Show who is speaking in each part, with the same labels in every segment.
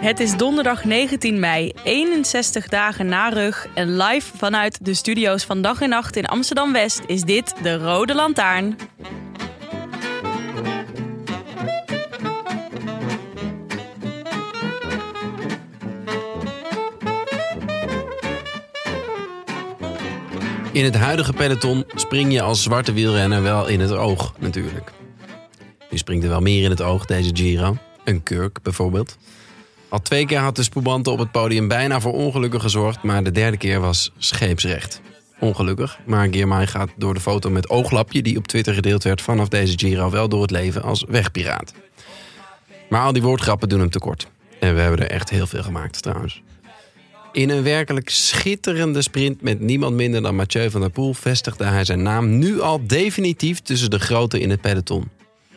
Speaker 1: Het is donderdag 19 mei, 61 dagen na rug. En live vanuit de studio's van Dag en Nacht in Amsterdam West is dit de Rode Lantaarn.
Speaker 2: Hmm. In het huidige peloton spring je als zwarte wielrenner wel in het oog, natuurlijk. Nu springt er wel meer in het oog, deze Giro. Een kurk bijvoorbeeld. Al twee keer had de Spoebante op het podium bijna voor ongelukken gezorgd, maar de derde keer was scheepsrecht. Ongelukkig, maar Giermaai gaat door de foto met ooglapje die op Twitter gedeeld werd vanaf deze Giro wel door het leven als wegpiraat. Maar al die woordgrappen doen hem tekort. En we hebben er echt heel veel gemaakt trouwens. In een werkelijk schitterende sprint met niemand minder dan Mathieu van der Poel vestigde hij zijn naam nu al definitief tussen de groten in het peloton.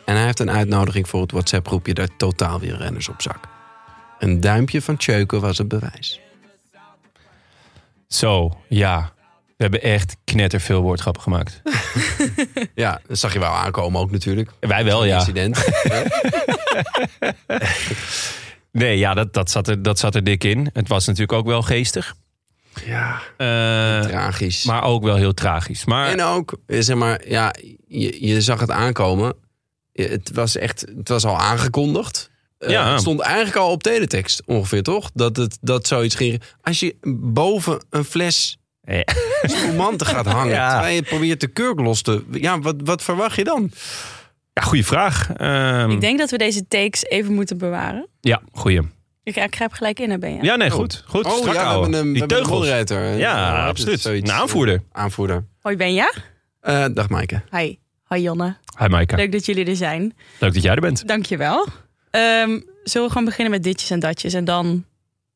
Speaker 2: En hij heeft een uitnodiging voor het WhatsApp-groepje daar totaal weer renners op zak. Een duimpje van Tjeuken was het bewijs.
Speaker 3: Zo, ja. We hebben echt knetterveel woordgrappen gemaakt.
Speaker 2: Ja, dat zag je wel aankomen ook natuurlijk.
Speaker 3: Wij wel, ja.
Speaker 2: Incident.
Speaker 3: Nee, ja, dat, dat, zat er, dat zat er dik in. Het was natuurlijk ook wel geestig.
Speaker 2: ja,
Speaker 3: Eh,
Speaker 2: tragisch.
Speaker 3: maar ook wel heel tragisch. Maar
Speaker 2: En ook, eh, zeg maar, ja, je, je zag het aankomen. Je- Het was echt, het was al aangekondigd. Eh,
Speaker 3: Ja.
Speaker 2: Het stond eigenlijk al op teletext ongeveer, toch? Dat, het, dat zoiets ging. Als je boven een fles
Speaker 3: Ja.
Speaker 2: spumante gaat hangen...
Speaker 3: Ja.
Speaker 2: terwijl je probeert de kurk los te... Ja, wat, wat verwacht je dan?
Speaker 3: ja, goede vraag. Ehm,
Speaker 1: Ik denk dat we deze takes even moeten bewaren.
Speaker 3: Ja, goeie.
Speaker 1: Ik, ik grijp gelijk in, hè, ben je?
Speaker 3: Ja, nee, goed. Goed,
Speaker 2: oh,
Speaker 3: strak
Speaker 2: ja, we
Speaker 3: houden.
Speaker 2: hebben een, we
Speaker 3: Die
Speaker 2: hebben een
Speaker 3: teugels.
Speaker 2: moderator. Eh,
Speaker 3: Ja,
Speaker 2: hoe heet het?
Speaker 3: absoluut.
Speaker 2: Zoiets. eh,
Speaker 3: Een aanvoerder.
Speaker 2: Aanvoerder.
Speaker 1: Hoi, Benja.
Speaker 2: Eh, dag, Maaike.
Speaker 1: Hi. Hoi, Jonne.
Speaker 3: Hi Maaike, leuk.
Speaker 1: Leuk dat jullie er zijn.
Speaker 3: dat jij er bent.
Speaker 1: Dankjewel. Ehm zullen we gewoon beginnen met ditjes en datjes en dan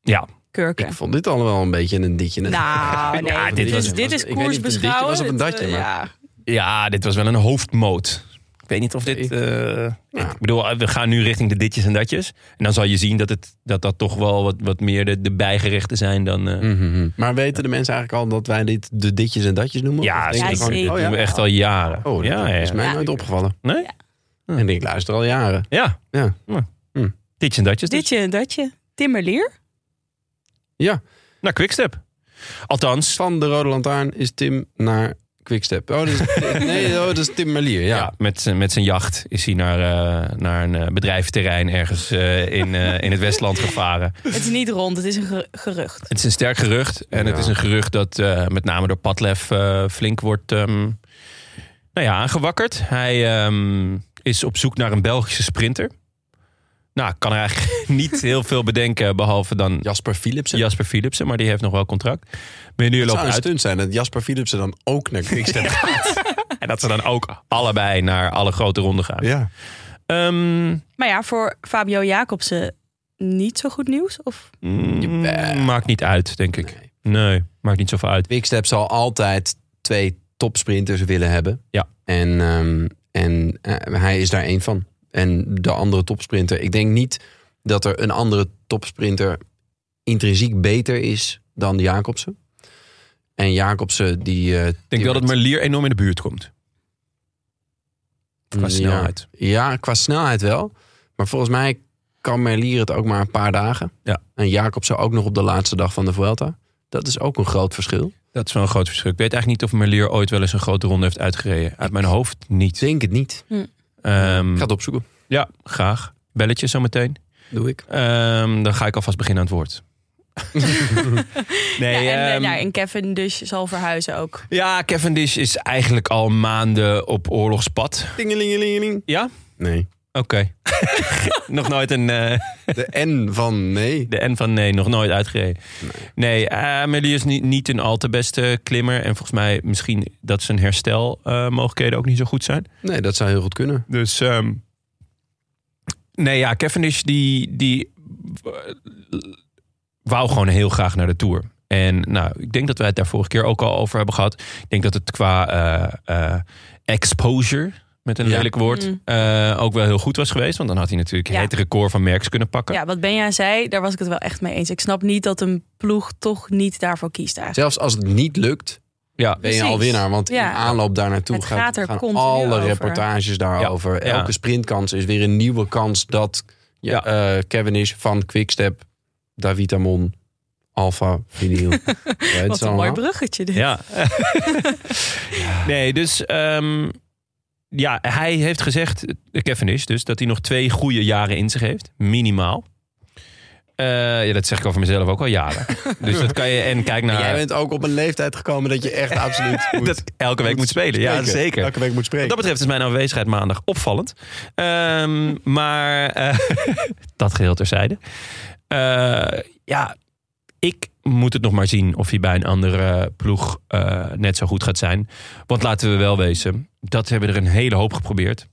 Speaker 3: Ja,
Speaker 1: kurken?
Speaker 2: Ik vond dit allemaal wel een beetje een ditje.
Speaker 1: Nou, nee.
Speaker 3: Ja, dit
Speaker 1: dit,
Speaker 3: was-
Speaker 1: is, dit is
Speaker 2: ik weet niet of het een ditje
Speaker 1: koersbeschouwen.
Speaker 2: was of een datje,
Speaker 1: Eh,
Speaker 2: maar-
Speaker 1: ja.
Speaker 3: ja dit was wel een hoofdmoot. Ik weet niet of dit... eh, Ik bedoel, eh, we gaan nu richting de ditjes en datjes. En dan zal je zien dat het, dat, dat toch wel wat, wat meer de, de bijgerechten zijn dan... eh,
Speaker 2: Mhm. Maar weten de mensen eigenlijk al dat wij dit de ditjes en datjes noemen?
Speaker 3: Ja,
Speaker 2: Of denken
Speaker 1: Ja,
Speaker 2: ze gewoon,
Speaker 1: zeker.
Speaker 3: dat
Speaker 2: oh ja.
Speaker 3: doen we echt al jaren.
Speaker 2: Oh, dat
Speaker 3: ja, ja.
Speaker 2: is mij
Speaker 1: Ja.
Speaker 2: nooit opgevallen.
Speaker 3: Nee?
Speaker 2: En ik luister al jaren.
Speaker 3: Ja.
Speaker 2: Ja. Hm.
Speaker 3: Ditje en datjes. dus.
Speaker 1: Ditje en datje. Timmerlier.
Speaker 2: Ja,
Speaker 3: Naar Quickstep. Althans,
Speaker 2: van de Rode Lantaarn is Tim naar Quickstep. Oh, dat is, nee, oh, dat is Tim Merlier. Ja.
Speaker 3: ja. met, z'n- met zijn jacht is hij naar, eh, naar een eh, bedrijventerrein ergens eh, in, eh, in het Westland gevaren.
Speaker 1: Het is niet rond, het is een ge- gerucht.
Speaker 3: Het is een sterk gerucht. En het
Speaker 2: Ja.
Speaker 3: is een gerucht dat eh, met name door Padlef eh, flink wordt ehm, nou ja, aangewakkerd. Hij ehm, is op zoek naar een Belgische sprinter. Nou, kan er eigenlijk niet heel veel bedenken, behalve dan
Speaker 2: Jasper Philipsen.
Speaker 3: Jasper Philipsen. Maar die heeft nog wel contract. Meneer
Speaker 2: het
Speaker 3: loopt
Speaker 2: zou dus een
Speaker 3: uit.
Speaker 2: stunt zijn dat Jasper Philipsen dan ook naar Quickstep gaat.
Speaker 3: En dat ze dan ook allebei naar alle grote ronden gaan.
Speaker 2: Ja.
Speaker 3: Ehm,
Speaker 1: Maar ja, voor Fabio Jacobsen niet zo goed nieuws? Of
Speaker 3: mm,
Speaker 2: Jawel.
Speaker 3: maakt niet uit, denk ik.
Speaker 2: Nee.
Speaker 3: Nee, maakt niet zoveel uit.
Speaker 2: Quickstep zal altijd twee topsprinters willen hebben.
Speaker 3: Ja.
Speaker 2: En, ehm, en eh, hij is daar één van. En de andere topsprinter. Ik denk niet dat er een andere topsprinter intrinsiek beter is dan Jacobsen. En Jacobsen die... eh,
Speaker 3: Ik denk wel dat Merlier enorm in de buurt komt. Qua snelheid.
Speaker 2: Ja, ja, qua snelheid wel. Maar volgens mij kan Merlier het ook maar een paar dagen.
Speaker 3: Ja.
Speaker 2: En Jacobsen ook nog op de laatste dag van de Vuelta. Dat is ook een groot verschil.
Speaker 3: Dat is wel een groot verschil. Ik weet eigenlijk niet of Merlier ooit wel eens een grote ronde heeft uitgereden. Uit mijn hoofd
Speaker 2: Ik
Speaker 3: niet.
Speaker 2: denk het niet.
Speaker 3: Ehm,
Speaker 2: Ik ga het opzoeken.
Speaker 3: ja, graag. Belletje zometeen.
Speaker 2: Doe ik.
Speaker 3: Ehm, dan ga ik alvast beginnen aan het woord. Nee,
Speaker 1: Ja, en, eh,
Speaker 3: ehm,
Speaker 1: ja, en Kevin dus zal verhuizen ook.
Speaker 3: ja, Cavendish is eigenlijk al maanden op oorlogspad.
Speaker 2: Dingelingelingeling.
Speaker 3: Ja?
Speaker 2: Nee.
Speaker 3: Oké. nog nooit een... eh,
Speaker 2: De N van nee.
Speaker 3: de N van nee, nog nooit uitgereden. Nee, eh maar die is niet, niet een al te beste klimmer. En volgens mij misschien dat zijn herstelmogelijkheden ook niet zo goed zijn.
Speaker 2: Nee, dat zou heel goed kunnen.
Speaker 3: Dus... ehm, nee, ja, Cavendish die, die eh, wou gewoon heel graag naar de Tour. En nou, ik denk dat wij het daar vorige keer ook al over hebben gehad. Ik denk dat het qua eh, eh, exposure, met een
Speaker 2: Ja.
Speaker 3: lelijk woord,
Speaker 1: Mm.
Speaker 3: eh, ook wel heel goed was geweest. Want dan had hij natuurlijk
Speaker 1: Ja.
Speaker 3: het record van Merckx kunnen pakken.
Speaker 1: Ja, wat Benja zei, daar was ik het wel echt mee eens. Ik snap niet dat een ploeg toch niet daarvoor kiest eigenlijk.
Speaker 2: Zelfs als het niet lukt,
Speaker 3: Ja.
Speaker 2: ben je
Speaker 1: Precies.
Speaker 2: al winnaar. Want
Speaker 1: Ja.
Speaker 2: in aanloop daar naartoe
Speaker 1: Het
Speaker 2: gaat,
Speaker 1: gaat er
Speaker 2: gaan
Speaker 1: continu
Speaker 2: alle
Speaker 1: over.
Speaker 2: reportages daarover.
Speaker 3: Ja.
Speaker 2: Elke sprintkans is weer een nieuwe kans dat ja, eh, Kevin is van Quickstep, Davitamon, Alfa, Vinyl. Ja, het is
Speaker 1: Wat een mooi
Speaker 2: allemaal-
Speaker 1: bruggetje dit.
Speaker 3: Ja. nee, dus ehm, ja, hij heeft gezegd, eh, Kevin is dus, dat hij nog twee goede jaren in zich heeft, minimaal. Eh, ja, dat zeg ik over mezelf ook al jaren. dus dat kan je en kijk naar
Speaker 2: Jij bent ook op een leeftijd gekomen dat je echt absoluut moet
Speaker 3: eh, dat ik elke week moet spelen. Ja,
Speaker 2: spreken.
Speaker 3: zeker.
Speaker 2: Elke week moet
Speaker 3: Wat
Speaker 2: spreken.
Speaker 3: dat betreft is mijn aanwezigheid maandag opvallend. Ehm, maar eh, dat geheel terzijde. Eh, ja, ik moet het nog maar zien of hij bij een andere ploeg eh, net zo goed gaat zijn. Want laten we wel wezen, dat hebben er een hele hoop geprobeerd.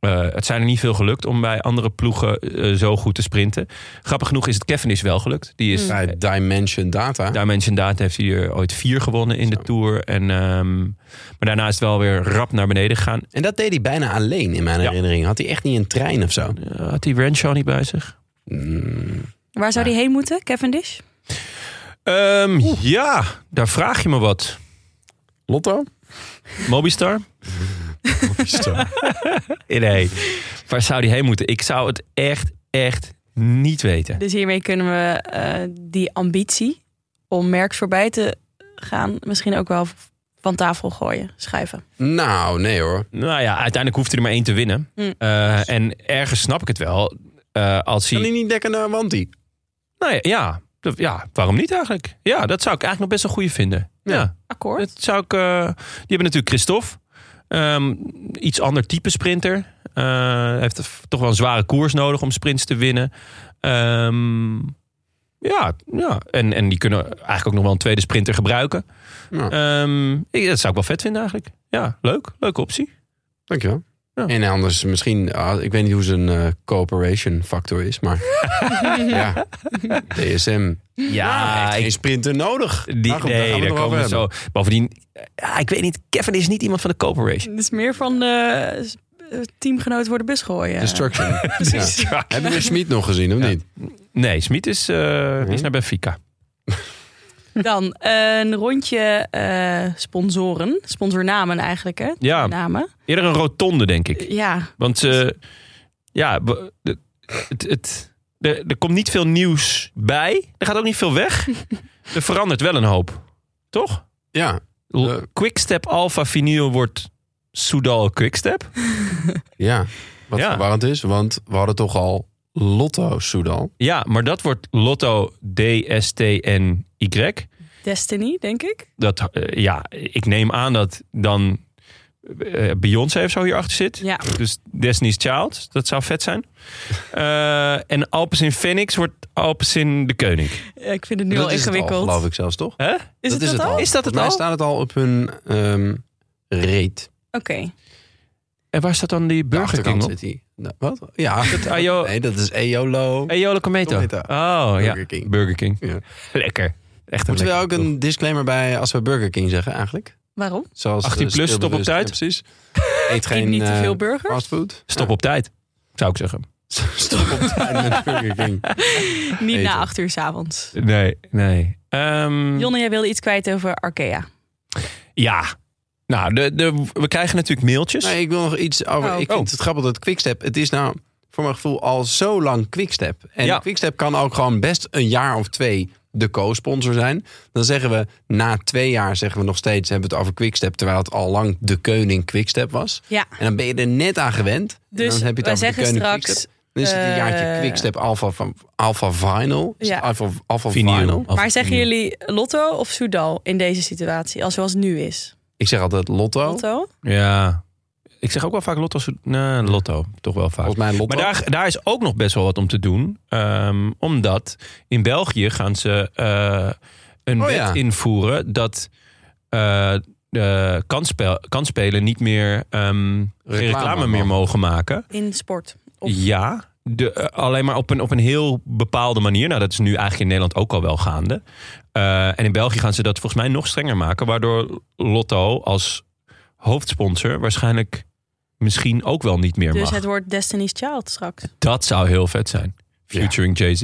Speaker 3: Eh, het zijn er niet veel gelukt om bij andere ploegen eh, zo goed te sprinten. Grappig genoeg is het Kevin is wel gelukt. Die is
Speaker 2: Bij Dimension Data.
Speaker 3: Dimension Data heeft hij er ooit vier gewonnen in de Tour. En, ehm, maar daarna is het wel weer rap naar beneden gegaan.
Speaker 2: En dat deed hij bijna alleen in mijn
Speaker 3: Ja.
Speaker 2: herinnering. Had hij echt niet een trein of zo? Mm,
Speaker 3: Eh, had hij Renshaw niet bij zich?
Speaker 1: Waar zou die heen moeten, dus? Cavendish?
Speaker 3: Ehm, ja, daar vraag je me wat.
Speaker 2: Lotto?
Speaker 3: Mobistar? Nee. Waar zou die heen moeten? Ik zou het echt, echt niet weten.
Speaker 1: Dus hiermee kunnen we eh, die ambitie om merks voorbij te gaan misschien ook wel van tafel gooien, schuiven.
Speaker 2: nou, nee hoor.
Speaker 3: Nou ja, uiteindelijk hoeft hij er maar één te winnen.
Speaker 1: Hm.
Speaker 2: Mm.
Speaker 3: Eh, en ergens snap ik het wel. Eh, als hij...
Speaker 2: Kan hij niet lekker naar Wanti?
Speaker 3: Nou ja, ja, dat- ja, waarom niet eigenlijk? Ja, dat zou ik eigenlijk nog best wel goeie vinden.
Speaker 2: Ja.
Speaker 3: ja.
Speaker 1: Akkoord.
Speaker 3: Dat zou ik, eh, die hebben natuurlijk Christophe. Ehm, iets ander type sprinter. Eh, Hij heeft toch wel een zware koers nodig om sprints te winnen. Ehm, ja, ja. En, en die kunnen eigenlijk ook nog wel een tweede sprinter gebruiken.
Speaker 2: Ja.
Speaker 3: Ehm, ik, dat zou ik wel vet vinden eigenlijk. Ja, leuk. Leuke optie.
Speaker 2: Dankjewel.
Speaker 3: Ja.
Speaker 2: En anders misschien, ah, ik weet niet hoe zijn eh cooperation factor is, maar ja, DSM.
Speaker 3: Ja,
Speaker 2: Geen sprinter nodig.
Speaker 3: Ah, die,
Speaker 2: Maar goed, daar gaan we
Speaker 3: nee, daar
Speaker 2: het nog
Speaker 3: komen we
Speaker 2: over
Speaker 3: zo. Bovendien, ja, ik weet niet, Kevin is niet iemand van de corporation.
Speaker 1: Dus meer van de s- eh, teamgenoot worden bus gooien.
Speaker 2: Destruction. ja. Hebben we Schmid nog gezien of
Speaker 3: Ja.
Speaker 2: niet?
Speaker 3: Nee, Smit is, eh,
Speaker 2: Nee.
Speaker 3: is naar Benfica.
Speaker 1: Dan een rondje eh, sponsoren, sponsornamen eigenlijk hè?
Speaker 2: Ah.
Speaker 3: Ja.
Speaker 1: Namen.
Speaker 3: Eerder een rotonde, denk ik.
Speaker 1: Ja,
Speaker 3: Want eh, ja, we- de- het, het, er, er komt niet veel nieuws bij. Er gaat ook niet veel weg. Er verandert wel een hoop. Toch?
Speaker 2: Ja,
Speaker 3: L-
Speaker 2: Eh.
Speaker 3: Quickstep Alpha Vinyl wordt Soudal Quickstep.
Speaker 2: ja. Wat
Speaker 3: Ja.
Speaker 2: verwarrend is, want we hadden toch al Lotto Soudal.
Speaker 3: Ja, maar dat wordt Lotto DSTNY.
Speaker 1: Destiny, denk ik.
Speaker 3: Dat, eh, ja, ik neem aan dat dan eh, Beyoncé of zo hierachter zit.
Speaker 1: Ja.
Speaker 3: Dus Destiny's Child, dat zou vet zijn. Eh, en Alpes in Phoenix wordt Alpes in de Koning.
Speaker 1: Ik vind het nu
Speaker 2: Dat
Speaker 1: al
Speaker 2: is het
Speaker 1: ingewikkeld.
Speaker 2: geloof ik zelfs, toch?
Speaker 3: Hè?
Speaker 1: Is het
Speaker 2: dat is
Speaker 1: dat
Speaker 2: het
Speaker 1: al?
Speaker 2: al.
Speaker 3: Is dat het
Speaker 2: Volgens mij
Speaker 3: al?
Speaker 2: staat het al op hun ehm reet.
Speaker 1: Oké.
Speaker 3: En waar staat dan die
Speaker 2: De
Speaker 3: Burger King
Speaker 2: achterkant
Speaker 3: op?
Speaker 2: zit hij. Nou, wat? Ja.
Speaker 3: Ajo-
Speaker 2: Nee, dat is E Eolo.
Speaker 3: Ejola Cometo.
Speaker 2: Cometo.
Speaker 3: Oh, ja.
Speaker 2: Burger King.
Speaker 3: Burger King.
Speaker 2: Ja.
Speaker 3: Lekker. Echt een
Speaker 2: Moeten we
Speaker 3: lekker
Speaker 2: ook een disclaimer bij eh, als we Burger King zeggen eigenlijk?
Speaker 1: Waarom?
Speaker 2: Zoals
Speaker 3: 18
Speaker 2: eh,
Speaker 3: plus, stop op
Speaker 2: speelbewust.
Speaker 3: tijd.
Speaker 2: Ja, precies. Eet
Speaker 1: Eet
Speaker 2: geen
Speaker 1: niet te
Speaker 2: eh,
Speaker 1: veel burgers.
Speaker 2: fastfood.
Speaker 3: Stop op tijd, zou ik zeggen.
Speaker 2: Ja. stop op tijd met Burger King.
Speaker 1: Niet
Speaker 2: Eten. Hm.
Speaker 1: na acht uur 's avonds.
Speaker 3: Nee, nee. Ehm,
Speaker 1: Jonne, jij wilde iets kwijt over Arkea.
Speaker 3: ja. Nou, de, de, we krijgen natuurlijk mailtjes.
Speaker 2: Nee, ik wil nog iets over.
Speaker 1: Oh.
Speaker 2: Ik vind het grappig dat Quickstep. Het is nou voor mijn gevoel al zo lang Quickstep. En
Speaker 3: Ja.
Speaker 2: Quickstep kan ook gewoon best een jaar of twee de co-sponsor zijn. Dan zeggen we na twee jaar zeggen we nog steeds hebben we het over Quickstep, terwijl het al lang de koning Quickstep was.
Speaker 1: Ja.
Speaker 2: En dan ben je er net aan gewend. En
Speaker 1: Dus
Speaker 2: dan heb je het
Speaker 1: wij
Speaker 2: over de
Speaker 1: zeggen
Speaker 2: koning
Speaker 1: straks
Speaker 2: Quickstep. Dan is het een
Speaker 1: Eh,
Speaker 2: jaartje Quickstep Alpha, van, Alpha Vinyl. Is
Speaker 1: Ja.
Speaker 2: het Alpha, Alpha
Speaker 3: Vinyl.
Speaker 2: Vinyl.
Speaker 3: Of-
Speaker 1: Maar zeggen jullie Lotto of Soudal in deze situatie, als zoals het nu is?
Speaker 2: Ik zeg altijd Lotto.
Speaker 1: Lotto?
Speaker 3: Ja. Ik zeg ook wel vaak lotto. Nee, lotto. Toch wel vaak.
Speaker 2: Volgens mij Lotto.
Speaker 3: Maar daar, daar is ook nog best wel wat om te doen. Ehm, omdat in België gaan ze eh, een
Speaker 2: Oh
Speaker 3: wet
Speaker 2: ja.
Speaker 3: invoeren dat eh de kansspel, kansspelen niet meer ehm, geen reclame,
Speaker 2: Reclame
Speaker 3: meer
Speaker 2: mogen.
Speaker 3: mogen maken.
Speaker 1: In sport? Of-
Speaker 3: Ja, de, eh, alleen maar op een, op een heel bepaalde manier. Nou, dat is nu eigenlijk in Nederland ook al wel gaande. Eh, en in België gaan ze dat volgens mij nog strenger maken. Waardoor Lotto als hoofdsponsor waarschijnlijk misschien ook wel niet meer
Speaker 1: Dus
Speaker 3: mag.
Speaker 1: het wordt Destiny's Child straks.
Speaker 3: Dat zou heel vet zijn. Featuring Jay-Z.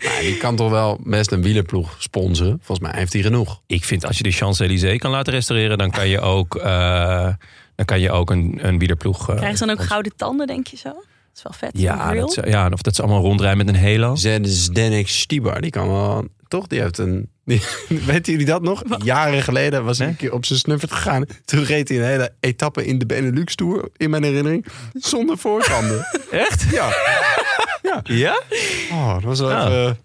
Speaker 2: Ja, die kan toch wel best een wielerploeg sponsoren. Volgens mij heeft hij genoeg.
Speaker 3: Ik vind als je de Champs-Élysées kan laten restaureren, dan kan je ook, eh, dan kan je ook een, een wielerploeg. eh,
Speaker 1: Krijgen ze dan ook gouden tanden, denk je zo? Dat is wel vet.
Speaker 3: ja,
Speaker 1: real.
Speaker 3: dat ze, ja, of dat ze allemaal rondrijden met een halo.
Speaker 2: Dennis Zdenek Stibar, die kan wel... Toch, die heeft een... die- weten jullie dat nog? Jaren geleden was hij een keer op zijn snuffert gegaan. Toen reed hij een hele etappe in de Benelux Tour, in mijn herinnering. Zonder voortanden.
Speaker 3: Echt?
Speaker 2: ja.
Speaker 3: Ja?
Speaker 2: Oh, dat was wel
Speaker 3: Ah.
Speaker 2: even...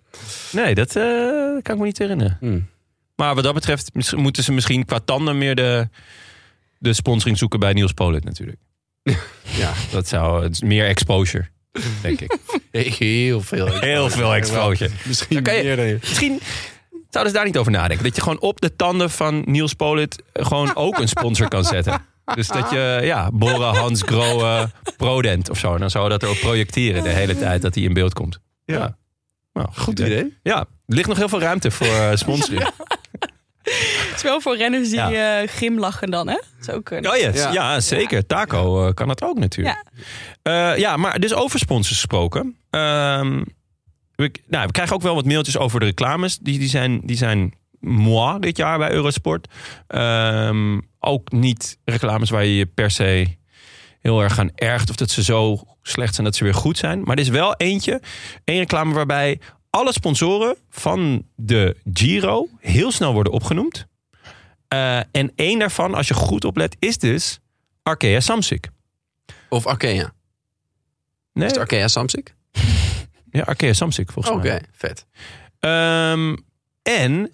Speaker 3: Nee, dat eh, kan ik me niet herinneren.
Speaker 2: Hmm.
Speaker 3: Maar wat dat betreft mis- moeten ze misschien qua tanden meer de, de sponsoring zoeken bij Niels Polit natuurlijk.
Speaker 2: Ja.
Speaker 3: Dat zou het is meer exposure, denk ik.
Speaker 2: Heel veel.
Speaker 3: Heel veel exposure.
Speaker 2: Misschien
Speaker 3: kan je-
Speaker 2: meer dan je-
Speaker 3: Misschien zouden ze daar niet over nadenken. Dat je gewoon op de tanden van Niels Polit gewoon ook een sponsor kan zetten. Dus dat je, ja, Bora Hans Grohe Prodent of zo. En dan zou dat erop projecteren de hele tijd dat hij in beeld komt.
Speaker 2: Ja.
Speaker 3: Nou,
Speaker 2: Goed idee.
Speaker 3: Ja, er ligt nog heel veel ruimte voor eh, sponsoring.
Speaker 1: Het is wel voor renners die
Speaker 3: Ja.
Speaker 1: eh, gym lachen dan, hè? Dat zou kunnen.
Speaker 3: Oh yes. ja.
Speaker 2: Ja.
Speaker 3: zeker. Taco eh, kan dat ook natuurlijk. Ja. ja, maar dus over sponsors gesproken. Ehm, we, nou, we krijgen ook wel wat mailtjes over de reclames. Die, die zijn, die zijn moi dit jaar bij Eurosport. Ehm, ook niet reclames waar je je per se heel erg aan ergt. Of dat ze zo slecht zijn dat ze weer goed zijn. Maar er is wel eentje, één reclame waarbij alle sponsoren van de Giro heel snel worden opgenoemd. Eh, en één daarvan, als je goed oplet, is dus Arkea Samsic.
Speaker 2: Of Arkea.
Speaker 3: Nee,
Speaker 2: Is het Arkea Samsic?
Speaker 3: ja, Arkea Samsic
Speaker 2: Oké,
Speaker 3: volgens mij.
Speaker 2: vet.
Speaker 3: Ehm, en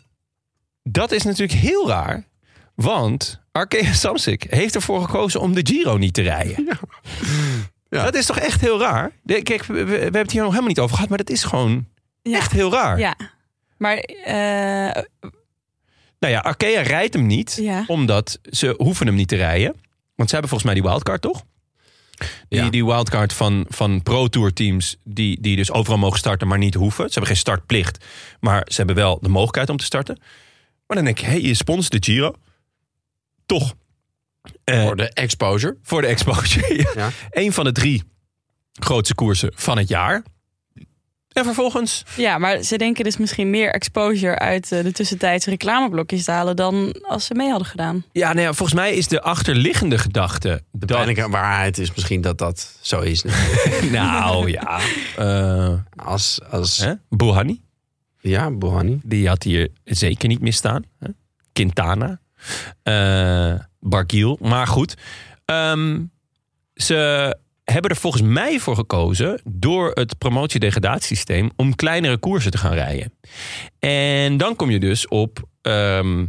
Speaker 3: dat is natuurlijk heel raar. Want Arkea Samsic heeft ervoor gekozen om de Giro niet te rijden.
Speaker 2: Ja.
Speaker 3: Dat is toch echt heel raar? De- Kijk, we, we- we hebben het hier nog helemaal niet over gehad, maar dat is gewoon
Speaker 1: Ja.
Speaker 3: echt heel raar.
Speaker 1: Ja. Maar eh,
Speaker 3: Nou ja, Arkea rijdt hem niet,
Speaker 1: Ja.
Speaker 3: omdat ze hoeven hem niet te rijden. Want ze hebben volgens mij die wildcard, toch? Die,
Speaker 2: Ja.
Speaker 3: die wildcard van, van Pro Tour teams, die, die dus overal mogen starten, maar niet hoeven. Ze hebben geen startplicht, maar ze hebben wel de mogelijkheid om te starten. Maar dan denk ik, hé, je sponsort de Giro. Toch. Eh,
Speaker 2: Voor de exposure.
Speaker 3: voor de exposure. Ja.
Speaker 2: Ja.
Speaker 3: Eén van de drie grootste koersen van het jaar. En vervolgens
Speaker 1: ja, maar ze denken dus misschien meer exposure uit eh, de tussentijds reclameblokjes te halen dan als ze mee hadden gedaan.
Speaker 3: Ja, nou ja, volgens mij is de achterliggende gedachte.
Speaker 2: De
Speaker 3: dat-
Speaker 2: pijnlijke waarheid is misschien dat dat zo is.
Speaker 3: Nou ja. eh
Speaker 2: Als, als
Speaker 3: hè? Bohani,
Speaker 2: ja, Bohani.
Speaker 3: die had hier zeker niet misstaan. Hè? Quintana. eh Bargiel. Maar goed. ehm, ze hebben er volgens mij voor gekozen. door het promotiedegradatiesysteem. om kleinere koersen te gaan rijden. En dan kom je dus op. ehm,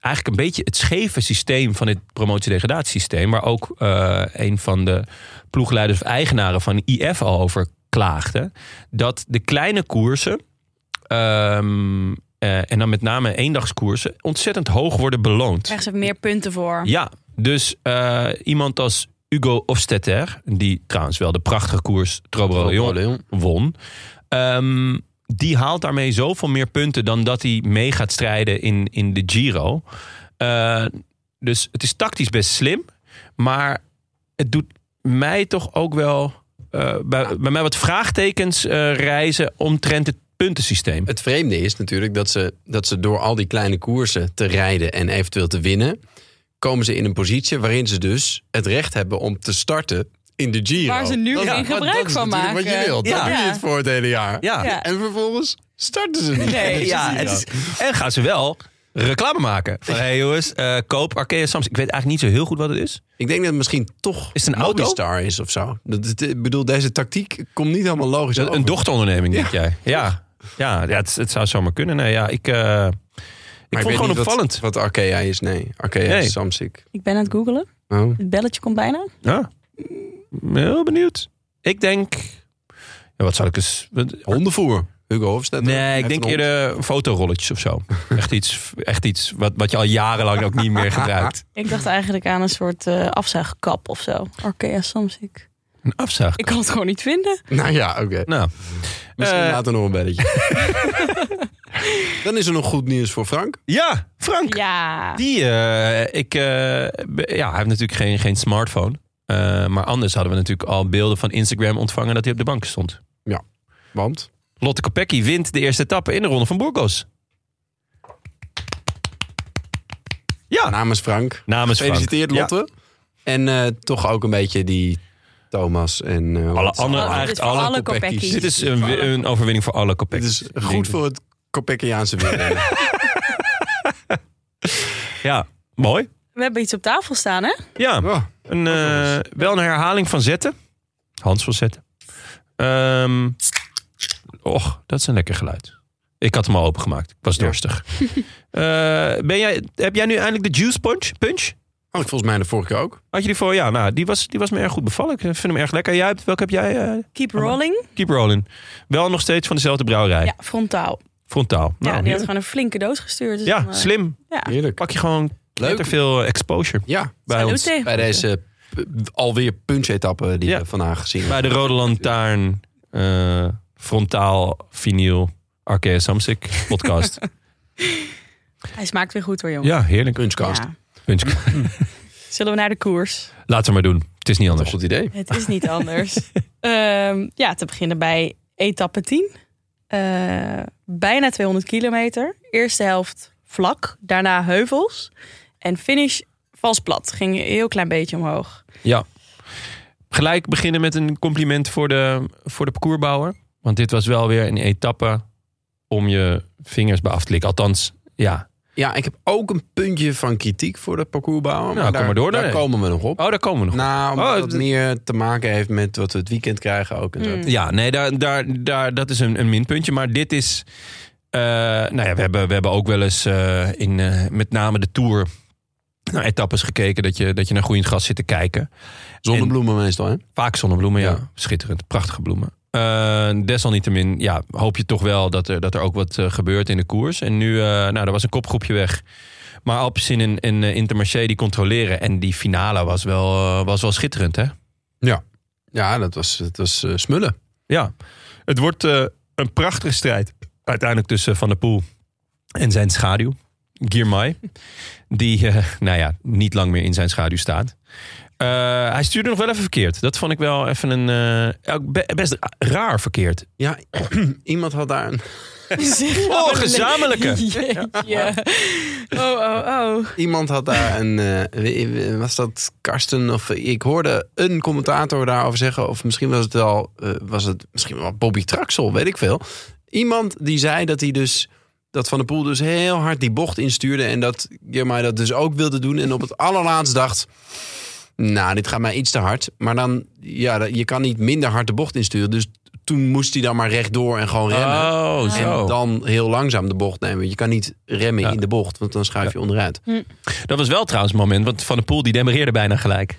Speaker 3: eigenlijk een beetje het scheve systeem van dit promotiedegradatiesysteem. waar ook eh, een van de ploegleiders of eigenaren van IF al over klaagde. dat de kleine koersen. ehm, eh, en dan met name eendagskoersen. ontzettend hoog worden beloond.
Speaker 1: Krijgen ze meer punten voor.
Speaker 3: Ja, dus eh, iemand als Hugo Hofstetter, die trouwens wel de prachtige koers Trobro Leon
Speaker 2: Leon.
Speaker 3: won, ehm, die haalt daarmee zoveel meer punten dan dat hij mee gaat strijden in, in de Giro. Eh, dus het is tactisch best slim, maar het doet mij toch ook wel eh, bij, bij mij wat vraagtekens eh, reizen omtrent het puntensysteem.
Speaker 2: Het vreemde is natuurlijk dat ze, dat ze door al die kleine koersen te rijden en eventueel te winnen, komen ze in een positie waarin ze dus het recht hebben om te starten in de Giro.
Speaker 1: Waar ze nu
Speaker 2: Dat-
Speaker 1: geen
Speaker 2: want
Speaker 1: gebruik
Speaker 2: dat is
Speaker 1: van
Speaker 2: natuurlijk Wat je
Speaker 1: maken.
Speaker 2: wilt,
Speaker 3: Ja.
Speaker 2: daar doe je het voor het hele jaar.
Speaker 3: Ja.
Speaker 1: Ja.
Speaker 2: En vervolgens starten ze niet.
Speaker 1: Nee.
Speaker 3: ja, het is- en gaan ze wel reclame maken. Van, hey jongens, eh, koop Arkea Samsung. Ik weet eigenlijk niet zo heel goed wat het is.
Speaker 2: Ik denk dat het misschien toch
Speaker 3: Is het een auto?
Speaker 2: Movistar is of zo. Dat, dat- ik bedoel, deze tactiek komt niet helemaal logisch
Speaker 3: Een, een
Speaker 2: over.
Speaker 3: dochteronderneming, denk jij? Ja, ja, ja het, het zou zomaar kunnen. Nee, ja, ik, eh, ik
Speaker 2: Maar
Speaker 3: vond het
Speaker 2: weet
Speaker 3: gewoon
Speaker 2: niet
Speaker 3: opvallend.
Speaker 2: Wat, wat Arkea is, nee. Arkea
Speaker 3: Nee.
Speaker 2: is Samsung.
Speaker 1: Ik ben aan het googelen.
Speaker 2: Oh.
Speaker 1: Het belletje komt bijna.
Speaker 3: Ja. Mm, Heel benieuwd. Ik denk... Ja, wat zou ik eens...
Speaker 2: Hondenvoer. Hugo Hofstad.
Speaker 3: Nee, ik denk eerder fotorolletjes of zo. Echt iets, echt iets wat, wat je al jarenlang ook niet meer gebruikt.
Speaker 1: Ik dacht eigenlijk aan een soort eh, afzuigkap of zo. Arkea Samsic.
Speaker 3: Een afzuig.
Speaker 1: Ik kan het gewoon niet vinden.
Speaker 2: Nou ja, oké.
Speaker 3: Nou,
Speaker 2: Misschien
Speaker 3: Eh.
Speaker 2: later nog een belletje. Dan is er nog goed nieuws voor Frank.
Speaker 3: ja, Frank.
Speaker 1: Ja.
Speaker 3: Die, eh, ik, eh, be- ja, hij heeft natuurlijk geen, geen smartphone. Eh, maar anders hadden we natuurlijk al beelden van Instagram ontvangen dat hij op de bank stond.
Speaker 2: Want
Speaker 3: Lotte Kopecky wint de eerste etappe in de ronde van Burgos. Ja,
Speaker 2: namens Frank.
Speaker 3: namens Frank.
Speaker 2: Gefeliciteerd
Speaker 3: Ja.
Speaker 2: Lotte. En eh, toch ook een beetje die Thomas en... eh,
Speaker 3: Alle
Speaker 2: wat-
Speaker 1: Oh,
Speaker 3: andere-
Speaker 1: dit is
Speaker 3: eigenlijk
Speaker 1: voor
Speaker 3: alle
Speaker 1: alle
Speaker 2: Kopeckis.
Speaker 1: Kopeckis.
Speaker 3: Dit is een, wi- een overwinning voor alle
Speaker 2: Dit
Speaker 3: Kopecky.
Speaker 2: is goed voor het Kopekiaanse wielrennen.
Speaker 3: Ja, mooi.
Speaker 1: We hebben iets op tafel staan, hè?
Speaker 3: Ja.
Speaker 2: Oh,
Speaker 3: Een, eh, wel een herhaling van zetten. Hans van zetten. Ehm, och, dat is een lekker geluid. Ik had hem al opengemaakt. Ik was
Speaker 2: Ja.
Speaker 3: dorstig. Eh, ben jij, heb jij nu eindelijk de juice punch? punch?
Speaker 2: had Oh, ik volgens mij de vorige keer ook.
Speaker 3: Had je die voor? Ja, nou, die was, die was me erg goed bevallen. Ik vind hem erg lekker. Jij hebt, welke heb jij? eh,
Speaker 1: Keep rolling.
Speaker 3: keep rolling. Wel nog steeds van dezelfde brouwerij.
Speaker 1: Ja, frontaal.
Speaker 3: Frontaal. Nou,
Speaker 1: ja, die had
Speaker 3: heerlijk.
Speaker 1: gewoon een flinke doos gestuurd. Dus dan,
Speaker 3: ja,
Speaker 1: eh,
Speaker 3: slim.
Speaker 2: Heerlijk.
Speaker 3: Pak je gewoon
Speaker 2: Leuk.
Speaker 3: lekker veel eh, exposure
Speaker 2: Ja,
Speaker 3: bij
Speaker 1: salute.
Speaker 3: ons.
Speaker 2: bij deze p- alweer punch-etappe die
Speaker 3: Ja.
Speaker 2: we vandaag gezien hebben.
Speaker 3: Bij de Rode Lantaarn, eh, frontaal, vinyl, Arkea Samsic podcast.
Speaker 1: Hij smaakt weer goed hoor, jongen.
Speaker 3: ja, heerlijk.
Speaker 2: Punchcast.
Speaker 1: Ja.
Speaker 3: Puntje.
Speaker 1: Zullen we naar de koers?
Speaker 3: Laten we maar doen. Het is niet anders.
Speaker 2: Goed idee.
Speaker 1: Het is niet anders. Ehm, ja, te beginnen bij etappe 10. Eh, bijna 200 kilometer. Eerste helft vlak, daarna heuvels. En finish vals plat. Ging een heel klein beetje omhoog.
Speaker 3: Ja. Gelijk beginnen met een compliment voor de, voor de parcoursbouwer. Want dit was wel weer een etappe om je vingers bij af te likken. Althans, ja.
Speaker 2: Ja, ik heb ook een puntje van kritiek voor de parcoursbouwer.
Speaker 3: Nou, kom
Speaker 2: daar,
Speaker 3: maar door dan.
Speaker 2: Daar komen we nog op.
Speaker 3: Oh, daar komen we nog.
Speaker 2: Nou, omdat
Speaker 3: Oh,
Speaker 2: het
Speaker 3: d-
Speaker 2: meer te maken heeft met wat we het weekend krijgen ook. En zo.
Speaker 1: Hmm.
Speaker 3: Ja, nee, daar, daar, daar, dat is een, een minpuntje. Maar dit is. eh, nou ja, we hebben, we hebben ook wel eens eh, in eh, met name de tour naar etappes gekeken. Dat je, dat je naar groeiend gras zit te kijken.
Speaker 2: Zonnebloemen meestal, hè?
Speaker 3: Vaak zonnebloemen, ja.
Speaker 2: Ja.
Speaker 3: Schitterend, prachtige bloemen. Eh, desalniettemin ja, hoop je toch wel dat er, dat er ook wat eh, gebeurt in de koers. En nu, eh, nou, er was een kopgroepje weg. Maar Alpecin en, en eh, Intermarché die controleren. En die finale was wel, eh, was wel schitterend, hè?
Speaker 2: Ja. Ja, dat was, dat was eh, smullen.
Speaker 3: Ja, het wordt eh, een prachtige strijd. Uiteindelijk tussen Van der Poel en zijn schaduw, Girmay. Die, eh, nou ja, niet lang meer in zijn schaduw staat. Eh, hij stuurde nog wel even verkeerd. Dat vond ik wel even een... eh, ook be- best ra- raar verkeerd.
Speaker 2: Ja, iemand had daar een,
Speaker 3: Oh, gezamenlijke.
Speaker 1: Jeetje. Oh, oh, oh.
Speaker 2: iemand had daar een eh, wie- wie- was dat Karsten of ik hoorde een commentator daarover zeggen of misschien was het wel eh, was het misschien wel Bobby Traxel, weet ik veel. Iemand die zei dat hij dus dat Van der Poel dus heel hard die bocht instuurde en dat Jermaai dat dus ook wilde doen en op het allerlaatst dacht nou, dit gaat mij iets te hard. Maar dan, ja, dat- je kan niet minder hard de bocht insturen. Dus toen moest hij dan maar rechtdoor en gewoon remmen.
Speaker 3: Oh,
Speaker 2: En
Speaker 3: zo.
Speaker 2: dan heel langzaam de bocht nemen. Je kan niet remmen
Speaker 3: Ja.
Speaker 2: in de bocht, want dan schuif je onderuit.
Speaker 3: Dat was wel trouwens een moment, want Van der Poel die demereerde bijna gelijk.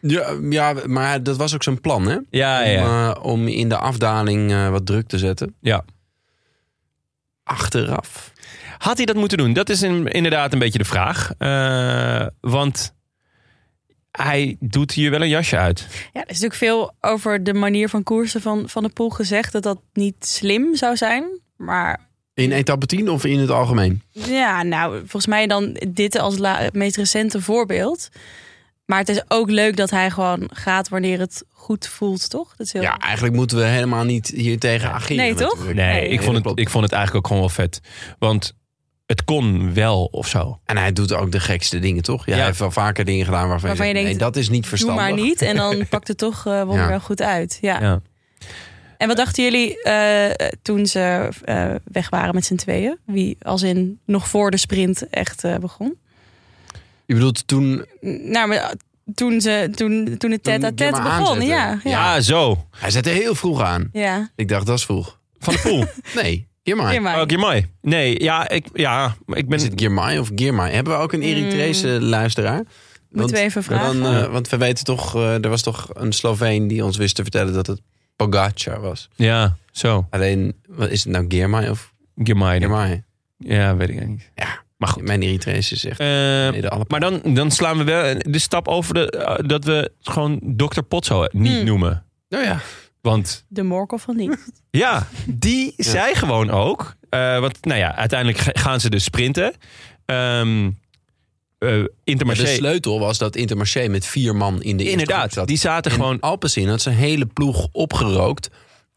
Speaker 2: Ja, ja, maar dat was ook zijn plan, hè?
Speaker 3: Ja,
Speaker 2: om,
Speaker 3: ja, Ah, ja.
Speaker 2: eh, om in de afdaling eh, wat druk te zetten.
Speaker 3: ja.
Speaker 2: Achteraf.
Speaker 3: Had hij dat moeten doen? Dat is in- inderdaad een beetje de vraag. Eh, want hij doet hier wel een jasje uit.
Speaker 1: Ja, er is natuurlijk veel over de manier van koersen van, van de pool gezegd. Dat dat niet slim zou zijn. Maar
Speaker 2: In etappe 10 of in het algemeen?
Speaker 1: Ja, nou, volgens mij dan dit als la- het meest recente voorbeeld. Maar het is ook leuk dat hij gewoon gaat wanneer het goed voelt, toch? Dat is heel...
Speaker 2: Ja, eigenlijk moeten we helemaal niet hier tegen ageren.
Speaker 1: Nee, toch?
Speaker 2: natuurlijk.
Speaker 3: Nee, ik, vond
Speaker 2: dat
Speaker 3: het,
Speaker 2: klopt.
Speaker 3: ik vond het eigenlijk ook gewoon wel vet. Want het kon wel of zo.
Speaker 2: En hij doet ook de gekste dingen, toch? Ja,
Speaker 3: Ja.
Speaker 2: Hij heeft wel vaker dingen gedaan waarvan,
Speaker 1: Waarvan
Speaker 2: je
Speaker 1: je
Speaker 2: denkt,
Speaker 1: denkt,
Speaker 2: nee, dat is niet
Speaker 1: Doe
Speaker 2: verstandig.
Speaker 1: maar niet en dan pakt het toch eh wonder
Speaker 2: Ja.
Speaker 1: wel goed uit. Ja.
Speaker 3: Ja.
Speaker 1: En wat dachten jullie eh, toen ze eh, weg waren met z'n tweeën? Wie als in nog voor de sprint echt eh, begon?
Speaker 2: Je bedoelt toen...
Speaker 1: N- Nou, maar toen, ze, toen, toen het
Speaker 2: Toen
Speaker 1: tête à
Speaker 2: Jim
Speaker 1: tête
Speaker 2: haar
Speaker 1: begon.
Speaker 2: aanzette.
Speaker 1: Ja, ja.
Speaker 3: Ja, zo.
Speaker 2: Hij zette heel vroeg aan.
Speaker 1: ja.
Speaker 2: Ik dacht, dat is vroeg.
Speaker 3: Van de pool.
Speaker 2: Nee, Girmay.
Speaker 1: Jim Maai.
Speaker 3: Oh, Girmay. Nee, ja, ik, ja, maar ik
Speaker 2: Is
Speaker 3: ben...
Speaker 2: het Girmay of Girmay? Hebben we ook een Eritrese luisteraar?
Speaker 1: Mm. Moeten we even vragen.
Speaker 2: Dan, eh, want we weten toch, eh, er was toch een Sloveen die ons wist te vertellen dat het Pogacar was.
Speaker 3: Ja, zo.
Speaker 2: Alleen, wat is het nou Girmay of
Speaker 3: Girmay. denk ik.
Speaker 2: Girmay?
Speaker 3: Ja, weet ik eigenlijk niet.
Speaker 2: Ja,
Speaker 3: Maar goed.
Speaker 2: Mijn Eritrese is echt...
Speaker 3: Eh,
Speaker 2: Nee, de alle-
Speaker 3: maar dan, dan slaan we wel de stap over de, eh, dat we gewoon Dr. Potso niet
Speaker 1: Hmm.
Speaker 3: noemen.
Speaker 2: Nou ja.
Speaker 3: Want
Speaker 1: De Morkel van niet.
Speaker 3: ja, die zei gewoon ook. eh, want nou ja, uiteindelijk ga- gaan ze dus sprinten. Ehm eh, Intermarché.
Speaker 2: de sleutel was dat Intermarché met vier man in de eerste groep
Speaker 3: Inderdaad,
Speaker 2: zat.
Speaker 3: die zaten
Speaker 2: En
Speaker 3: gewoon
Speaker 2: Alpecin had zijn hele ploeg opgerookt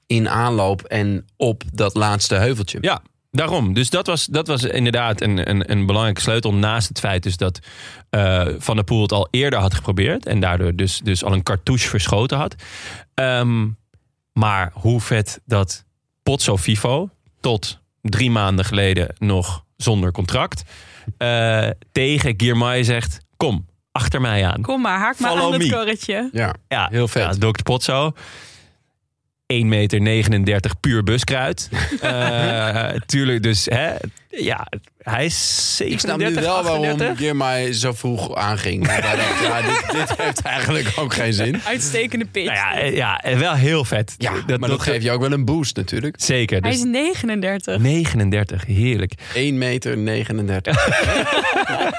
Speaker 2: in aanloop en op dat laatste heuveltje.
Speaker 3: Ja, daarom. Dus dat was, dat was inderdaad een, een, een belangrijke sleutel. Naast het feit dus dat eh, Van der Poel het al eerder had geprobeerd. En daardoor dus, dus al een cartouche verschoten had. Ehm, maar hoe vet dat Potso Vivo tot drie maanden geleden nog zonder contract. eh, tegen Girmay zegt, kom, achter mij aan.
Speaker 1: Kom maar, haak maar
Speaker 3: Follow
Speaker 1: aan het
Speaker 3: me.
Speaker 1: korretje.
Speaker 2: Ja,
Speaker 3: Ja,
Speaker 2: heel vet.
Speaker 3: Ja, Dr. Potso. 1,39 meter puur buskruid. Eh, tuurlijk, dus hè, ja, hij is 37,
Speaker 2: ik snap nu wel
Speaker 3: 38.
Speaker 2: waarom Girmay zo vroeg aanging. Maar hij dacht, ja, dit, dit heeft eigenlijk ook geen zin.
Speaker 1: Uitstekende pitch.
Speaker 3: Nou ja, eh, ja, eh, wel heel vet.
Speaker 2: Ja, maar dat geeft je ook wel een boost natuurlijk.
Speaker 3: Zeker,
Speaker 1: Hij
Speaker 3: dus
Speaker 1: is 39.
Speaker 3: 39, heerlijk.
Speaker 2: 1 meter 39.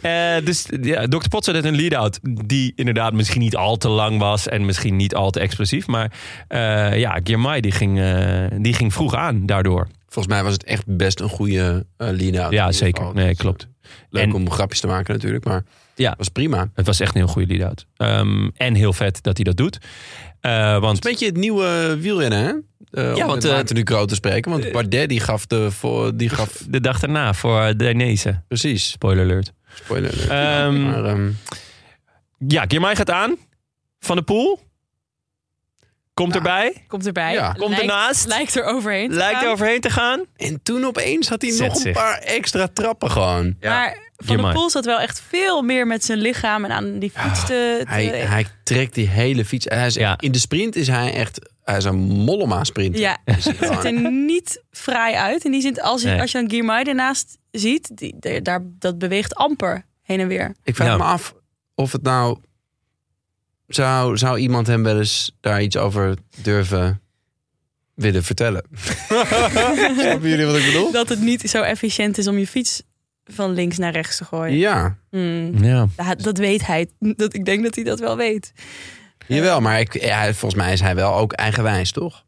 Speaker 3: Eh, dus ja, Dr. Potts had een lead-out die inderdaad misschien niet al te lang was en misschien niet al te explosief. Maar eh, ja, Girmay die ging, eh, die ging vroeg aan daardoor.
Speaker 2: Volgens mij was het echt best een goede eh lead-out.
Speaker 3: Ja,
Speaker 2: In ieder
Speaker 3: zeker.
Speaker 2: geval.
Speaker 3: Nee,
Speaker 2: Dus,
Speaker 3: klopt.
Speaker 2: eh, Leuk
Speaker 3: En-
Speaker 2: om grapjes te maken natuurlijk, maar
Speaker 3: Ja.
Speaker 2: was prima. Het
Speaker 3: Het was echt een heel goede lead-out. Ehm, en heel vet dat hij dat doet. Eh, want
Speaker 2: is een beetje het nieuwe wielrennen, hè? Eh, om
Speaker 3: want,
Speaker 2: met
Speaker 3: eh,
Speaker 2: Maarten Ducro te spreken. Want Bardet die gaf de... Voor, die gaf,
Speaker 3: de dag daarna voor Danezen.
Speaker 2: precies.
Speaker 3: Spoiler alert.
Speaker 2: Spoiler alert.
Speaker 3: Ehm,
Speaker 2: maar, ehm,
Speaker 3: ja, Girmay gaat aan. Van de Poel. Komt
Speaker 2: Ja.
Speaker 3: erbij.
Speaker 1: Komt erbij.
Speaker 2: Ja.
Speaker 3: Komt
Speaker 1: Lijkt-
Speaker 3: ernaast.
Speaker 1: Lijkt er overheen. te
Speaker 3: Lijkt
Speaker 1: gaan.
Speaker 3: er overheen te gaan.
Speaker 2: en toen opeens had hij
Speaker 3: Zet
Speaker 2: nog een
Speaker 3: zich.
Speaker 2: paar extra trappen gewoon.
Speaker 1: Maar Van der
Speaker 3: Jamai.
Speaker 1: Poel zat wel echt veel meer met zijn lichaam en aan die fiets te... te-
Speaker 2: Ah, Hij, hij trekt die hele fiets. Hij is,
Speaker 3: Ja.
Speaker 2: In de sprint is hij echt... Hij is een mollema sprinter.
Speaker 1: ja,
Speaker 2: Is hij
Speaker 1: het ziet
Speaker 2: gewoon.
Speaker 1: er niet fraai uit. In die zin, als je,
Speaker 3: Nee.
Speaker 1: als je dan Guillemai ernaast ziet, die, de- daar, dat beweegt amper heen en weer.
Speaker 2: Ik vraag
Speaker 3: Ja.
Speaker 2: me af of het nou... Zou, zou iemand hem wel eens daar iets over durven willen vertellen? Snappen jullie wat ik bedoel?
Speaker 1: Dat het niet zo efficiënt is om je fiets van links naar rechts te gooien.
Speaker 2: Ja,
Speaker 1: Hmm.
Speaker 3: Ja.
Speaker 1: Dat, dat weet hij. Dat, ik denk dat hij dat wel weet.
Speaker 2: jawel. Maar ik, ja, volgens mij is hij wel ook eigenwijs, toch?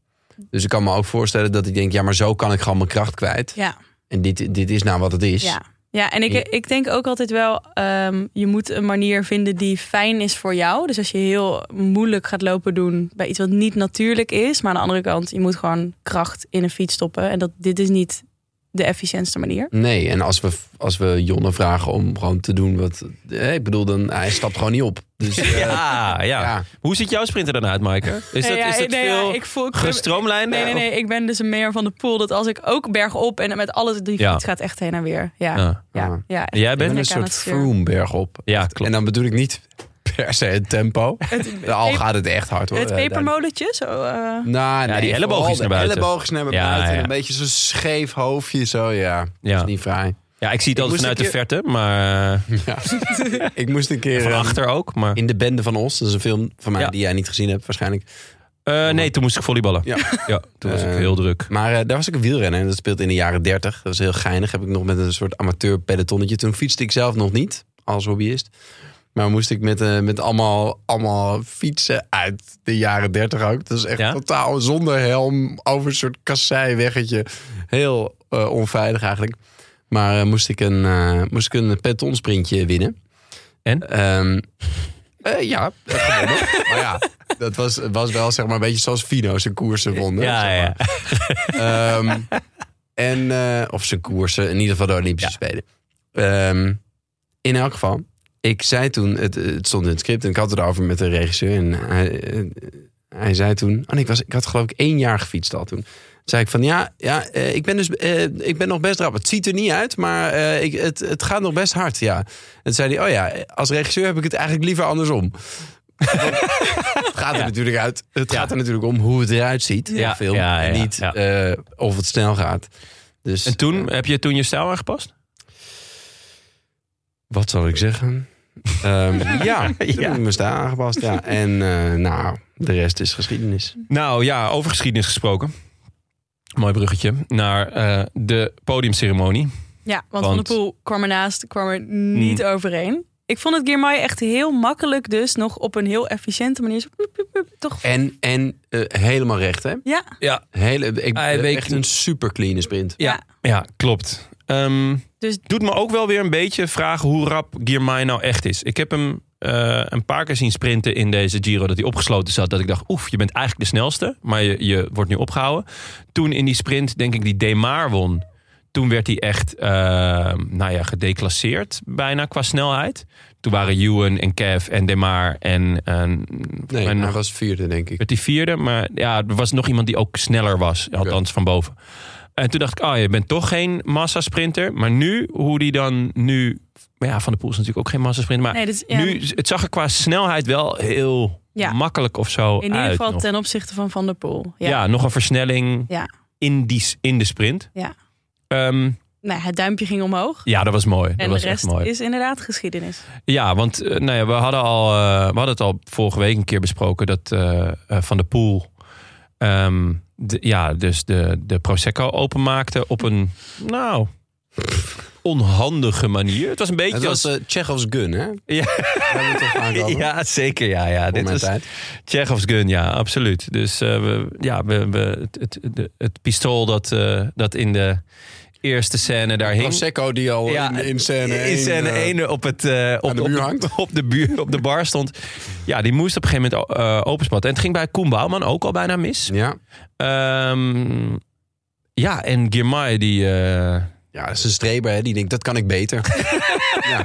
Speaker 2: Dus ik kan me ook voorstellen dat ik denk... Ja, maar zo kan ik gewoon mijn kracht kwijt.
Speaker 1: Ja.
Speaker 2: En dit, dit is nou wat het is.
Speaker 1: Ja, ja en ik, ik denk ook altijd wel, ehm, je moet een manier vinden die fijn is voor jou. Dus als je heel moeilijk gaat lopen doen bij iets wat niet natuurlijk is. Maar aan de andere kant, je moet gewoon kracht in een fiets stoppen. En dat, dit is niet de efficiëntste manier.
Speaker 2: Nee, en als we, als we Jonne vragen om gewoon te doen wat... eh, ik bedoel, dan, hij stapt gewoon niet op. Dus, eh, ja.
Speaker 3: Ja, ja. Hoe ziet jouw sprinter dan uit, Maaike? Is dat, is dat veel
Speaker 1: voel,
Speaker 3: gestroomlijnd?
Speaker 1: nee, nee, nee, ik ben dus een meer van de pool. Dat als ik ook bergop en met alles, die
Speaker 3: Ja.
Speaker 1: fiets gaat echt heen en weer. Ja, ja.
Speaker 3: Ja.
Speaker 1: ja,
Speaker 3: En jij
Speaker 2: Ik ben
Speaker 3: bent?
Speaker 2: een
Speaker 1: ik aan
Speaker 2: soort
Speaker 1: het sturen.
Speaker 2: Froome-berg op.
Speaker 3: Ja, klopt.
Speaker 2: En dan bedoel ik niet per se het tempo. Al gaat het echt hard hoor.
Speaker 1: Het
Speaker 2: eh,
Speaker 1: pepermoletje, zo... eh,
Speaker 2: daar. Nou,
Speaker 3: Ja,
Speaker 2: nee,
Speaker 3: die elleboog
Speaker 2: vooral
Speaker 3: is naar
Speaker 2: de
Speaker 3: buiten.
Speaker 2: elleboog is naar
Speaker 3: Ja,
Speaker 2: buiten.
Speaker 3: ja.
Speaker 2: Een beetje zo'n scheef hoofdje zo, ja. Dat
Speaker 3: Ja.
Speaker 2: is niet fraai.
Speaker 3: ja, ik zie het
Speaker 2: moest
Speaker 3: altijd vanuit
Speaker 2: een
Speaker 3: de verte, maar eh,
Speaker 2: Ja. ik moest een keer...
Speaker 3: van
Speaker 2: eh,
Speaker 3: achter ook. Maar,
Speaker 2: In De Bende van Os, dat is een film van mij
Speaker 3: Ja.
Speaker 2: die jij niet gezien hebt waarschijnlijk.
Speaker 3: Eh, nee, toen moest ik volleyballen.
Speaker 2: Ja.
Speaker 3: ja toen was ik
Speaker 2: Eh,
Speaker 3: heel druk.
Speaker 2: Maar eh, daar was ik een wielrenner en dat speelt in de jaren 30. Dat is heel geinig. Heb ik nog met een soort amateur pelotonnetje. Toen fietste ik zelf nog niet als hobbyist. Maar moest ik met, eh, met allemaal, allemaal fietsen uit de jaren 30 ook. Dat is echt
Speaker 3: Ja?
Speaker 2: totaal zonder helm over een soort kasseiweggetje. Heel eh, onveilig eigenlijk. Maar eh, moest, ik een, eh moest ik een pelotonsprintje winnen.
Speaker 3: En?
Speaker 2: Ehm, eh, ja, eh, gewonnen. maar ja, dat was, was wel zeg maar een beetje zoals Fino zijn koersen wonnen.
Speaker 3: Ja,
Speaker 2: zeg maar.
Speaker 3: ja.
Speaker 2: Ehm, en, eh, of zijn koersen, in ieder geval de Olympische Spelen. Ehm, in elk geval, ik zei toen, het, het stond in het script en ik had het erover met de regisseur. En hij, eh, Hij zei toen, oh nee, ik, was, ik had geloof ik één jaar gefietst al toen. Toen zei ik van ja, ja eh, ik, ben dus, eh, ik ben nog best rap. Het ziet er niet uit, maar eh, ik, het, het gaat nog best hard. Ja. En toen zei hij, oh ja, als regisseur heb ik het eigenlijk liever andersom. het gaat er
Speaker 3: Ja.
Speaker 2: natuurlijk uit. Het
Speaker 3: Ja.
Speaker 2: gaat er natuurlijk om hoe het eruit ziet in
Speaker 3: Ja,
Speaker 2: de film.
Speaker 3: ja, ja,
Speaker 2: en niet
Speaker 3: ja.
Speaker 2: eh, of het snel gaat. Dus, eh,
Speaker 3: En toen, heb je toen je stijl aangepast?
Speaker 2: Wat zal ik zeggen? Ehm, ja, toen heb ik me sta aangepast. Ja. En eh, nou, de rest is geschiedenis.
Speaker 3: Nou ja, over geschiedenis gesproken. Mooi bruggetje. Naar eh, de podiumceremonie.
Speaker 1: Ja, want, Van
Speaker 3: Want- Hmm.
Speaker 1: de Poel kwam ernaast, kwam er niet overheen. Ik vond het Girmay echt heel makkelijk dus nog op een heel efficiënte manier. Zo, pup, pup, pup, toch?
Speaker 2: En, en eh, helemaal recht, hè?
Speaker 1: Ja,
Speaker 3: Ja,
Speaker 2: Hele, ik,
Speaker 3: Hij weet-
Speaker 2: echt een super clean sprint.
Speaker 3: Ja, ja klopt. Ehm,
Speaker 1: Dus-
Speaker 3: Doet me ook wel weer een beetje vragen hoe rap Girmay nou echt is. Ik heb hem eh, een paar keer zien sprinten in deze Giro dat hij opgesloten zat. Dat ik dacht, oef, je bent eigenlijk de snelste, maar je, je wordt nu opgehouden. Toen in die sprint, denk ik, die Demar won. Toen werd hij echt, eh, nou ja, gedeclasseerd bijna qua snelheid. Toen waren Ewan en Kev en Demar en, en
Speaker 2: Nee,
Speaker 3: en
Speaker 2: hij
Speaker 3: nog
Speaker 2: was vierde, denk ik.
Speaker 3: werd die vierde. Maar ja, er was nog iemand die ook sneller was. Althans van boven. En toen dacht ik, ah, je bent toch geen massasprinter. Maar nu, hoe die dan nu... Maar ja, Van de Poel is natuurlijk ook geen massasprinter. Maar
Speaker 1: nee, dit is, ja,
Speaker 3: nu, het zag er qua snelheid wel heel
Speaker 1: Ja.
Speaker 3: makkelijk of zo
Speaker 1: in ieder
Speaker 3: uit
Speaker 1: geval
Speaker 3: nog.
Speaker 1: ten opzichte van Van der Poel.
Speaker 3: ja.
Speaker 1: Ja. ja.
Speaker 3: nog een versnelling in, die, s- in de sprint.
Speaker 1: Ja.
Speaker 3: Ehm,
Speaker 1: Nou, het duimpje ging omhoog.
Speaker 3: ja, dat was mooi. dat
Speaker 1: En de
Speaker 3: was echt
Speaker 1: rest
Speaker 3: mooi.
Speaker 1: is inderdaad geschiedenis.
Speaker 3: Ja, want eh, nou ja, we, hadden al, eh, we hadden het al vorige week een keer besproken dat eh, eh, Van der Poel ehm, de, ja, dus de, de Prosecco openmaakte op een, nou, onhandige manier. Het was een beetje
Speaker 2: Het was
Speaker 3: als...
Speaker 2: eh Chekhov's gun, hè?
Speaker 3: Ja.
Speaker 2: ja.
Speaker 3: ja, zeker. Ja, ja. Dit was
Speaker 2: tijd.
Speaker 3: Chekhov's gun, ja, absoluut. Dus eh, we, ja, we, we, het, het, de- het pistool dat, eh, dat in de eerste scène daar hing.
Speaker 2: Prosecco die al
Speaker 3: Ja,
Speaker 2: in, in scène
Speaker 3: in
Speaker 2: één,
Speaker 3: scène
Speaker 2: eh,
Speaker 3: 1 op, het, eh, op,
Speaker 2: aan de
Speaker 3: op,
Speaker 2: muur
Speaker 3: de,
Speaker 2: hangt.
Speaker 3: op de buur, op de bar stond. Ja, die moest op een gegeven moment eh openspatten. En het ging bij Koen Bouwman ook al bijna mis.
Speaker 2: Ja.
Speaker 3: Ehm, ja, en Girmay die... eh,
Speaker 2: ja, dat is een streber, hè? Die denkt, dat kan ik beter. ja.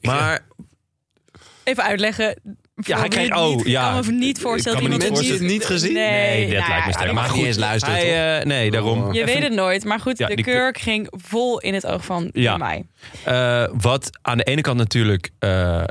Speaker 3: maar
Speaker 1: Even uitleggen. voor
Speaker 3: hij
Speaker 1: wie
Speaker 3: kreeg-
Speaker 1: het
Speaker 3: oh,
Speaker 1: niet-
Speaker 3: ja.
Speaker 1: Ik kan me niet voorstellen.
Speaker 3: Ik kan me
Speaker 1: iemand
Speaker 3: niet
Speaker 1: die-
Speaker 2: voorstellen. Niet gezien?
Speaker 1: Nee,
Speaker 3: nee, dat
Speaker 1: nou
Speaker 3: lijkt
Speaker 1: ja,
Speaker 3: me sterk.
Speaker 1: dat
Speaker 3: Maar
Speaker 1: mag
Speaker 2: niet
Speaker 3: goed,
Speaker 2: eens luisteren,
Speaker 3: hij, eh, nee, daarom.
Speaker 2: Oh.
Speaker 1: Je
Speaker 3: Even-
Speaker 1: weet het nooit, maar goed,
Speaker 3: Ja,
Speaker 1: de
Speaker 3: die keur-
Speaker 1: kurk ging vol in het oog van
Speaker 3: Ja.
Speaker 1: mij.
Speaker 3: eh, wat aan de ene kant natuurlijk eh,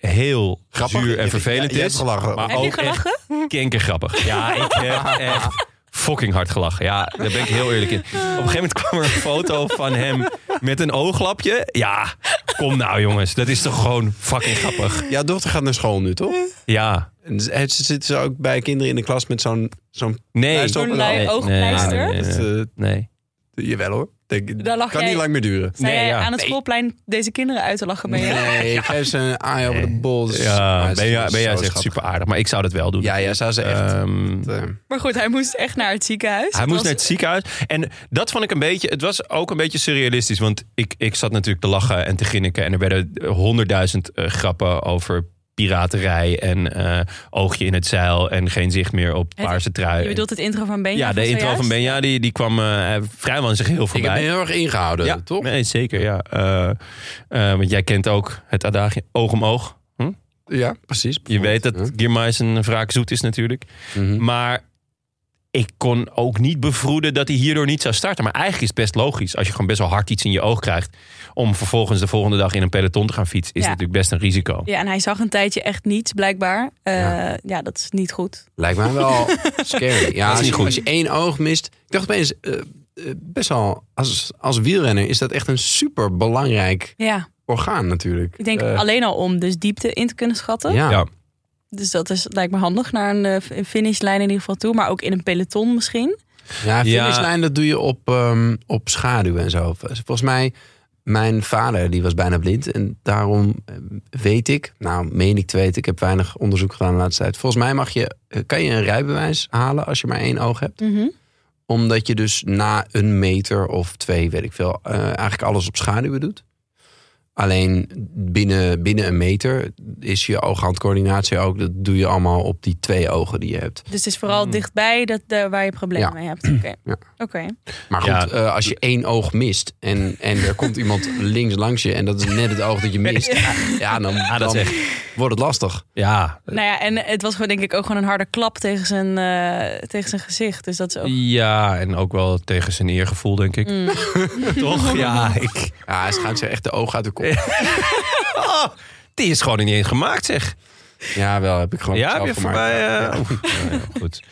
Speaker 3: heel
Speaker 2: Grappig.
Speaker 3: zuur en
Speaker 2: Je-
Speaker 3: vervelend
Speaker 2: je- je hebt
Speaker 3: is.
Speaker 2: gelachen.
Speaker 3: Maar
Speaker 1: Heb je
Speaker 3: ook echt
Speaker 1: gelachen?
Speaker 3: kinkergrappig. Ja, ik heb echt fucking hard gelachen. Ja, daar ben ik heel eerlijk in. Op een gegeven moment kwam er een foto van hem met een ooglapje. Ja, kom nou jongens, dat is toch gewoon fucking grappig.
Speaker 2: Jouw dochter gaat naar school nu, toch?
Speaker 3: Ja,
Speaker 2: En ze- Ze zitten ze ook bij kinderen in de klas met zo'n... zo'n
Speaker 3: nee.
Speaker 2: Luister op
Speaker 1: Zo'n lui
Speaker 3: Nee,
Speaker 1: oogpleister?
Speaker 3: nee, nee,
Speaker 2: dat,
Speaker 3: nee,
Speaker 2: eh,
Speaker 3: nee.
Speaker 2: jawel hoor. Denk,
Speaker 1: Daar lag
Speaker 2: kan
Speaker 1: jij-
Speaker 2: niet lang meer duren.
Speaker 1: Zijn
Speaker 3: Nee,
Speaker 1: jij
Speaker 3: ja.
Speaker 1: aan het schoolplein deze kinderen uit te lachen? Ben je?
Speaker 2: Nee, ik geef ze een aai over de bol. Dat is-
Speaker 3: Ja,
Speaker 2: maar het is
Speaker 3: ben
Speaker 2: zo
Speaker 3: jij is echt
Speaker 2: schattig.
Speaker 3: super aardig, maar ik zou dat wel doen.
Speaker 2: Ja, ja, zou ze echt.
Speaker 3: Ehm,
Speaker 2: eh,
Speaker 1: Maar goed, hij moest echt naar het ziekenhuis.
Speaker 3: Hij
Speaker 1: Het
Speaker 3: moest
Speaker 1: was-
Speaker 3: naar het ziekenhuis. En dat vond ik een beetje. Het was ook een beetje surrealistisch. Want ik, ik zat natuurlijk te lachen en te grinniken. En er werden honderdduizend eh, grappen over piraterij. En eh, oogje in het zeil. En geen zicht meer op
Speaker 1: Het-
Speaker 3: paarse trui.
Speaker 1: Je bedoelt het intro van Benja?
Speaker 3: ja, de intro van
Speaker 1: zojuist?
Speaker 3: Benja die, die kwam eh, vrijwel in zich heel
Speaker 2: ik heb me
Speaker 3: voorbij.
Speaker 2: heel erg ingehouden,
Speaker 3: ja,
Speaker 2: toch?
Speaker 3: Nee, zeker. Ja. Eh, eh, want jij kent ook het adagie oog om oog. Hm?
Speaker 2: Ja, precies.
Speaker 3: Je weet dat Girmay zijn wraak zoet is natuurlijk.
Speaker 2: Mhm.
Speaker 3: Maar ik kon ook niet bevroeden dat hij hierdoor niet zou starten. Maar eigenlijk is het best logisch. Als je gewoon best wel hard iets in je oog krijgt... om vervolgens de volgende dag in een peloton te gaan fietsen... is
Speaker 1: Ja.
Speaker 3: natuurlijk best een risico.
Speaker 1: Ja, en hij zag een tijdje echt niets, blijkbaar. Eh, ja. dat is niet goed.
Speaker 2: Lijkt mij wel scary. Ja,
Speaker 3: is
Speaker 2: als
Speaker 3: niet
Speaker 2: je,
Speaker 3: goed.
Speaker 2: als je één oog mist. Ik dacht opeens, eh, eh, best wel, als, als wielrenner is dat echt een super belangrijk
Speaker 1: Ja,
Speaker 2: orgaan natuurlijk.
Speaker 1: ik denk
Speaker 2: Eh,
Speaker 1: alleen al om dus diepte in te kunnen schatten.
Speaker 2: ja.
Speaker 3: Ja.
Speaker 1: Dus dat is, lijkt me handig naar een eh, finishlijn in ieder geval toe. Maar ook in een peloton misschien.
Speaker 2: Ja,
Speaker 3: Ja.
Speaker 2: finishlijn, dat doe je op, ehm, op schaduw en zo. Volgens mij, mijn vader die was bijna blind. En daarom eh, weet ik, nou meen ik te weten, ik heb weinig onderzoek gedaan de laatste tijd. Volgens mij mag je, eh, kan je een rijbewijs halen als je maar één oog hebt.
Speaker 1: Mhm.
Speaker 2: Omdat je dus na een meter of twee, weet ik veel, eh, eigenlijk alles op schaduwen doet. Alleen binnen, binnen een meter is je oog-handcoördinatie ook... dat doe je allemaal op die twee ogen die je hebt.
Speaker 1: Dus het is vooral
Speaker 3: Mm.
Speaker 1: dichtbij dat, eh, waar je problemen
Speaker 2: Ja.
Speaker 1: mee hebt. Oké.
Speaker 2: Ja.
Speaker 1: Oké.
Speaker 2: Maar goed,
Speaker 3: Ja.
Speaker 2: eh, als je één oog mist en, en er komt iemand links langs je... en dat is net het oog dat je mist, ja, dan,
Speaker 3: Ah, dat
Speaker 2: dan
Speaker 3: is
Speaker 2: wordt het lastig.
Speaker 3: Ja,
Speaker 1: Nou ja, en het was gewoon denk ik ook gewoon een harde klap tegen zijn, eh, tegen zijn gezicht. Dus dat is ook...
Speaker 3: ja, en ook wel tegen zijn eergevoel, denk ik.
Speaker 1: Mm.
Speaker 3: Toch? Ja, ik...
Speaker 2: Ja, hij schuimt zich echt de ogen uit de kop.
Speaker 3: Oh, die is gewoon niet eens gemaakt, zeg.
Speaker 2: Ja, wel, heb ik gewoon
Speaker 3: ja,
Speaker 2: Oh, zelf
Speaker 3: heb je
Speaker 2: gemaakt.
Speaker 3: voorbij...
Speaker 2: Ja.
Speaker 3: eh, oeh, nou ja, goed.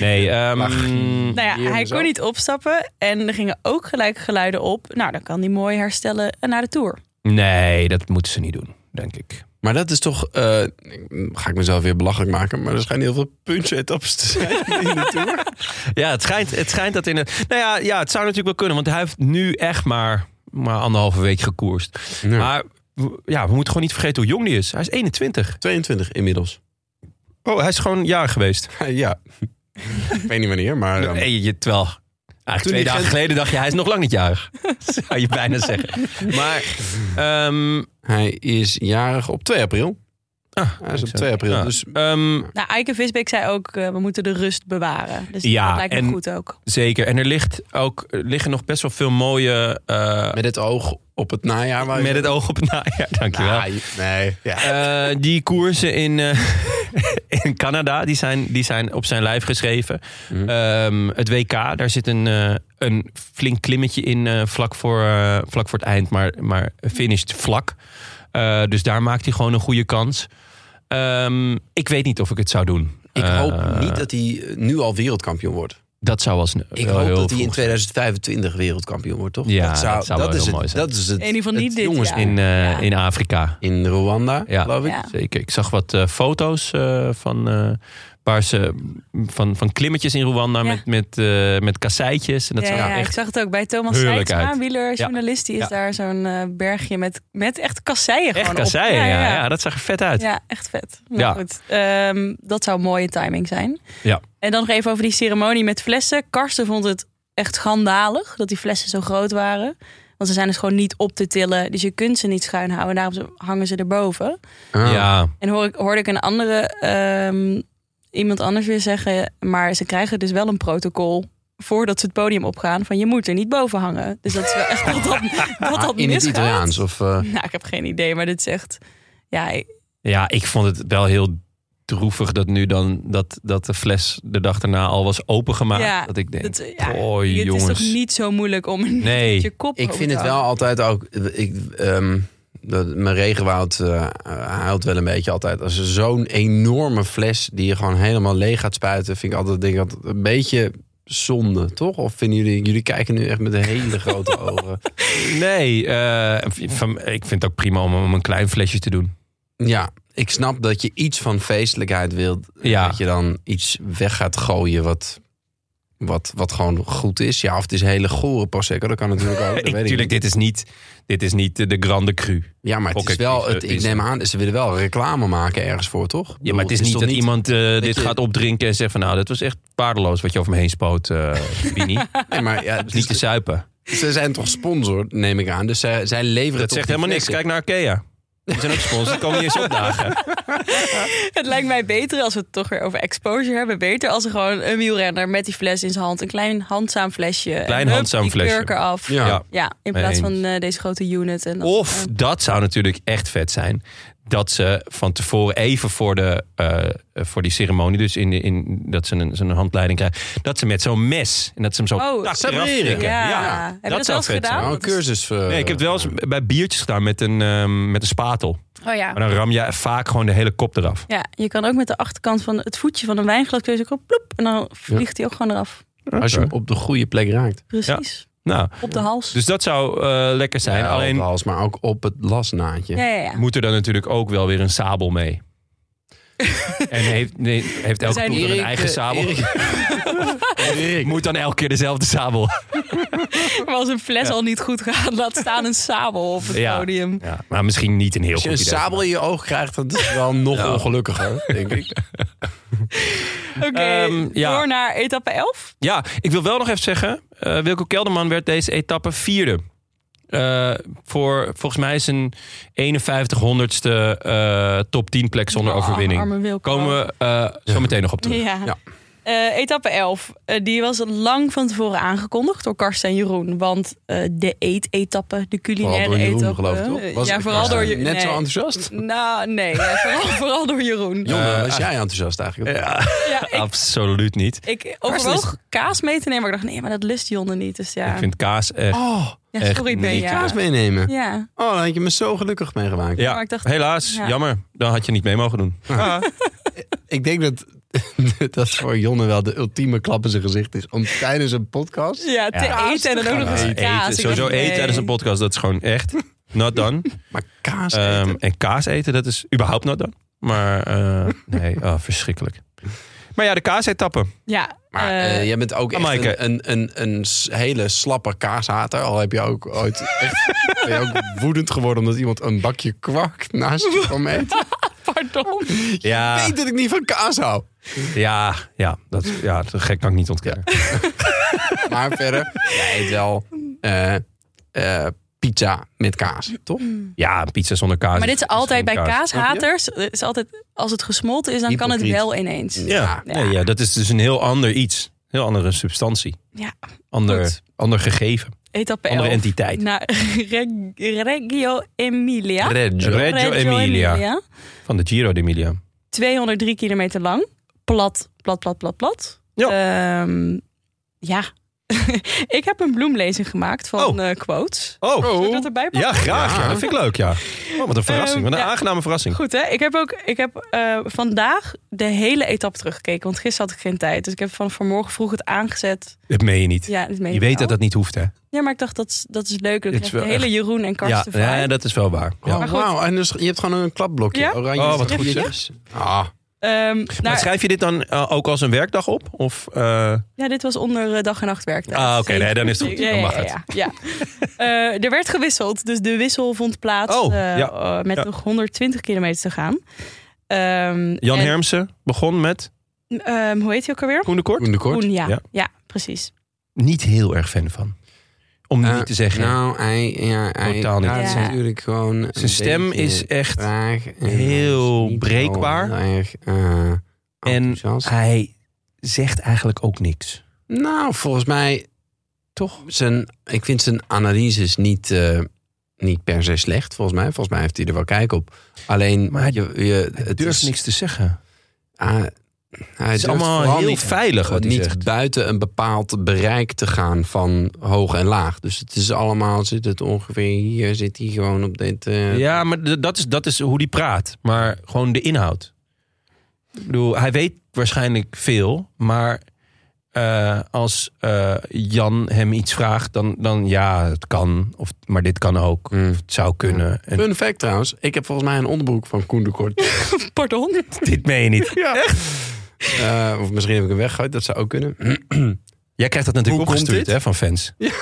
Speaker 3: Nee, ehm,
Speaker 2: Maar-
Speaker 1: Nou ja,
Speaker 2: Hier
Speaker 1: hij
Speaker 2: dus
Speaker 1: kon
Speaker 2: ook.
Speaker 1: niet opstappen en er gingen ook gelijk geluiden op. Nou, dan kan hij mooi herstellen naar de Tour.
Speaker 3: nee, dat moeten ze niet doen, denk ik.
Speaker 2: Maar dat is toch, eh, ga ik mezelf weer belachelijk maken... maar er schijnen heel veel punch-etappes te zijn in de Tour.
Speaker 3: Ja, het schijnt, het schijnt dat in een... Nou ja, ja, het zou natuurlijk wel kunnen, want hij heeft nu echt maar, maar anderhalve week gekoerst.
Speaker 2: Ja.
Speaker 3: Maar w- ja, we moeten gewoon niet vergeten hoe jong die is. Hij is 21.
Speaker 2: 22 inmiddels.
Speaker 3: Oh, hij is gewoon jaar geweest.
Speaker 2: Ja. ik weet niet wanneer, maar... ehm,
Speaker 3: Nee, je, terwijl, eigenlijk twee
Speaker 2: die
Speaker 3: dagen
Speaker 2: Gent-
Speaker 3: geleden dacht je, hij is nog lang niet jarig. Zou je bijna zeggen. Maar, ehm,
Speaker 2: Hij is jarig op 2 april.
Speaker 3: ah,
Speaker 2: Hij is op
Speaker 3: zo.
Speaker 2: 2 april.
Speaker 3: Ja.
Speaker 2: Dus
Speaker 3: Ehm,
Speaker 1: Nou, Eike Visbeek zei ook, eh, we moeten de rust bewaren. Dus
Speaker 3: Ja,
Speaker 1: dat lijkt me
Speaker 3: en-
Speaker 1: goed ook.
Speaker 3: zeker. En er ligt ook, er liggen nog best wel veel mooie... eh,
Speaker 2: met het oog op het najaar. Waar
Speaker 3: met het oog op het najaar, dankjewel.
Speaker 2: Ah, je- nee. Ja.
Speaker 3: Eh, die koersen in, eh, in Canada, die zijn, die zijn op zijn lijf geschreven.
Speaker 2: Mhm.
Speaker 3: Ehm, het WK, daar zit een, eh, een flink klimmetje in eh, vlak, voor, eh, vlak voor het eind, maar, maar finished vlak. Eh, dus daar maakt hij gewoon een goede kans. Ehm, ik weet niet of ik het zou doen.
Speaker 2: Ik
Speaker 3: Eh,
Speaker 2: hoop niet dat hij eh, nu al wereldkampioen wordt.
Speaker 3: Dat zou wel eens...
Speaker 2: Ik
Speaker 3: wel
Speaker 2: hoop
Speaker 3: heel
Speaker 2: dat hij in
Speaker 3: vroeg zijn.
Speaker 2: 2025 wereldkampioen wordt, toch?
Speaker 3: Ja, dat zou wel
Speaker 2: is
Speaker 3: heel
Speaker 2: het,
Speaker 3: mooi zijn.
Speaker 2: Dat is het,
Speaker 1: In ieder geval niet
Speaker 2: het
Speaker 1: dit
Speaker 2: jongens-
Speaker 1: jaar.
Speaker 3: In, eh,
Speaker 1: Ja.
Speaker 3: in Afrika.
Speaker 2: In Rwanda,
Speaker 3: Ja.
Speaker 2: geloof ik.
Speaker 1: Ja.
Speaker 3: Zeker. Ik zag wat eh, foto's eh, van, eh, waar ze, mm, van, van klimmetjes in Rwanda
Speaker 1: Ja.
Speaker 3: met, met, eh, met kasseitjes. En dat
Speaker 1: ja,
Speaker 3: zag
Speaker 1: ja,
Speaker 3: er
Speaker 1: ik
Speaker 3: echt
Speaker 1: zag het ook bij Thomas
Speaker 3: heerlijk
Speaker 1: Seidsma,
Speaker 3: uit.
Speaker 1: wielerjournalist. Die is
Speaker 3: Ja.
Speaker 1: daar zo'n eh, bergje met, met echt kasseien
Speaker 3: echt
Speaker 1: gewoon
Speaker 3: kasseien.
Speaker 1: op.
Speaker 3: Ja, ja, dat zag er vet uit.
Speaker 1: Ja, echt vet. Nou
Speaker 3: Ja.
Speaker 1: goed, ehm, dat zou mooie timing zijn.
Speaker 3: Ja.
Speaker 1: En dan nog even over die ceremonie met flessen. Karsten vond het echt schandalig dat die flessen zo groot waren. Want ze zijn dus gewoon niet op te tillen. Dus je kunt ze niet schuin houden. Daarom hangen ze erboven.
Speaker 3: Ja.
Speaker 2: Ah.
Speaker 1: En hoor ik, hoorde ik een andere, ehm, iemand anders weer zeggen. Maar ze krijgen dus wel een protocol voordat ze het podium opgaan. Van je moet er niet boven hangen. Dus dat is wel echt dat dat, dat, dat
Speaker 2: ah, in
Speaker 1: misgaat.
Speaker 2: het Italiaans. Of, eh,
Speaker 1: Nou, ik heb geen idee. Maar dit is echt... Ja,
Speaker 3: Ja, ik vond het wel heel droevig dat nu dan dat, dat de fles de dag daarna al was opengemaakt.
Speaker 1: Ja,
Speaker 3: dat ik denk,
Speaker 1: Dat, ja,
Speaker 3: "Oei,
Speaker 1: het
Speaker 3: jongens.
Speaker 1: is toch niet zo moeilijk om een
Speaker 3: Nee.
Speaker 1: met je kop
Speaker 2: ik
Speaker 1: over
Speaker 2: vind
Speaker 1: te
Speaker 2: het wel
Speaker 1: hangen?
Speaker 2: altijd ook... Ik, ehm, dat, mijn regenwoud eh, huilt wel een beetje altijd. Als er zo'n enorme fles die je gewoon helemaal leeg gaat spuiten... vind ik altijd, denk ik altijd een beetje zonde, toch? Of vinden jullie... Jullie kijken nu echt met hele grote ogen.
Speaker 3: Nee, eh, van, ik vind het ook prima om, om een klein flesje te doen.
Speaker 2: Ja, ik snap dat je iets van feestelijkheid wilt.
Speaker 3: Ja.
Speaker 2: Dat je dan iets weg gaat gooien wat, wat, wat gewoon goed is. Ja, of het is hele gore prosecco. Dat kan natuurlijk ook. Dat
Speaker 3: Ik,
Speaker 2: weet ik
Speaker 3: tuurlijk,
Speaker 2: niet.
Speaker 3: dit is niet, dit is niet eh, de Grande Cru.
Speaker 2: Ja, maar het is
Speaker 3: Oké,
Speaker 2: wel...
Speaker 3: is-
Speaker 2: Het, ik
Speaker 3: is-
Speaker 2: neem aan, ze willen wel reclame maken ergens voor, toch? Ik
Speaker 3: Ja,
Speaker 2: bedoel,
Speaker 3: maar het is, niet
Speaker 2: toch
Speaker 3: dat iemand eh, dit
Speaker 2: je-
Speaker 3: gaat opdrinken en zegt van... nou, dat was echt waardeloos wat je over me heen spoot, eh Bini. Het
Speaker 2: Nee, maar ja,
Speaker 3: is
Speaker 2: het
Speaker 3: niet te
Speaker 2: is-
Speaker 3: zuipen.
Speaker 2: ze zijn toch sponsor, neem ik aan. Dus zij, zij leveren
Speaker 3: Dat
Speaker 2: toch
Speaker 3: zegt
Speaker 2: die
Speaker 3: helemaal niks.
Speaker 2: flessen.
Speaker 3: Kijk naar Arkea. Die zijn ook sponsors. Die komen niet eens opdagen.
Speaker 1: Het lijkt mij beter als we het toch weer over exposure hebben. Beter als er gewoon een wielrenner met die fles in zijn hand. Een klein handzaam flesje.
Speaker 3: Klein
Speaker 1: En hup,
Speaker 3: handzaam
Speaker 1: die
Speaker 3: flesje.
Speaker 1: kurk eraf.
Speaker 2: Ja.
Speaker 3: Ja.
Speaker 1: Ja, in
Speaker 3: Mee
Speaker 1: plaats
Speaker 3: eens.
Speaker 1: van eh, deze grote unit. En dat-
Speaker 3: Of dat zou natuurlijk echt vet zijn. Dat ze van tevoren even voor, de, eh, eh, voor die ceremonie... dus in, de- in, dat ze een, ze een handleiding krijgen... dat ze met zo'n mes... en dat ze hem zo
Speaker 1: Oh,
Speaker 3: tak,
Speaker 2: sabreren.
Speaker 3: eraf
Speaker 1: ja.
Speaker 3: prikken.
Speaker 2: Ja,
Speaker 1: Heb je
Speaker 3: dat
Speaker 1: dat
Speaker 3: zou
Speaker 1: wel eens
Speaker 3: vet
Speaker 1: gedaan?
Speaker 3: zijn.
Speaker 2: Nou, een cursus... eh,
Speaker 3: Nee, ik heb het wel eens bij biertjes gedaan met een, ehm, met een spatel.
Speaker 1: Oh ja.
Speaker 3: Maar dan ram je vaak gewoon de hele kop eraf.
Speaker 1: Ja, je kan ook met de achterkant van het voetje van een wijnglas kun je zo ook ploep. En dan vliegt hij ook gewoon eraf.
Speaker 2: Als je hem op de goede plek raakt.
Speaker 1: Precies.
Speaker 3: Nou,
Speaker 1: Op de hals.
Speaker 3: dus dat zou eh, lekker zijn.
Speaker 2: Ja, op
Speaker 3: Alleen
Speaker 2: de hals, maar ook op het lasnaadje.
Speaker 1: ja, ja, ja.
Speaker 3: moet er dan natuurlijk ook wel weer een sabel mee. en heeft, nee, heeft elke
Speaker 1: zijn
Speaker 3: ploeg weer een
Speaker 2: Erik,
Speaker 3: eigen
Speaker 2: eh,
Speaker 3: sabel?
Speaker 2: Erik.
Speaker 3: Moet dan elke keer dezelfde sabel.
Speaker 1: Maar als een fles al niet goed gaat, laat staan een sabel op het
Speaker 3: Ja.
Speaker 1: podium.
Speaker 3: Ja, maar misschien niet een heel
Speaker 2: Als je
Speaker 3: goed
Speaker 2: een
Speaker 3: idee.
Speaker 2: sabel in je oog krijgt, dat is wel nog ongelukkiger, denk ik.
Speaker 1: Oké,
Speaker 3: Ehm, ja.
Speaker 1: door naar etappe 11.
Speaker 3: Ja, ik wil wel nog even zeggen... eh, Wilco Kelderman werd deze etappe vierde. eh, voor volgens mij zijn 5100ste eh, top 10 plek zonder
Speaker 1: Oh,
Speaker 3: overwinning.
Speaker 1: arme Wilco.
Speaker 3: Komen we eh, zo meteen nog op terug.
Speaker 1: Ja.
Speaker 2: Ja.
Speaker 1: Eh, etappe 11, eh, die was lang van tevoren aangekondigd door Karsten en Jeroen. Want eh, de eet-etappe, de
Speaker 2: Vooral
Speaker 1: culinaire
Speaker 2: door Jeroen,
Speaker 1: etappe.
Speaker 2: geloof ik, toch?
Speaker 1: eh,
Speaker 2: Was
Speaker 1: ja,
Speaker 2: ik-
Speaker 1: vooral
Speaker 2: was
Speaker 1: door
Speaker 2: hij
Speaker 1: Jeroen.
Speaker 2: Net zo enthousiast?
Speaker 1: Nou, nee, ja, vooral, vooral door Jeroen. Ja,
Speaker 2: Jongen, was jij enthousiast eigenlijk?
Speaker 1: ik,
Speaker 3: Absoluut niet.
Speaker 1: ik
Speaker 2: Karsten
Speaker 1: overwoog kaas mee te nemen, maar ik dacht, nee, maar dat lust Jonne niet. Dus ja,
Speaker 3: Ik vind kaas eh, echt...
Speaker 2: Oh,
Speaker 1: ja
Speaker 3: echt
Speaker 1: sorry
Speaker 3: niet
Speaker 1: Ben.
Speaker 2: die
Speaker 1: Ja.
Speaker 2: kaas meenemen.
Speaker 1: ja,
Speaker 2: Oh, dan had je me zo gelukkig meegemaakt.
Speaker 3: Ja,
Speaker 1: maar ik dacht-
Speaker 3: helaas.
Speaker 1: ja.
Speaker 3: Jammer. Dan had je niet mee mogen doen.
Speaker 2: Ik denk dat dat voor Jonne wel de ultieme klap in zijn gezicht is. Om tijdens een podcast...
Speaker 1: ja te
Speaker 2: Ja.
Speaker 1: eten en dan ook nog
Speaker 2: Ja,
Speaker 1: eens
Speaker 3: Maar
Speaker 1: kaas.
Speaker 3: eten,
Speaker 1: Ik
Speaker 3: sowieso
Speaker 1: dacht,
Speaker 3: eten
Speaker 1: nee.
Speaker 3: tijdens een podcast, dat is gewoon echt not done.
Speaker 2: Maar kaas
Speaker 1: Eh.
Speaker 2: eten.
Speaker 3: Ehm, en kaas eten, dat is überhaupt not done. Maar eh, nee, oh, verschrikkelijk. Maar ja, de kaasetappen.
Speaker 1: Ja,
Speaker 2: Maar
Speaker 1: eh,
Speaker 2: eh, jij bent ook echt
Speaker 3: Maaike.
Speaker 2: een, een, een, een s- hele slappe kaashater. Al heb je ook ooit echt, ben je ook woedend geworden omdat iemand een bakje kwak naast je kwam eten.
Speaker 1: pardon.
Speaker 3: Ja,
Speaker 2: Weet dat ik niet van kaas hou.
Speaker 3: ja, ja, dat, ja, dat gek kan ik niet ontkennen.
Speaker 2: Maar verder, jij eet wel eh, eh, pizza met kaas, toch?
Speaker 3: Ja, een pizza zonder kaas.
Speaker 1: Maar dit is altijd bij
Speaker 3: gewoon
Speaker 1: kaashaters. Het is altijd, als het gesmolten is, dan kan het
Speaker 2: Hypocriet.
Speaker 1: wel ineens.
Speaker 3: Ja,
Speaker 1: Ja.
Speaker 3: Nee, ja, dat is dus een heel ander iets. Heel andere substantie.
Speaker 1: Ja,
Speaker 3: Ander,
Speaker 1: Goed.
Speaker 3: ander gegeven.
Speaker 1: etappe
Speaker 3: Andere
Speaker 1: 11.
Speaker 3: entiteit.
Speaker 1: Naar Reg- Reggio Emilia.
Speaker 3: Reggio, Emilia. Van de Giro d'Emilia.
Speaker 1: 203 kilometer lang. Plat, plat, plat, plat, plat. Ehm, ja. ik heb een bloemlezing gemaakt van
Speaker 3: Oh.
Speaker 1: eh, quotes.
Speaker 3: Oh,
Speaker 1: Zal ik dat erbij pakken?
Speaker 3: ja, graag. Ja.
Speaker 2: Ja.
Speaker 3: Dat vind ik leuk, ja. Oh, wat een verrassing. Wat een
Speaker 1: ja.
Speaker 3: aangename verrassing.
Speaker 1: Goed, hè? Ik heb ook ik heb, eh, vandaag de hele etappe teruggekeken. Want gisteren had ik geen tijd. Dus ik heb van vanmorgen vroeg het aangezet.
Speaker 3: Dat meen je niet.
Speaker 1: Ja, dit meen
Speaker 3: je
Speaker 1: ik
Speaker 3: weet
Speaker 1: wel.
Speaker 3: dat dat niet hoeft, hè?
Speaker 1: Ja, maar ik dacht, dat is, dat is leuk. Dat
Speaker 3: Het
Speaker 1: krijg
Speaker 3: is
Speaker 1: je de
Speaker 3: wel
Speaker 1: hele
Speaker 3: echt-
Speaker 1: Jeroen en
Speaker 3: Ja,
Speaker 1: Karsten
Speaker 3: ja,
Speaker 1: vibe.
Speaker 3: dat is wel waar. Ja.
Speaker 2: Oh, wauw, en dus, je hebt gewoon een klapblokje.
Speaker 1: Ja?
Speaker 2: Oranje
Speaker 3: Oh, wat
Speaker 2: zakjes.
Speaker 3: goed,
Speaker 2: Ah,
Speaker 1: Ehm,
Speaker 3: Maar
Speaker 1: nou,
Speaker 3: schrijf je dit dan eh, ook als een werkdag op? Of, eh,
Speaker 1: ja, dit was onder eh, dag en nacht werktijd.
Speaker 3: Ah, oké, nee, dan is het goed.
Speaker 1: Ja,
Speaker 3: Dan
Speaker 1: ja,
Speaker 3: mag
Speaker 1: ja,
Speaker 3: het.
Speaker 1: ja, ja. Eh, er werd gewisseld, dus de wissel vond plaats
Speaker 3: Oh,
Speaker 1: eh,
Speaker 3: ja.
Speaker 1: eh, met
Speaker 3: Ja.
Speaker 1: nog 120 kilometer te gaan. Ehm,
Speaker 3: Jan
Speaker 1: en,
Speaker 3: Hermsen begon met
Speaker 1: ehm, hoe heet hij ook alweer?
Speaker 3: Koen de Kort?
Speaker 2: Koen de Kort.
Speaker 1: Koen, ja.
Speaker 3: Ja.
Speaker 1: ja. precies.
Speaker 3: Niet heel erg fan van. Om
Speaker 2: Eh,
Speaker 3: niet te zeggen.
Speaker 2: Nou, hij, ja, hij
Speaker 3: Totaal niet.
Speaker 2: praat
Speaker 1: Ja.
Speaker 2: natuurlijk gewoon... een
Speaker 3: Zijn stem
Speaker 2: beetje
Speaker 3: is echt
Speaker 2: traag en
Speaker 3: heel
Speaker 2: hij is niet zo
Speaker 3: breekbaar.
Speaker 2: heel erg, eh, enthousiast.
Speaker 3: hij zegt eigenlijk ook niks.
Speaker 2: Nou, volgens mij toch. Zijn, ik vind zijn analyses niet, eh, niet per se slecht, volgens mij. Volgens mij heeft hij er wel kijk op. Alleen,
Speaker 3: Maar hij-
Speaker 2: je, je,
Speaker 3: Hij durft
Speaker 2: is-
Speaker 3: niks te zeggen.
Speaker 2: ah, hij
Speaker 3: Het is
Speaker 2: durft
Speaker 3: allemaal
Speaker 2: vooral
Speaker 3: heel
Speaker 2: niet,
Speaker 3: veilig wat hij
Speaker 2: niet
Speaker 3: zegt.
Speaker 2: buiten een bepaald bereik te gaan van hoog en laag. Dus het is allemaal, zit het ongeveer hier, zit hij gewoon op dit... eh,
Speaker 3: Ja, maar d- dat is, dat is hoe hij praat. Maar gewoon de inhoud. Ik bedoel, hij weet waarschijnlijk veel. Maar eh, als eh, Jan hem iets vraagt, dan, dan ja, het kan. Of, maar dit kan ook.
Speaker 2: Mm.
Speaker 3: Het zou kunnen. En
Speaker 2: Fun fact trouwens, ik heb volgens mij een onderbroek van Koen de Kort.
Speaker 1: Pardon?
Speaker 3: dit meen je niet.
Speaker 2: Eh, of misschien heb ik hem weggegooid, dat zou ook kunnen.
Speaker 3: Jij krijgt dat natuurlijk
Speaker 2: Hoe komt
Speaker 3: opgestuurd
Speaker 2: dit?
Speaker 3: hè, van fans.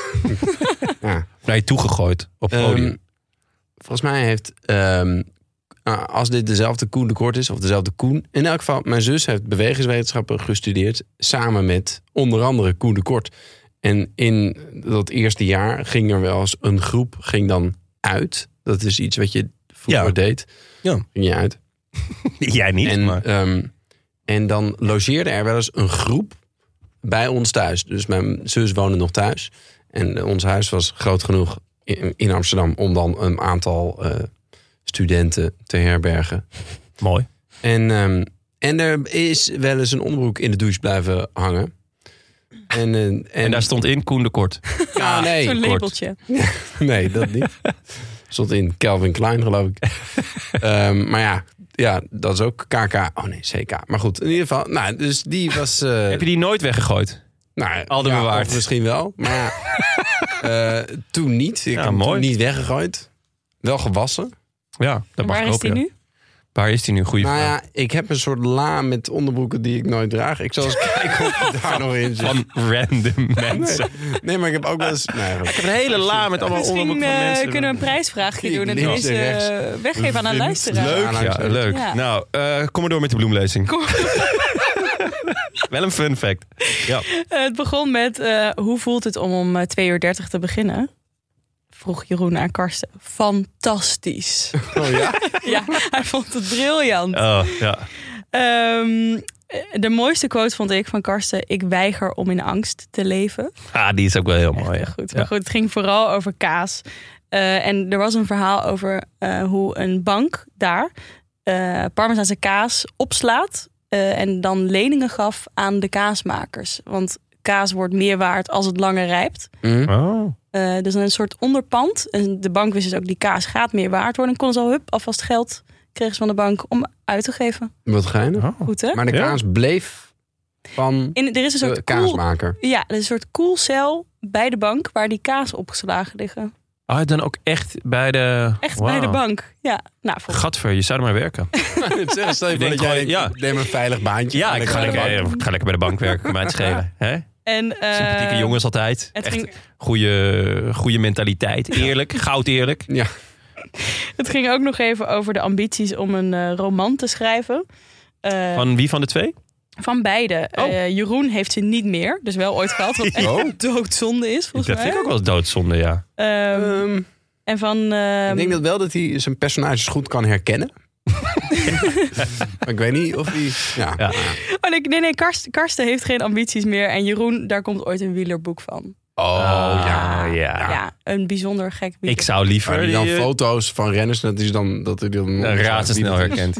Speaker 2: Ja.
Speaker 3: Naar je toegegooid op het
Speaker 2: Ehm,
Speaker 3: podium.
Speaker 2: volgens mij heeft, ehm, nou, als dit dezelfde Koen de Kort is, of dezelfde Koen. In elk geval, mijn zus heeft bewegingswetenschappen gestudeerd. Samen met onder andere Koen de Kort. En in dat eerste jaar ging er wel eens een groep ging dan uit. Dat is iets wat je vroeger
Speaker 3: Ja.
Speaker 2: deed.
Speaker 3: Ja.
Speaker 2: Ging je uit.
Speaker 3: Jij niet,
Speaker 2: En,
Speaker 3: maar...
Speaker 2: ehm, en dan logeerde er wel eens een groep bij ons thuis. Dus mijn zus woonde nog thuis. En eh, ons huis was groot genoeg in, in Amsterdam om dan een aantal eh, studenten te herbergen.
Speaker 3: Mooi.
Speaker 2: En, ehm, en er is wel eens een onderbroek in de douche blijven hangen. En, eh, en,
Speaker 3: En daar stond Ah, in Koen de Kort.
Speaker 2: Ja, nee,
Speaker 1: Zo'n
Speaker 3: kort.
Speaker 1: labeltje.
Speaker 2: Nee, dat niet. Stond in Calvin Klein, geloof ik. Ehm, maar ja, ja, dat is ook KK. Oh nee, CK. Maar goed, in ieder geval. Nou, dus die was. eh,
Speaker 3: Heb je die nooit weggegooid?
Speaker 2: nou,
Speaker 3: al de
Speaker 2: ja,
Speaker 3: bewaard?
Speaker 2: of Misschien wel. Maar eh, toen niet. Ik
Speaker 3: Ja,
Speaker 2: heb hem
Speaker 3: mooi.
Speaker 2: toen niet weggegooid. Wel gewassen.
Speaker 3: Ja, dat mag
Speaker 1: Waar
Speaker 3: ik
Speaker 1: is
Speaker 3: hopen,
Speaker 1: die
Speaker 3: ja.
Speaker 1: nu?
Speaker 3: Waar is die nu? Goeie
Speaker 2: Nou
Speaker 3: vraag.
Speaker 2: ja, ik heb een soort la met onderbroeken die ik nooit draag. Ik zal eens kijken of het daar nog in zit.
Speaker 3: Van random mensen.
Speaker 2: Nee, maar ik heb ook wel eens. Nee, goed.
Speaker 3: Een hele la met allemaal
Speaker 1: Misschien
Speaker 3: onderbroek van
Speaker 1: eh,
Speaker 3: mensen.
Speaker 1: kunnen we een prijsvraagje
Speaker 2: Die
Speaker 1: doen en
Speaker 2: links en
Speaker 1: deze eh, weggeven aan een luisteraar.
Speaker 2: Leuk,
Speaker 3: Ja, leuk.
Speaker 1: Ja.
Speaker 3: Nou, eh, kom maar door met de bloemlezing.
Speaker 1: Kom-
Speaker 3: Wel een fun fact. Ja.
Speaker 1: Eh, het begon met eh, hoe voelt het om om eh, 2 uur 30 te beginnen? vroeg Jeroen aan Karsten. Fantastisch.
Speaker 2: Oh ja?
Speaker 1: ja, hij vond het briljant.
Speaker 3: Oh, ja.
Speaker 1: Ehm, de mooiste quote vond ik van Karsten. Ik weiger om in angst te leven.
Speaker 3: Ah, die is ook wel heel
Speaker 1: Echt
Speaker 3: mooi.
Speaker 1: heel
Speaker 3: ja.
Speaker 1: goed. Maar
Speaker 3: Ja.
Speaker 1: goed, het ging vooral over kaas. Eh, en er was een verhaal over eh, hoe een bank daar eh Parmezaanse kaas opslaat. eh, en dan leningen gaf aan de kaasmakers. Want kaas wordt meer waard als het langer rijpt.
Speaker 3: Oh.
Speaker 1: Eh, dus dan een soort onderpand. En de bank wist dus ook, die kaas gaat meer waard worden. En kon ze al hup, alvast geld kregen ze van de bank om uit te geven.
Speaker 2: Wat geinig.
Speaker 3: Oh.
Speaker 1: Goed hè?
Speaker 2: Maar de
Speaker 3: Ja.
Speaker 2: kaas bleef van
Speaker 1: In, er is een soort
Speaker 3: Eh,
Speaker 2: de
Speaker 1: koel-
Speaker 2: kaasmaker.
Speaker 1: ja, er is een soort koelcel bij de bank waar die kaas opgeslagen liggen.
Speaker 3: Ah, dan ook echt bij de...
Speaker 1: Echt
Speaker 3: Wauw.
Speaker 1: bij de bank. Ja, nou, volgens
Speaker 3: Gadver, je zou er maar werken.
Speaker 2: Stel je
Speaker 3: Ik denk gewoon- ja.
Speaker 2: neem een veilig baantje.
Speaker 3: Ja, ik ga,
Speaker 1: bij de
Speaker 3: lekker, eh, ik ga lekker bij de bank werken. Kan mij het schelen. Hè?
Speaker 1: En, eh,
Speaker 3: Sympathieke jongens altijd.
Speaker 1: Het
Speaker 3: Echt
Speaker 1: ging,
Speaker 3: goede, goede mentaliteit. Eerlijk, goud eerlijk.
Speaker 2: Ja.
Speaker 1: het ging ook nog even over de ambities om een eh, roman te schrijven. Eh, van,
Speaker 3: Van wie van de twee?
Speaker 1: beide.
Speaker 3: Oh.
Speaker 1: Eh, Jeroen heeft ze niet meer, dus wel ooit gehad. Wat echt
Speaker 2: Oh.
Speaker 1: een doodzonde is, volgens
Speaker 3: Dat
Speaker 1: mij.
Speaker 3: vind ik ook wel doodzonde, ja.
Speaker 1: Ehm,
Speaker 2: Ehm,
Speaker 1: en van... ehm,
Speaker 2: ik denk dat wel dat hij zijn personages goed kan herkennen. maar ik weet niet of hij... Ja.
Speaker 3: Ja.
Speaker 1: Oh, nee, nee, nee Karsten, Karsten heeft geen ambities meer. En Jeroen, daar komt ooit een wielerboek van.
Speaker 2: Oh ja.
Speaker 3: Ah, ja.
Speaker 1: Ja, een bijzonder gek wieler.
Speaker 3: Ik zou liever...
Speaker 2: Maar die dan
Speaker 3: die, eh,
Speaker 2: foto's van renners, dat is dan... Dat hij dan
Speaker 3: eh, razendsnel herkent.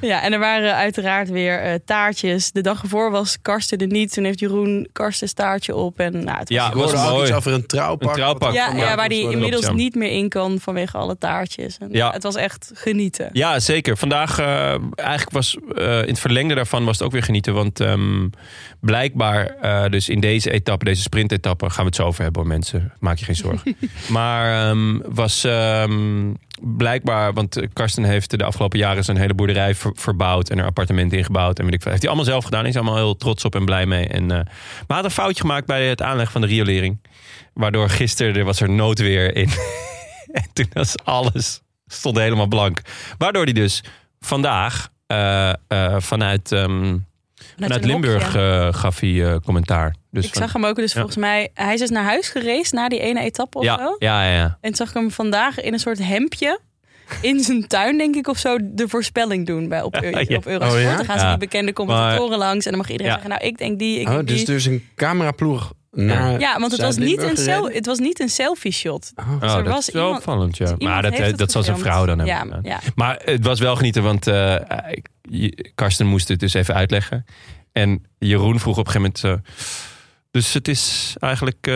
Speaker 1: Ja, en er waren uiteraard weer eh, taartjes. De dag ervoor was Karsten er niet. Toen heeft Jeroen Karsten's taartje op. En, nou, het was-
Speaker 3: Ja,
Speaker 2: Ik
Speaker 3: was
Speaker 2: hoorde ook iets
Speaker 3: mooi.
Speaker 2: over een trouwpak.
Speaker 3: Een trouwpak.
Speaker 1: ja,
Speaker 2: van
Speaker 1: ja,
Speaker 2: Marcus
Speaker 1: waar hij
Speaker 2: Rodelof,
Speaker 1: inmiddels
Speaker 3: ja.
Speaker 1: niet meer in kan vanwege alle taartjes. En,
Speaker 3: Ja.
Speaker 1: Het was echt genieten.
Speaker 3: Ja, zeker. Vandaag eh, eigenlijk was eh, in het verlengde daarvan was het ook weer genieten. Want ehm, blijkbaar, eh, dus in deze etappe, deze sprintetappe, gaan we het zo over hebben hoor mensen. Maak je geen zorgen. maar ehm, was ehm, blijkbaar, want eh, Karsten heeft de afgelopen jaren zijn hele boerderij ver- verbouwd en er appartementen ingebouwd. En weet ik veel. Heeft hij allemaal zelf gedaan. Hij is allemaal heel trots op en blij mee. En, eh, maar hij had een foutje gemaakt bij het aanleggen van de riolering. Waardoor gisteren er was er noodweer in. en toen was alles stond helemaal blank. Waardoor hij dus vandaag eh, eh, vanuit, ehm, vanuit
Speaker 1: een
Speaker 3: Limburg
Speaker 1: hokje.
Speaker 3: eh, gaf hij eh, commentaar. Dus
Speaker 1: ik
Speaker 3: van-
Speaker 1: zag hem ook dus
Speaker 3: Ja.
Speaker 1: volgens mij... Hij is dus naar huis gereisd na die ene etappe of
Speaker 3: ja,
Speaker 1: zo.
Speaker 3: ja, ja, ja.
Speaker 1: En zag ik hem vandaag in een soort hemdje... In zijn tuin, denk ik, of zo, de voorspelling doen bij op, Eu-
Speaker 3: Ja.
Speaker 1: op Eurosport.
Speaker 2: Oh, ja?
Speaker 1: Dan gaan ze
Speaker 3: Ja.
Speaker 1: die bekende commentatoren langs en dan mag iedereen
Speaker 3: Ja.
Speaker 1: zeggen: Nou, ik denk die, ik
Speaker 2: Oh,
Speaker 1: denk die.
Speaker 2: dus dus een cameraploeg naar
Speaker 1: ja, want het was, niet
Speaker 2: Zuid-Limburg
Speaker 1: een cel,
Speaker 2: gereden?
Speaker 1: het was niet een selfie shot.
Speaker 2: Oh.
Speaker 3: Oh,
Speaker 1: Dus er
Speaker 3: dat
Speaker 1: was
Speaker 3: is wel
Speaker 1: iemand- dus
Speaker 3: opvallend, ja.
Speaker 1: Iemand
Speaker 3: Maar dat,
Speaker 1: heeft
Speaker 3: eh,
Speaker 1: het
Speaker 3: dat zal zijn
Speaker 1: gefilmd.
Speaker 3: vrouw dan hebben
Speaker 1: ja,
Speaker 3: gedaan.
Speaker 1: ja.
Speaker 3: Maar het was wel genieten, want eh, ik- je- Karsten moest het dus even uitleggen. En Jeroen vroeg op een gegeven moment... eh, dus het is eigenlijk eh,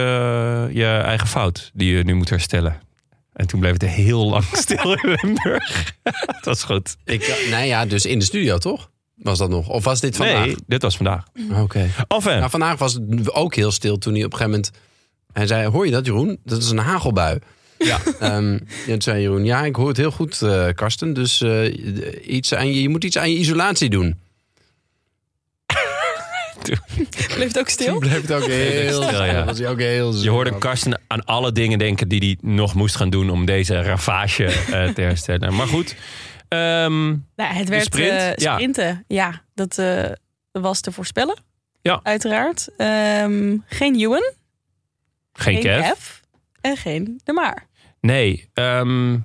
Speaker 3: je eigen fout die je nu moet herstellen. En toen bleef het heel lang stil in Limburg. dat was goed.
Speaker 2: Ik, nou ja, dus in de studio toch? Was dat nog? Of was dit vandaag?
Speaker 3: Nee, dit was vandaag. eh,
Speaker 2: Oké.
Speaker 3: Enfin,
Speaker 2: Nou, vandaag was het ook heel stil toen hij op een gegeven moment... Hij zei, hoor je dat Jeroen? Dat is een hagelbui.
Speaker 3: Ja.
Speaker 2: Ehm, ja, toen zei Jeroen, ja, ik hoor het heel goed, eh, Karsten. Dus eh, iets aan je, je moet iets aan je isolatie doen.
Speaker 1: Blijft ook
Speaker 2: Toen
Speaker 1: stil.
Speaker 2: bleef het ook heel
Speaker 3: stil,
Speaker 2: stil.
Speaker 3: ja.
Speaker 2: was hij ook heel
Speaker 3: je hoorde
Speaker 2: stil.
Speaker 3: Karsten aan alle dingen denken die hij nog moest gaan doen om deze ravage eh, te herstellen. Maar goed, ehm,
Speaker 1: Nou, het werd
Speaker 3: sprint,
Speaker 1: eh,
Speaker 3: ja.
Speaker 1: sprinten. Ja, dat eh, was te voorspellen.
Speaker 3: Ja.
Speaker 1: Uiteraard. Ehm, geen Ewan,
Speaker 3: geen
Speaker 1: geen
Speaker 3: Kev.
Speaker 1: Kev en geen De Maar.
Speaker 3: Nee, ehm,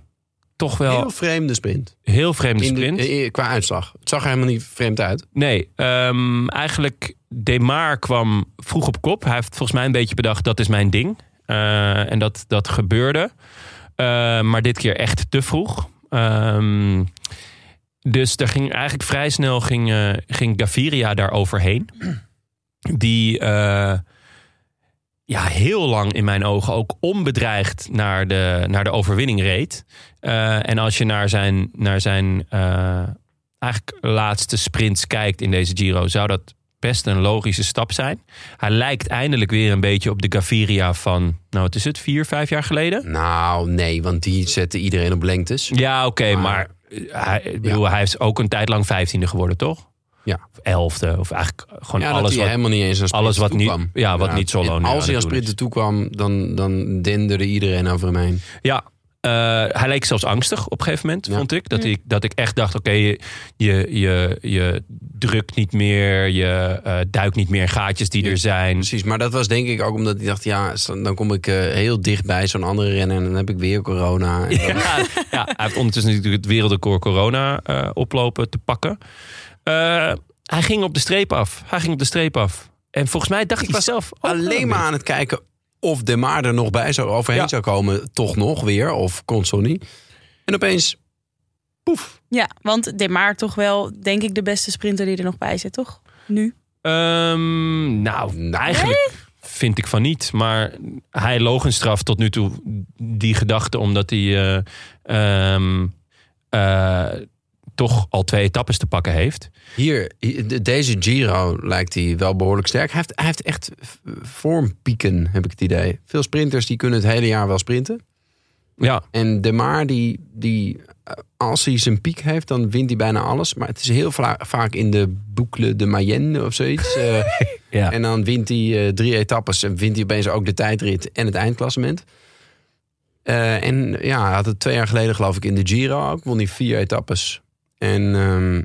Speaker 3: toch wel
Speaker 2: Heel
Speaker 3: heel,
Speaker 2: vreemde sprint.
Speaker 3: vreemde
Speaker 2: In de-
Speaker 3: sprint.
Speaker 2: eh, qua uitslag. Het zag er helemaal niet vreemd uit.
Speaker 3: Nee, ehm, eigenlijk Demar kwam vroeg op kop. Hij heeft volgens mij een beetje bedacht, dat is mijn ding. Eh, en dat, dat gebeurde. Eh, maar dit keer echt te vroeg. Ehm, dus daar ging eigenlijk vrij snel ging, eh, ging Gaviria daar overheen. Die eh, ja, heel lang in mijn ogen ook onbedreigd naar de, naar de overwinning reed. Eh, en als je naar zijn, naar zijn eh, eigenlijk laatste sprints kijkt in deze Giro, zou dat best een logische stap zijn. Hij lijkt eindelijk weer een beetje op de Gaviria van, nou wat is het, vier, vijf jaar geleden?
Speaker 2: Nou, nee, want die zette iedereen op lengtes.
Speaker 3: Ja, oké,
Speaker 2: Maar-
Speaker 3: maar eh, hij, ik bedoel, hij is ook een tijd lang vijftiende geworden, toch?
Speaker 2: Ja.
Speaker 3: Of elfde, of eigenlijk gewoon
Speaker 2: Ja, dat
Speaker 3: alles
Speaker 2: hij
Speaker 3: wat...
Speaker 2: helemaal niet eens aan
Speaker 3: alles
Speaker 2: sprinten
Speaker 3: wat niet-
Speaker 2: toekwam.
Speaker 3: ja, wat niet zo
Speaker 2: En
Speaker 3: loon nu aan
Speaker 2: Als
Speaker 3: het
Speaker 2: hij aan
Speaker 3: doen
Speaker 2: sprinten toekwam, dan, dan denderde iedereen over hem heen.
Speaker 3: Ja, Eh, hij leek zelfs angstig op een gegeven moment,
Speaker 2: Ja.
Speaker 3: vond ik. Dat, ik. dat ik echt dacht, oké, je, je, je, je drukt niet meer, je eh, duikt niet meer in gaatjes die
Speaker 2: Ja,
Speaker 3: er zijn.
Speaker 2: Precies, maar dat was denk ik ook omdat ik dacht, ja, s- dan kom ik eh, heel dicht bij zo'n andere renner en dan heb ik weer corona. En dan-
Speaker 3: Ja, ja, hij heeft ondertussen natuurlijk het wereldrecord corona eh, oplopen te pakken. Eh, hij ging op de streep af. Hij ging op de streep af. En volgens mij dacht
Speaker 2: Ik
Speaker 3: ik
Speaker 2: was
Speaker 3: zelf oh, ook wel
Speaker 2: Alleen
Speaker 3: een
Speaker 2: maar aan het kijken of De Maar er nog bij zou overheen
Speaker 3: Ja.
Speaker 2: zou komen, toch nog weer, of Consonni. En opeens, poef.
Speaker 1: Ja, want De Maar toch wel, denk ik, de beste sprinter die er nog bij zit, toch? Nu.
Speaker 3: Ehm, nou, eigenlijk vind ik van niet. Maar hij logenstraft tot nu toe die gedachte... omdat hij eh, ehm, eh, toch al twee etappes te pakken heeft.
Speaker 2: Hier, hier, de- deze Giro lijkt hij wel behoorlijk sterk. Hij heeft, hij heeft echt v- vormpieken, heb ik het idee. Veel sprinters die kunnen het hele jaar wel sprinten.
Speaker 3: Ja,
Speaker 2: En De Maar, die, die, eh, als hij zijn piek heeft, dan wint hij bijna alles. Maar het is heel vla- vaak in de Boucle de Mayenne of zoiets. eh,
Speaker 3: ja.
Speaker 2: En dan wint hij eh, drie etappes. En wint hij opeens ook de tijdrit en het eindklassement. Eh, en ja, hij had het twee jaar geleden geloof ik in de Giro ook. Won hij vier etappes. En, ehm,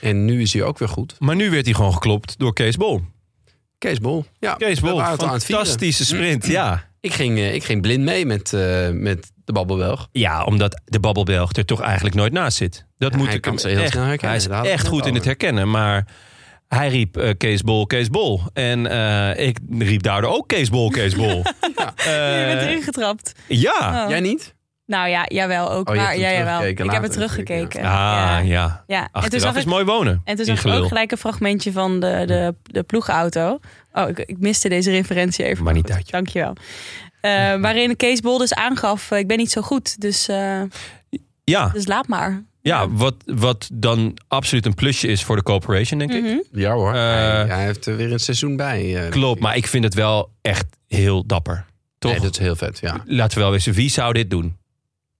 Speaker 2: en nu is hij ook weer goed.
Speaker 3: maar nu werd hij gewoon geklopt door Kees Bol.
Speaker 2: Kees Bol. Ja,
Speaker 3: Kees
Speaker 2: we
Speaker 3: Bol,
Speaker 2: waren het al aan het vieren.
Speaker 3: fantastische sprint, ja.
Speaker 2: Ik ging, eh, ik ging blind mee met, eh, met de Babbelbelg.
Speaker 3: Ja, omdat de babbelbelg er toch eigenlijk nooit naast zit. Dat
Speaker 2: Ja,
Speaker 3: moet
Speaker 2: hij
Speaker 3: ik
Speaker 2: kan
Speaker 3: hem
Speaker 2: ze heel
Speaker 3: echt-
Speaker 2: snel herkennen.
Speaker 3: Hij
Speaker 2: Daar hadden
Speaker 3: is
Speaker 2: we
Speaker 3: echt
Speaker 2: het
Speaker 3: goed
Speaker 2: net
Speaker 3: in het
Speaker 2: over.
Speaker 3: herkennen, maar hij riep eh Kees Bol, Kees Bol. En eh, ik riep daardoor ook Kees Bol, Kees Bol.
Speaker 2: Ja.
Speaker 3: Eh,
Speaker 1: je bent erin getrapt.
Speaker 3: ja.
Speaker 1: Oh.
Speaker 2: Jij niet?
Speaker 1: Nou ja, jawel ook.
Speaker 2: Oh, je hebt
Speaker 1: maar
Speaker 2: hem
Speaker 1: ja, jawel.
Speaker 2: teruggekeken
Speaker 1: Ik heb het
Speaker 2: later natuurlijk,
Speaker 1: teruggekeken.
Speaker 3: Ah,
Speaker 1: ja.
Speaker 3: ja.
Speaker 1: Ja. En toen
Speaker 3: Achteraf
Speaker 1: zag
Speaker 3: is
Speaker 1: ik,
Speaker 3: mooi wonen.
Speaker 1: en toen
Speaker 3: in
Speaker 1: zag ik ook
Speaker 3: gelul.
Speaker 1: gelijk een fragmentje van de, de, de ploegauto. Oh, ik, ik miste deze referentie even.
Speaker 3: Maar niet
Speaker 1: Goed,
Speaker 3: uit, joh.
Speaker 1: Dankjewel. Eh waarin Kees Bol dus aangaf, eh, ik ben niet zo goed, dus, eh,
Speaker 3: Ja,
Speaker 1: dus laat maar.
Speaker 3: ja wat, wat dan absoluut een plusje is voor de corporation, denk ik.
Speaker 1: Mhm.
Speaker 2: Ja hoor. hij,
Speaker 3: Eh,
Speaker 2: hij heeft er weer een seizoen bij. eh,
Speaker 3: Klopt, maar ik vind het wel echt heel dapper. Toch?
Speaker 2: Nee, dat is heel vet, ja.
Speaker 3: laten we wel weten, wie zou dit doen?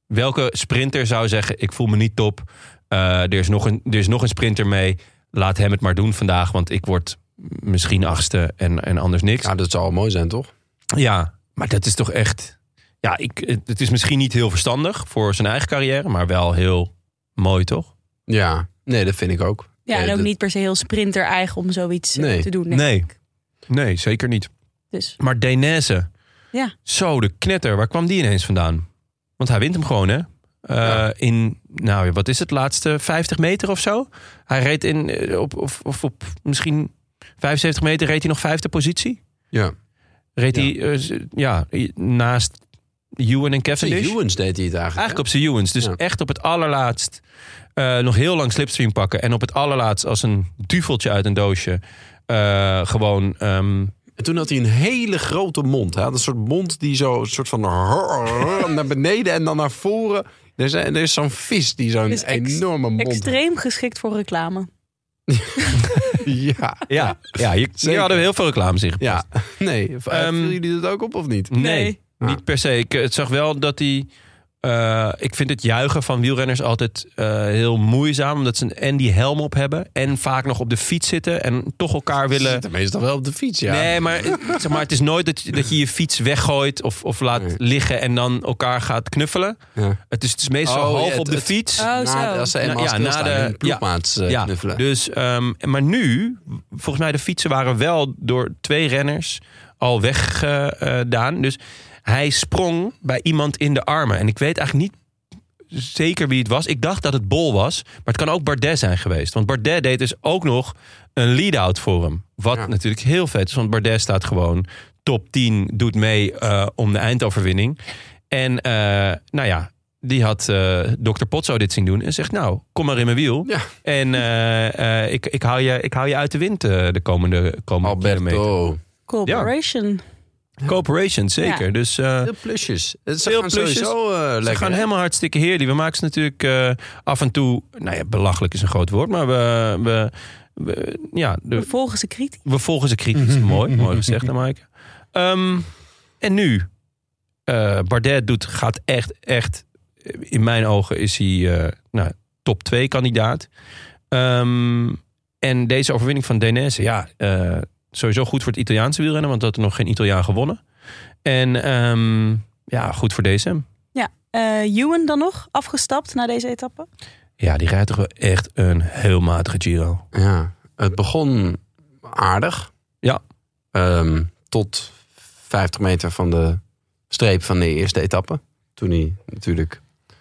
Speaker 3: Welke sprinter zou zeggen, ik voel me niet top. eh, er, is nog een, er is nog een sprinter mee. Laat hem het maar doen vandaag, want ik word misschien achtste en, en anders niks. Ja.
Speaker 2: ja. Dat zou al mooi zijn, toch?
Speaker 3: maar dat is toch echt... Ja, ik, het- het is misschien niet heel verstandig voor zijn eigen carrière, maar wel heel mooi, toch?
Speaker 2: Ja. Nee, dat vind ik ook.
Speaker 1: Ja,
Speaker 2: Nee,
Speaker 1: en ook
Speaker 2: dat-
Speaker 1: niet per se heel sprinter eigen om zoiets eh,
Speaker 2: Nee.
Speaker 1: te doen.
Speaker 3: Nee.
Speaker 1: denk ik.
Speaker 3: Nee, zeker niet.
Speaker 1: Dus
Speaker 3: Maar Denese.
Speaker 1: Ja.
Speaker 3: Zo, de knetter. Waar kwam die ineens vandaan? Want hij wint hem gewoon, hè? Eh,
Speaker 2: Ja.
Speaker 3: In, nou, ja, wat is het, laatste 50 meter of zo? Hij reed in, eh, op, of, of op misschien 75 meter reed hij nog vijfde positie.
Speaker 2: Ja.
Speaker 3: Reed
Speaker 2: Ja.
Speaker 3: hij, eh, z- ja, i- naast Ewan en
Speaker 2: St.
Speaker 3: Cavendish.
Speaker 2: Hewens deed hij het eigenlijk. hè?
Speaker 3: Eigenlijk op zijn Ewens. Dus
Speaker 2: Ja.
Speaker 3: echt op het allerlaatst eh, nog heel lang slipstream pakken. En op het allerlaatst als een duveltje uit een doosje eh, gewoon ehm,
Speaker 2: En toen had hij een hele grote mond. Hij had een soort mond die zo een soort van naar beneden en dan naar voren. Er is, er is zo'n vis die zo'n
Speaker 1: Dus ex-
Speaker 2: enorme mond
Speaker 1: extreem geschikt voor reclame.
Speaker 2: Ja,
Speaker 3: Ja, ja hier,
Speaker 2: Zeker.
Speaker 3: hadden we heel veel reclames in gepast.
Speaker 2: ja. Nee, v-
Speaker 3: Ehm,
Speaker 2: vullen jullie dat ook op of niet?
Speaker 3: Nee,
Speaker 1: Nee.
Speaker 2: Ah.
Speaker 3: niet per se. Ik eh, het zag wel dat hij... eh, ik vind het juichen van wielrenners altijd eh, heel moeizaam. Omdat ze een- en die helm op hebben. En vaak nog op de fiets zitten. En toch elkaar
Speaker 2: Ze
Speaker 3: willen...
Speaker 2: zitten meestal wel op de fiets, ja.
Speaker 3: Nee, maar, eh, zeg maar het is nooit dat je, dat je je fiets weggooit of, of laat
Speaker 2: Nee.
Speaker 3: liggen en dan elkaar gaat knuffelen.
Speaker 2: Ja.
Speaker 3: Het is, het is meestal
Speaker 2: Oh,
Speaker 3: half
Speaker 2: het-
Speaker 3: op de
Speaker 2: het-
Speaker 3: fiets.
Speaker 1: Oh,
Speaker 2: Na-
Speaker 1: zo.
Speaker 2: als ze
Speaker 3: Nou,
Speaker 2: eenmaal
Speaker 3: ja, na
Speaker 2: stilstaan,
Speaker 3: de-
Speaker 2: hun ploegmaats eh,
Speaker 3: Ja,
Speaker 2: knuffelen.
Speaker 3: dus, ehm, maar nu, volgens mij de fietsen waren wel door twee renners al weggedaan. dus hij sprong bij iemand in de armen. En ik weet eigenlijk niet zeker wie het was. Ik dacht dat het Bol was, maar het kan ook Bardet zijn geweest. Want Bardet deed dus ook nog een lead-out voor hem. Wat
Speaker 2: Ja.
Speaker 3: natuurlijk heel vet is, want Bardet staat gewoon top 10, doet mee eh, om de eindoverwinning. En eh, nou ja, die had eh Dr. Potso dit zien doen en zegt nou, kom maar in mijn wiel.
Speaker 2: Ja.
Speaker 3: En eh, eh, ik, ik, hou je, ik hou je uit de wind eh, de komende, komende kilometer.
Speaker 2: Alberto.
Speaker 1: Corporation.
Speaker 3: Corporation, zeker.
Speaker 1: Ja.
Speaker 3: Dus eh,
Speaker 2: Veel plusjes. Het- Ze
Speaker 3: Veel
Speaker 2: gaan
Speaker 3: plusjes.
Speaker 2: sowieso eh, lekker.
Speaker 3: ze gaan helemaal hartstikke heerlijk. We maken ze natuurlijk eh, af en toe, nou ja, belachelijk is een groot woord, maar we, we, we- ja, de-
Speaker 1: We volgen ze kritisch.
Speaker 3: we volgen ze kritisch. mooi, mooi gezegd, hè, Maaike. Ehm, en nu, eh, Bardet doet, gaat echt, echt, eh, in mijn ogen is hij eh, nou, top 2 kandidaat. Ehm, en deze overwinning van Denese, ja, eh, sowieso goed voor het Italiaanse wielrennen, want dat had er nog geen Italiaan gewonnen. En ehm, ja, goed voor DSM.
Speaker 1: Ja, eh, eh Ewan dan nog afgestapt na deze etappe.
Speaker 3: Ja, die rijdt toch wel echt een heel matige Giro.
Speaker 2: Ja, het begon aardig.
Speaker 3: Ja.
Speaker 2: Ehm, tot 50 meter van de streep van de eerste etappe. Toen hij natuurlijk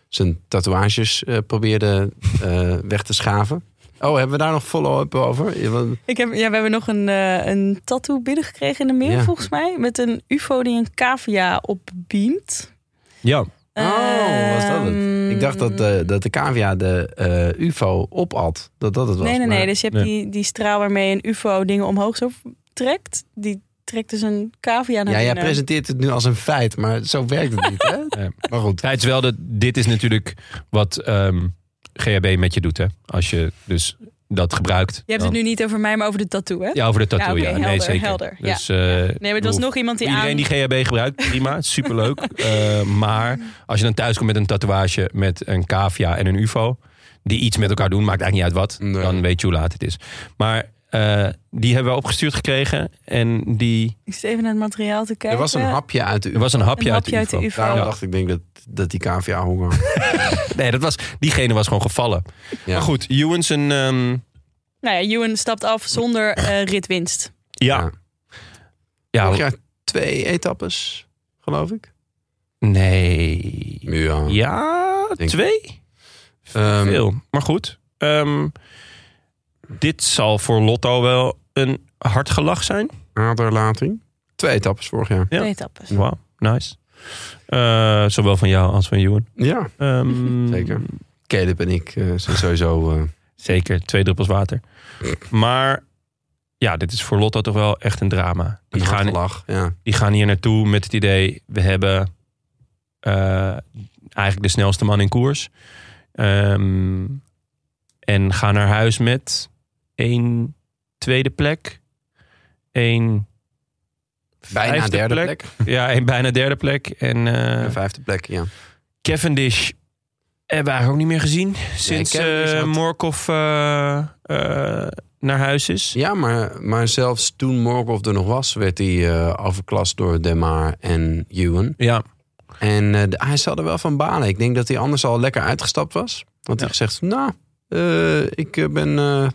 Speaker 2: zijn tatoeages eh, probeerde eh, weg te schaven. Oh, hebben we daar nog follow-up over? Ja, want-
Speaker 1: Ik heb, ja, we hebben nog een, eh, een tattoo binnengekregen in de mail,
Speaker 2: Ja.
Speaker 1: volgens mij. Met een ufo die een cavia opbeamt.
Speaker 3: Ja.
Speaker 2: Oh, was dat het?
Speaker 1: Ehm,
Speaker 2: Ik dacht dat, eh, dat de cavia de eh, ufo opat. Dat dat het was.
Speaker 1: Nee, nee,
Speaker 2: maar-
Speaker 1: nee. Dus je hebt
Speaker 3: Nee.
Speaker 1: die, die straal waarmee een ufo dingen omhoog zo trekt. Die trekt dus een cavia naar
Speaker 2: Ja, jij
Speaker 1: binnen.
Speaker 2: presenteert het nu als een feit, maar zo werkt het niet, hè?
Speaker 3: Nee.
Speaker 2: Maar goed.
Speaker 3: Ja, het is wel dat dit is natuurlijk wat ehm GHB met je doet. Hè? Als je dus dat gebruikt.
Speaker 1: Je hebt
Speaker 3: dan-
Speaker 1: het nu niet over mij, maar over de tattoo, hè?
Speaker 3: Ja, over de tattoo.
Speaker 1: Ja,
Speaker 3: Ja,
Speaker 1: oké,
Speaker 3: nee,
Speaker 1: helder,
Speaker 3: zeker.
Speaker 1: helder, ja.
Speaker 3: Dus, eh,
Speaker 1: Nee, maar het was
Speaker 3: bedoel,
Speaker 1: nog iemand die
Speaker 3: Iedereen
Speaker 1: aan...
Speaker 3: die GHB gebruikt, prima, superleuk. Eh, maar als je dan thuis komt met een tatoeage met een cavia en een ufo... die iets met elkaar doen, maakt eigenlijk niet uit wat.
Speaker 2: Nee.
Speaker 3: Dan weet je hoe laat het is. Maar eh, die hebben we opgestuurd gekregen. En die,
Speaker 1: Ik zit even naar het materiaal te kijken.
Speaker 2: Er was een hapje uit de
Speaker 3: er
Speaker 2: ufo.
Speaker 3: was een hapje,
Speaker 1: Een hapje
Speaker 3: uit de ufo.
Speaker 2: Daarom
Speaker 3: Ja.
Speaker 2: dacht ik, denk dat, dat die cavia honger had.
Speaker 3: Nee, dat was, diegene was gewoon gevallen.
Speaker 2: Ja.
Speaker 3: Maar goed, Ewens een... ehm,
Speaker 1: Nou ja, Ewan stapt af zonder eh, ritwinst.
Speaker 3: ja, ja,
Speaker 2: Vorig jaar twee etappes, geloof ik.
Speaker 3: Nee.
Speaker 2: Ja.
Speaker 3: Ja,
Speaker 2: Hm. Denk-
Speaker 3: twee?
Speaker 2: Ehm,
Speaker 3: Veel. Maar goed. Ehm, dit zal voor Lotto wel een hard gelach zijn.
Speaker 2: aderlating. Twee etappes vorig jaar.
Speaker 3: Ja.
Speaker 1: Twee
Speaker 2: Hm.
Speaker 1: etappes.
Speaker 3: Wauw, nice. Eh, zowel van jou als van Johan.
Speaker 2: Ja.
Speaker 3: Ehm,
Speaker 2: Zeker. Caleb en ik eh, zijn sowieso... eh,
Speaker 3: Zeker, twee druppels water.
Speaker 2: Hm.
Speaker 3: Maar ja, dit is voor Lotto toch wel echt een drama.
Speaker 2: een
Speaker 3: Die, gaan,
Speaker 2: lach. Ja.
Speaker 3: die gaan hier naartoe met het idee... we hebben eh, eigenlijk de snelste man in koers. Ehm, en gaan naar huis met één tweede plek. Één
Speaker 2: Bijna
Speaker 3: vijfde
Speaker 2: derde plek.
Speaker 3: Ja, één bijna derde plek. En eh,
Speaker 2: Een vijfde plek, ja.
Speaker 3: Cavendish hebben we eigenlijk ook niet meer gezien. Sinds
Speaker 2: Cavendish
Speaker 3: eh,
Speaker 2: had-
Speaker 3: Morkov eh, eh, naar huis is.
Speaker 2: Ja, maar, maar zelfs toen Morgov er nog was... werd hij eh, overklast door Demar en Ewan.
Speaker 3: Ja,
Speaker 2: En eh, de- hij zal er wel van balen. Ik denk dat hij anders al lekker uitgestapt was. Want hij
Speaker 3: Ja.
Speaker 2: zegt, nou, eh, ik eh, ben eh,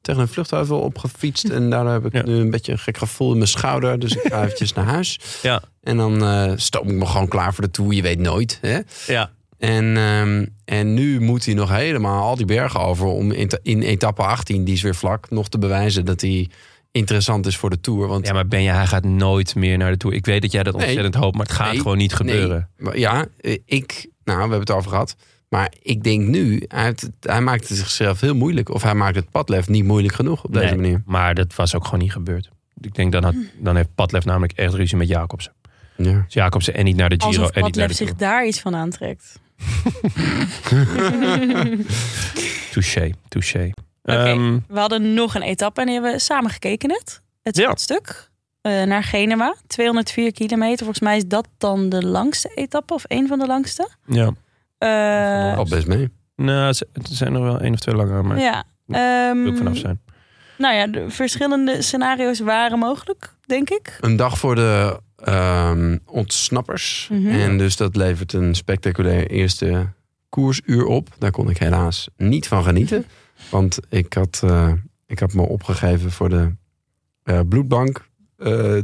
Speaker 2: tegen een vluchthuivel opgefietst. En daardoor heb ik
Speaker 3: Ja.
Speaker 2: nu een beetje een gek gevoel in mijn schouder. Dus ik ga eventjes naar huis.
Speaker 3: Ja.
Speaker 2: En dan eh stoom ik me gewoon klaar voor de tour. Je weet nooit, hè?
Speaker 3: ja.
Speaker 2: En, ehm, en nu moet hij nog helemaal al die bergen over om in, ta- in etappe 18, die is weer vlak, nog te bewijzen dat hij interessant is voor de tour. Want
Speaker 3: ja maar Benja, hij gaat nooit meer naar de Tour. Ik weet dat jij dat
Speaker 2: Nee.
Speaker 3: ontzettend hoopt, maar het gaat
Speaker 2: Nee,
Speaker 3: gewoon niet gebeuren.
Speaker 2: Nee, maar ja, eh, ik, nou, we hebben het over gehad. Maar ik denk nu, hij, heeft het- hij maakt het zichzelf heel moeilijk. Of hij maakt het padlef niet moeilijk genoeg op deze
Speaker 3: Nee,
Speaker 2: manier.
Speaker 3: Maar dat was ook gewoon niet gebeurd. Ik denk, dan, had,
Speaker 1: Hmm.
Speaker 3: dan heeft Padlef namelijk echt ruzie met Jacobsen.
Speaker 2: Ja.
Speaker 3: Dus Jacobsen en niet naar de Giro
Speaker 1: Alsof
Speaker 3: en niet naar
Speaker 1: Padlef
Speaker 3: de
Speaker 1: zich
Speaker 3: Tour.
Speaker 1: daar iets van aantrekt.
Speaker 3: Touché, touché.
Speaker 1: Oké.
Speaker 3: Ehm,
Speaker 1: We hadden nog een etappe en die hebben we samen gekeken net. Het
Speaker 3: Ja.
Speaker 1: slotstuk eh, naar Genua. 204 kilometer. Volgens mij is dat dan de langste etappe of een van de langste.
Speaker 3: ja.
Speaker 1: Eh,
Speaker 2: Al best mee.
Speaker 3: Nou, ze- er zijn nog wel één of twee langer, maar
Speaker 1: ja.
Speaker 3: daar wil
Speaker 1: Ehm
Speaker 3: ik vanaf zijn.
Speaker 1: nou ja, de verschillende scenario's waren mogelijk, denk ik.
Speaker 2: Een dag voor de ehm, ontsnappers.
Speaker 1: Mhm.
Speaker 2: En dus dat levert een spectaculair eerste koersuur op. Daar kon ik helaas niet van genieten. Want ik had, eh, ik had me opgegeven voor de eh, bloedbank eh,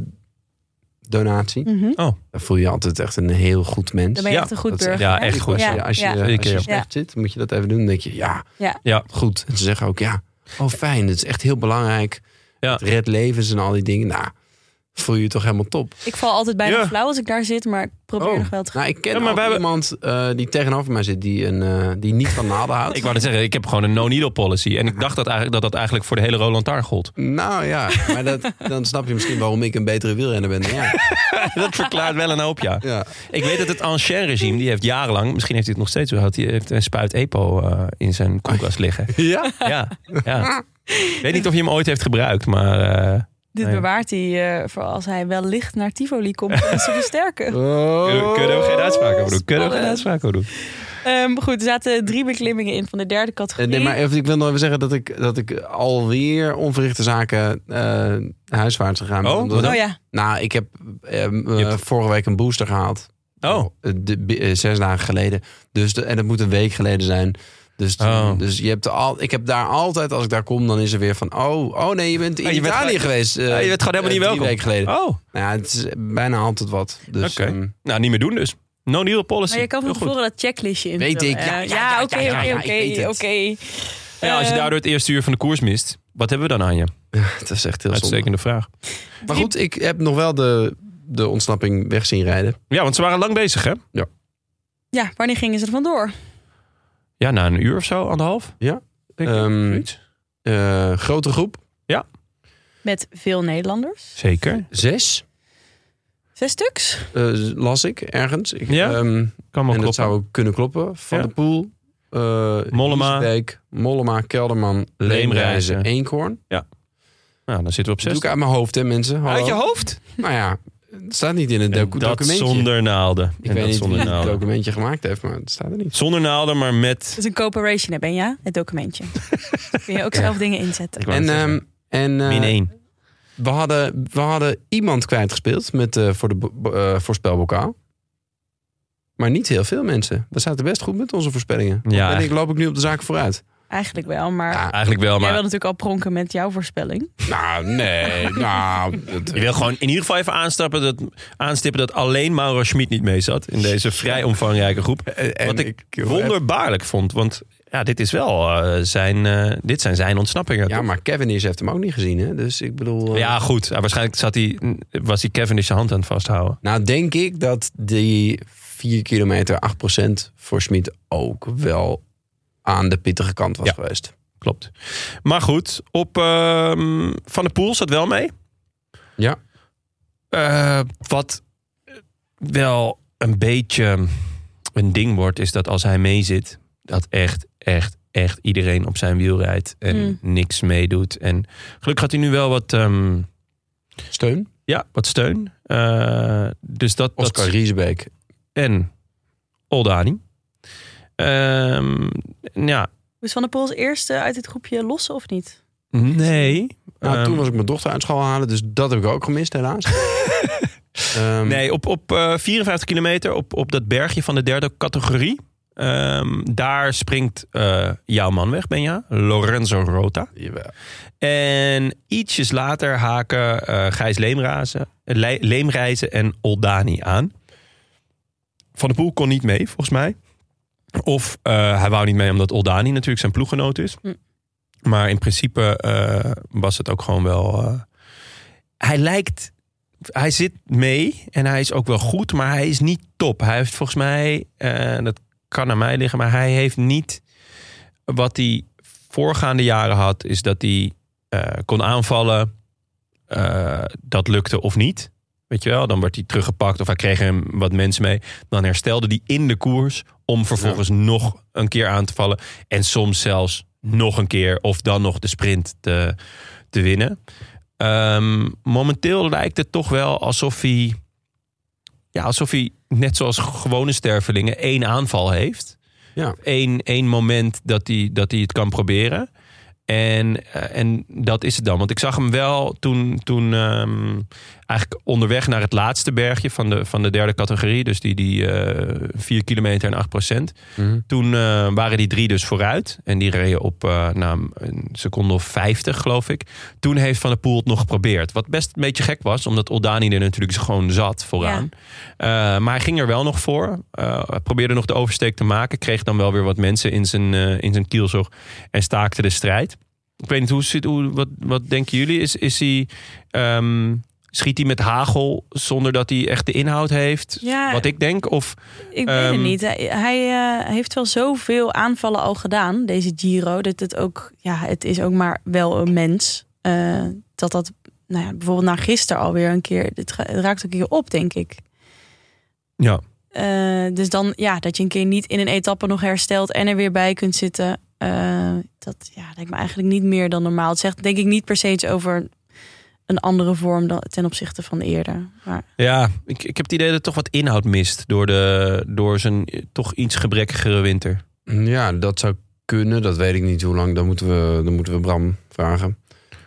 Speaker 2: donatie.
Speaker 1: Mhm.
Speaker 2: Dan voel je je altijd echt een heel goed mens.
Speaker 1: Dan ben je
Speaker 3: Ja,
Speaker 1: echt een goed
Speaker 2: dat is-
Speaker 1: burger.
Speaker 3: ja,
Speaker 1: hè?
Speaker 3: echt goed.
Speaker 2: Als je,
Speaker 1: Ja,
Speaker 2: als je, eh,
Speaker 1: ja.
Speaker 2: als je
Speaker 3: Zeker, ja.
Speaker 2: slecht zit, moet je dat even doen. Dan denk je, ja,
Speaker 1: Ja.
Speaker 3: Ja.
Speaker 2: goed. En ze zeggen ook, ja, oh fijn, het is echt heel belangrijk.
Speaker 3: Ja.
Speaker 2: Het redt levens en al die dingen. Nou, voel je je toch helemaal top.
Speaker 1: Ik val altijd bijna
Speaker 3: Ja.
Speaker 1: flauw als ik daar zit, maar ik probeer
Speaker 2: Oh.
Speaker 1: nog wel te gaan.
Speaker 2: Nou, ik ken
Speaker 3: Ja, maar
Speaker 2: ook
Speaker 3: wij hebben-
Speaker 2: iemand eh, die tegenover mij zit, die, een, eh, die niet van naalden houdt.
Speaker 3: Ik wou net zeggen, ik heb gewoon een no-needle policy. En ik dacht dat eigenlijk, dat, dat eigenlijk voor de hele Roland Taar gold.
Speaker 2: Nou ja, maar dat, dan snap je misschien waarom ik een betere wielrenner ben dan jij.
Speaker 3: dat verklaart wel een hoop, ja.
Speaker 2: Ja.
Speaker 3: Ik weet dat het Ancien regime, die heeft jarenlang, misschien heeft hij het nog steeds wel gehad, die heeft een spuit EPO eh, in zijn koelkast liggen.
Speaker 2: ja?
Speaker 3: Ja, ja. Ik weet niet of je hem ooit heeft gebruikt, maar eh,
Speaker 1: Dit
Speaker 3: Nee.
Speaker 1: bewaart hij eh, voor als hij wellicht naar Tivoli komt om ons te versterken.
Speaker 2: Oh.
Speaker 3: kunnen, kunnen we geen uitspraak over doen. Kunnen we geen
Speaker 1: Oh, Spannend.
Speaker 3: uitspraak over doen.
Speaker 1: Ehm, goed, er zaten drie beklimmingen in van de derde
Speaker 2: Eh,
Speaker 1: categorie.
Speaker 2: Nee, maar even, ik wil nog even zeggen dat ik, dat ik alweer onverrichte zaken eh huiswaarts gegaan ben.
Speaker 3: Oh, wat dan?
Speaker 1: Oh ja,
Speaker 2: Nou, ik heb eh, m, eh,
Speaker 3: hebt-
Speaker 2: vorige week een booster gehaald.
Speaker 3: Oh.
Speaker 2: De, bi- eh, zes dagen geleden. Dus de- en dat moet een week geleden zijn. Dus,
Speaker 3: Oh.
Speaker 2: dus je hebt al, ik heb daar altijd, als ik daar kom, dan is er weer van... Oh, oh nee, je bent in
Speaker 3: Ah, je bent
Speaker 2: Italië
Speaker 3: gewoon-
Speaker 2: geweest. eh,
Speaker 3: Ah, je bent gewoon helemaal
Speaker 2: eh,
Speaker 3: niet
Speaker 2: drie
Speaker 3: welkom.
Speaker 2: weken geleden.
Speaker 3: Oh,
Speaker 2: Nou ja, het is bijna altijd wat. Dus,
Speaker 3: Oké.
Speaker 2: ehm,
Speaker 3: nou niet meer doen dus. No deal policy.
Speaker 1: Maar je kan
Speaker 3: Heel
Speaker 1: van
Speaker 3: goed.
Speaker 1: tevoren dat checklistje in.
Speaker 2: Weet ik, ja, ja, ja,
Speaker 1: Ja,
Speaker 2: ja,
Speaker 1: oké,
Speaker 2: ja,
Speaker 1: oké,
Speaker 2: ja, ik weet
Speaker 1: oké,
Speaker 2: het.
Speaker 1: oké.
Speaker 3: Ja, als je
Speaker 1: Ehm,
Speaker 3: daardoor het eerste uur van de koers mist, wat hebben we dan aan je?
Speaker 2: het is echt heel zonde.
Speaker 3: Uitstekende vraag.
Speaker 2: Maar goed, ik heb nog wel de, de ontsnapping weg zien rijden.
Speaker 3: Ja, want ze waren lang bezig, hè?
Speaker 1: Ja, wanneer gingen ze er vandoor?
Speaker 3: Ja, na een uur of zo, anderhalf.
Speaker 2: Ja.
Speaker 3: Denk ik.
Speaker 2: Ehm,
Speaker 3: Zoiets.
Speaker 2: Eh, grote groep,
Speaker 1: Met veel Nederlanders.
Speaker 3: Zeker.
Speaker 2: zes,
Speaker 1: Zes stuks.
Speaker 2: eh, las ik ergens. Ik,
Speaker 3: Ja,
Speaker 2: ehm,
Speaker 3: Kan wel
Speaker 2: en dat
Speaker 3: kloppen.
Speaker 2: zou ook kunnen kloppen. Van
Speaker 3: Ja.
Speaker 2: de Poel, eh,
Speaker 3: Mollema.
Speaker 2: Liesbeek, Mollema, Kelderman, Leemreizen, Eenkhoorn.
Speaker 3: Nou, dan zitten we op
Speaker 2: Dat
Speaker 3: zes.
Speaker 2: doe ik uit mijn hoofd, hè mensen. Hallo.
Speaker 3: hoofd?
Speaker 2: Nou ja, het staat niet in het
Speaker 3: En
Speaker 2: docu-
Speaker 3: dat
Speaker 2: documentje.
Speaker 3: zonder naalden.
Speaker 2: Ik
Speaker 3: en
Speaker 2: weet
Speaker 3: dat
Speaker 2: niet wie
Speaker 3: zonder
Speaker 2: het
Speaker 3: naalden.
Speaker 2: documentje gemaakt heeft, maar het staat er niet.
Speaker 3: Zonder naalden, maar met...
Speaker 1: Dat is een cooperation, hè, Benja? Het documentje. Kun je ook
Speaker 2: Ja.
Speaker 1: zelf dingen inzetten.
Speaker 3: Ik wou
Speaker 2: En,
Speaker 3: net zeggen,
Speaker 2: ehm, en eh,
Speaker 3: min één.
Speaker 2: we, hadden, we hadden iemand kwijtgespeeld met, eh, voor de bo- bo- eh, voorspelbokaal. Maar niet heel veel mensen. We zaten best goed met onze voorspellingen.
Speaker 3: Ja,
Speaker 2: en ik loop ik nu op de zaken vooruit.
Speaker 1: Eigenlijk wel, maar...
Speaker 2: Ja,
Speaker 3: Eigenlijk wel,
Speaker 1: Jij
Speaker 3: maar
Speaker 1: wil natuurlijk al pronken met jouw voorspelling.
Speaker 2: Nou, nee. nou, dat-
Speaker 3: je wil gewoon in ieder geval even aanstappen dat, aanstippen dat alleen Mauro Schmid niet mee zat. In deze vrij omvangrijke groep.
Speaker 2: Eh, en
Speaker 3: Wat ik
Speaker 2: wil even-
Speaker 3: Wonderbaarlijk vond, want ja, dit, is wel, eh, zijn, eh, dit zijn zijn ontsnappingen.
Speaker 2: Ja, maar Kevin is heeft hem ook niet gezien, hè? Dus ik bedoel... eh,
Speaker 3: Ja, goed. Ja, waarschijnlijk zat hij, was hij Kevin zijn hand aan het vasthouden.
Speaker 2: Nou, denk ik dat die 4 kilometer 8% voor Smit ook wel aan de pittige kant was
Speaker 3: Ja.
Speaker 2: geweest.
Speaker 3: Klopt. Maar goed, op ehm, Van der Poel zat wel mee.
Speaker 2: Ja.
Speaker 3: Eh, wat wel een beetje een ding wordt, is dat als hij mee zit, dat echt, echt, echt iedereen op zijn wiel rijdt en
Speaker 1: Mm.
Speaker 3: niks meedoet. En gelukkig had hij nu wel wat, ehm,
Speaker 2: Steun?
Speaker 3: ja, wat steun. Eh, dus dat, dat
Speaker 2: Oscar Riesbeek.
Speaker 3: en Oldani. Ehm, ja,
Speaker 1: Moest Van der Poel als eerste uit het groepje lossen of niet?
Speaker 3: nee.
Speaker 2: Nou, toen
Speaker 3: Ehm,
Speaker 2: was ik mijn dochter uit school halen, dus dat heb ik ook gemist, helaas. Ehm,
Speaker 3: Nee, op, op eh, 54 kilometer, op, op dat bergje van de derde categorie. ehm, daar springt eh, jouw man weg, Benja. Lorenzo Rota.
Speaker 2: jawel.
Speaker 3: En ietsjes later haken eh Gijs Leemrazen, Le- Leemreizen en Oldani aan. Van der Poel kon niet mee, volgens mij. Of eh, hij wou niet mee omdat Oldani natuurlijk zijn ploeggenoot is.
Speaker 1: Hm.
Speaker 3: Maar in principe eh, was het ook gewoon wel... eh, hij lijkt... Hij zit mee en hij is ook wel goed, maar hij is niet top. Hij heeft volgens mij... eh, dat kan aan mij liggen, maar hij heeft niet... Wat hij voorgaande jaren had, is dat hij eh, kon aanvallen. eh, dat lukte of niet. Weet je wel, dan werd hij teruggepakt of hij kreeg hem wat mensen mee. Dan herstelde hij in de koers om vervolgens nog een keer aan te vallen. En soms zelfs nog een keer of dan nog de sprint te, te winnen. Ehm, momenteel lijkt het toch wel alsof hij, ja, alsof hij net zoals gewone stervelingen één aanval heeft.
Speaker 2: Ja.
Speaker 3: Eén, één moment dat hij, dat hij het kan proberen. En, eh, en dat is het dan. Want ik zag hem wel toen, toen ehm, eigenlijk onderweg naar het laatste bergje van de, van de derde categorie. Dus die, die eh 4 kilometer en 8 procent.
Speaker 2: Mhm.
Speaker 3: Toen eh, waren die drie dus vooruit. En die reden op eh na een seconde of 50, geloof ik. Toen heeft Van der Poel het nog geprobeerd. Wat best een beetje gek was, omdat Oldani er natuurlijk gewoon zat vooraan. Eh, maar hij ging er wel nog voor. Eh, hij probeerde nog de oversteek te maken. Kreeg dan wel weer wat mensen in zijn, eh, in zijn kielzog. En staakte de strijd. Ik weet niet, hoe zit, hoe, wat, wat denken jullie? Is, is hij, ehm, schiet hij met hagel zonder dat hij echt de inhoud heeft?
Speaker 1: Ja,
Speaker 3: Wat ik denk? Of
Speaker 1: Ik weet het
Speaker 3: Ehm,
Speaker 1: niet. Hij, hij, eh, heeft wel zoveel aanvallen al gedaan, deze Giro. Dat het ook, ja, het is ook maar wel een mens. Eh, dat dat, nou ja, bijvoorbeeld na gisteren alweer een keer, het ga- het raakt ook een keer op, denk ik.
Speaker 3: ja.
Speaker 1: Eh, dus dan, ja, dat je een keer niet in een etappe nog herstelt en er weer bij kunt zitten. eh, dat ja, lijkt me eigenlijk niet meer dan normaal. Het zegt denk ik niet per se iets over een andere vorm dan, ten opzichte van eerder. Maar
Speaker 3: Ja, ik, ik heb het idee dat er toch wat inhoud mist door, de, door zijn eh, toch iets gebrekkigere winter.
Speaker 2: Ja, dat zou kunnen. Dat weet ik niet hoe lang. Dan moeten we, dan moeten we Bram vragen.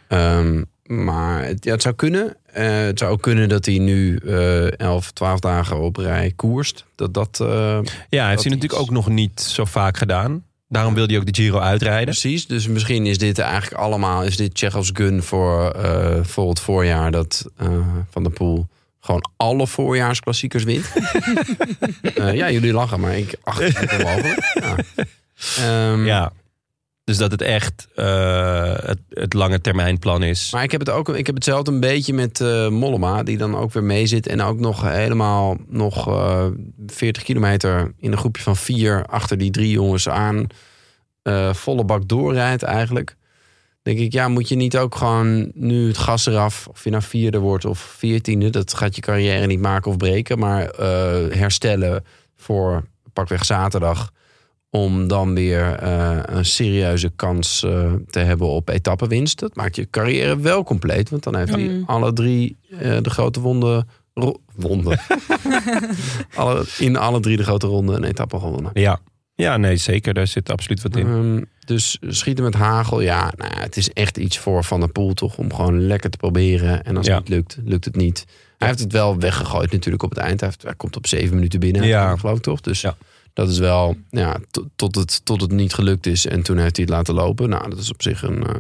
Speaker 2: Ehm, maar het, ja, het zou kunnen. Eh, het zou ook kunnen dat hij nu eh 11, 12 dagen op rij koerst. Dat dat eh,
Speaker 3: Ja, heeft
Speaker 2: Dat
Speaker 3: hij
Speaker 2: is-
Speaker 3: natuurlijk ook nog niet zo vaak gedaan. Daarom wilde hij ook de Giro uitrijden.
Speaker 2: Precies, dus misschien is dit eigenlijk allemaal... is dit Tsjechovs gun voor, eh, voor het voorjaar dat eh, Van der Poel... gewoon alle voorjaarsklassiekers wint. Eh, ja, jullie lachen, maar ik acht het onmogelijk. Ja. Ehm,
Speaker 3: Ja. Dus dat het echt eh, het, het lange termijn plan is.
Speaker 2: Maar ik heb het ook, ik heb hetzelfde een beetje met eh, Mollema, die dan ook weer mee zit en ook nog helemaal nog eh, 40 kilometer in een groepje van vier achter die drie jongens aan eh, volle bak doorrijdt eigenlijk. Denk ik, ja, moet je niet ook gewoon nu het gas eraf, of je nou vierde wordt of veertiende, dat gaat je carrière niet maken of breken, maar eh, herstellen voor pakweg zaterdag. Om dan weer eh, een serieuze kans eh, te hebben op etappenwinst. Dat maakt je carrière wel compleet. Want dan heeft hij
Speaker 1: Mm.
Speaker 2: alle drie eh, de grote wonden. ro- wonden. alle, in alle drie de grote ronden een etappe gewonnen.
Speaker 3: Ja. Ja, nee, zeker. Daar zit absoluut wat in.
Speaker 2: Ehm, dus schieten met hagel, ja, nou, ja, het is echt iets voor Van der Poel toch om gewoon lekker te proberen. En als
Speaker 3: Ja.
Speaker 2: het niet lukt, lukt het niet. Hij heeft het wel weggegooid natuurlijk op het eind. Hij, heeft- hij komt op zeven minuten binnen,
Speaker 3: Ja.
Speaker 2: geloof ik toch? Dus
Speaker 3: Ja.
Speaker 2: dat is wel, ja, to- tot, het, tot het niet gelukt is. En toen heeft hij het laten lopen. Nou, dat is op zich een... eh,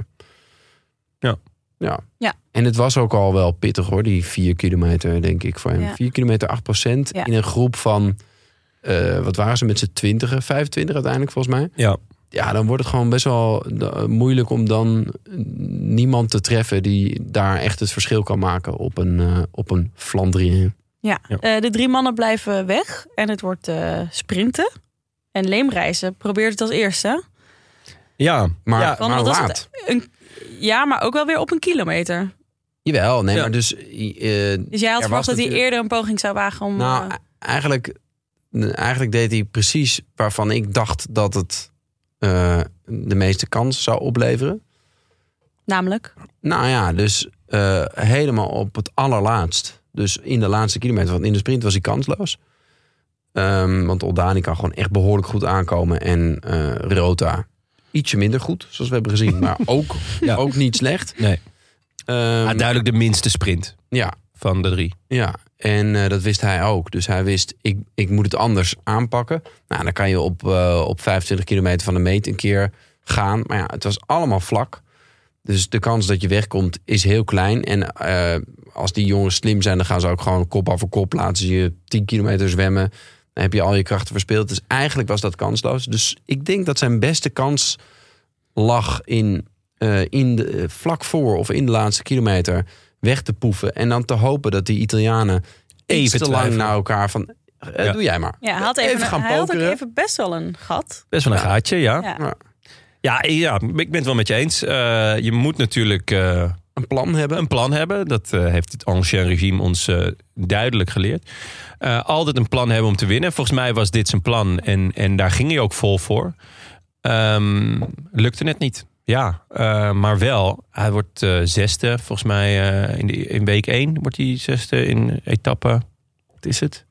Speaker 3: Ja.
Speaker 2: ja.
Speaker 1: Ja.
Speaker 2: En het was ook al wel pittig hoor, die vier kilometer denk ik voor hem.
Speaker 1: Ja.
Speaker 2: Vier kilometer, acht procent
Speaker 1: Ja.
Speaker 2: in een groep van... eh, wat waren ze met z'n twintigen? 25 uiteindelijk volgens mij
Speaker 3: Ja.
Speaker 2: ja, dan wordt het gewoon best wel eh, moeilijk om dan eh, niemand te treffen die daar echt het verschil kan maken op een, eh op een Flandriën.
Speaker 1: Ja,
Speaker 3: Ja.
Speaker 1: eh, de drie mannen blijven weg en het wordt eh, sprinten. En leemreizen probeert het als eerste.
Speaker 3: Ja.
Speaker 2: Maar,
Speaker 3: Ja,
Speaker 1: want
Speaker 2: maar
Speaker 1: wat was
Speaker 2: laat.
Speaker 1: het? Een, ja, maar ook wel weer op een kilometer.
Speaker 2: Jawel, nee,
Speaker 3: Ja.
Speaker 2: maar dus... eh, eh,
Speaker 1: Dus jij had
Speaker 2: Er
Speaker 1: verwacht dat
Speaker 2: was
Speaker 1: hij
Speaker 2: natuurlijk-
Speaker 1: eerder een poging zou wagen om...
Speaker 2: nou,
Speaker 1: eh,
Speaker 2: e- eigenlijk, eigenlijk deed hij precies waarvan ik dacht dat het eh, de meeste kans zou opleveren.
Speaker 1: namelijk.
Speaker 2: Nou ja, dus eh, helemaal op het allerlaatst. Dus in de laatste kilometer. Want in de sprint was hij kansloos. Ehm, want Oldani kan gewoon echt behoorlijk goed aankomen. En eh, Rota ietsje minder goed, zoals we hebben gezien. Maar ook,
Speaker 3: Ja.
Speaker 2: ook niet slecht.
Speaker 3: Nee.
Speaker 2: Ehm,
Speaker 3: Ah, duidelijk de minste sprint
Speaker 2: ja,
Speaker 3: van de drie.
Speaker 2: ja, en eh, dat wist hij ook. Dus hij wist, ik, ik moet het anders aanpakken. Nou, dan kan je op, eh, op 25 kilometer van de meet een keer gaan. Maar ja, het was allemaal vlak. Dus de kans dat je wegkomt is heel klein. En eh, als die jongens slim zijn, dan gaan ze ook gewoon kop over kop. Laten ze je 10 kilometer zwemmen. Dan heb je al je krachten verspeeld. Dus eigenlijk was dat kansloos. Dus ik denk dat zijn beste kans lag in, eh, in de, eh, vlak voor of in de laatste kilometer weg te poeven. En dan te hopen dat die Italianen even
Speaker 3: Even
Speaker 2: te lang
Speaker 3: twijfelen.
Speaker 2: naar elkaar van... eh,
Speaker 3: Ja.
Speaker 2: Doe jij maar.
Speaker 1: Ja, hij had, even,
Speaker 2: gaan
Speaker 1: hij had ook
Speaker 2: pokeren.
Speaker 1: even best wel een gat.
Speaker 3: Best wel een gaatje, ja.
Speaker 1: Ja.
Speaker 3: Ja, ja, ik ben het wel met je eens. Eh, je moet natuurlijk eh,
Speaker 2: Een plan hebben.
Speaker 3: een plan hebben. Dat eh, heeft het ancien regime ons eh, duidelijk geleerd. Eh, altijd een plan hebben om te winnen. Volgens mij was dit zijn plan en, en daar ging hij ook vol voor. Ehm, lukte net niet. Ja, eh, maar wel. Hij wordt eh, zesde, volgens mij eh, in, de, in week één wordt hij zesde in etappe. Wat is het?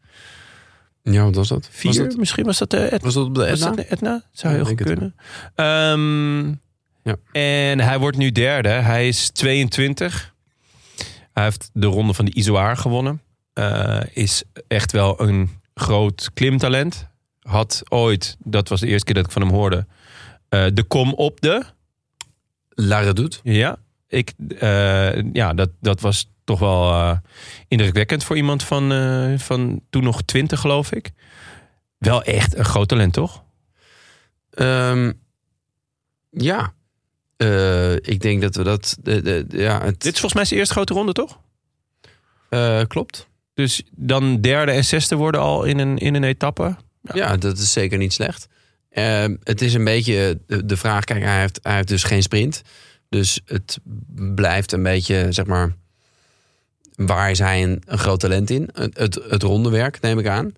Speaker 2: Ja, wat was dat?
Speaker 3: Vier?
Speaker 2: Was dat,
Speaker 3: Misschien was dat de
Speaker 2: was dat op de
Speaker 3: was
Speaker 2: Etna?
Speaker 3: dat de Etna? Zou
Speaker 2: Ja,
Speaker 3: heel
Speaker 2: ik
Speaker 3: goed
Speaker 2: denk
Speaker 3: kunnen. Ehm,
Speaker 2: Ja.
Speaker 3: En hij wordt nu derde. Hij is 22. Hij heeft de ronde van de Izoar gewonnen. Eh, is echt wel een groot klimtalent. Had ooit, dat was de eerste keer dat ik van hem hoorde, eh, de kom op de.
Speaker 2: La Redoute.
Speaker 3: Ja, ik, eh, ja dat, dat was toch wel eh, indrukwekkend voor iemand van, eh, van toen nog 20, geloof ik. Wel echt een groot talent, toch?
Speaker 2: Ehm, ja. Eh, ik denk dat we dat... De, de, de- ja, het,
Speaker 3: Dit is volgens mij zijn eerste grote ronde, toch?
Speaker 2: eh, klopt.
Speaker 3: Dus dan derde en zesde worden al in een, in een etappe.
Speaker 2: Ja. dat is zeker niet slecht. Ehm, het is een beetje de, de vraag... Kijk, hij heeft, hij heeft dus geen sprint. Dus het blijft een beetje, zeg maar... Waar is hij een, een groot talent in? Het, het, het rondewerk, neem ik aan.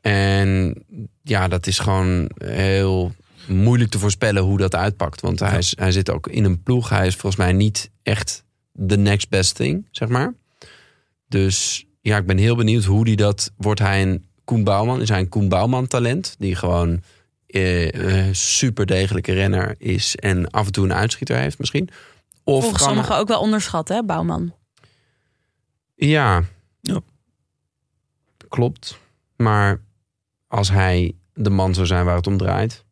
Speaker 2: En ja, dat is gewoon heel moeilijk te voorspellen hoe dat uitpakt. Want hij, is, hij zit ook in een ploeg. Hij is volgens mij niet echt de next best thing, zeg maar. Dus ja, ik ben heel benieuwd hoe die dat... Wordt hij een Koen Bouwman? Is hij een Koen Bouwman talent? Die gewoon eh, eh, super degelijke renner is... en af en toe een uitschieter heeft misschien? Of
Speaker 1: Volgens
Speaker 2: kan-
Speaker 1: sommigen ook wel onderschat, hè, Bouwman.
Speaker 2: Ja.
Speaker 3: Ja.
Speaker 2: Klopt. Maar als hij de man zou zijn waar het om draait,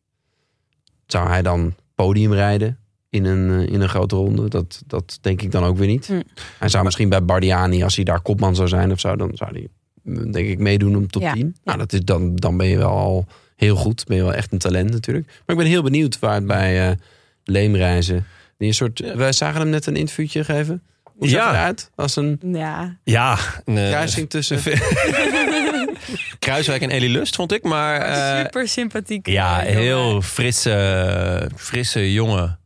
Speaker 2: zou hij dan podium rijden in een, eh, in een grote ronde? Dat, dat denk ik dan ook weer niet.
Speaker 1: Hm.
Speaker 2: Hij zou misschien bij Bardiani, als hij daar kopman zou zijn of zo, dan zou hij eh, denk ik meedoen om top
Speaker 1: Ja.
Speaker 2: 10. Nou, dat is, dan, dan ben je wel al heel goed. Ben je wel echt een talent natuurlijk. Maar ik ben heel benieuwd waar het bij eh, Leemreizen... Die een soort, eh, wij zagen hem net een interviewtje geven. Hoe zag
Speaker 3: Ja.
Speaker 2: ja. eruit? Als een
Speaker 1: Ja,
Speaker 3: Ja, een, eh,
Speaker 2: kruising tussen.
Speaker 3: Kruiswijk en Ellie Lust vond ik. Maar eh,
Speaker 1: super sympathiek.
Speaker 3: ja,
Speaker 1: eh, jongen.
Speaker 3: heel frisse, frisse jongen.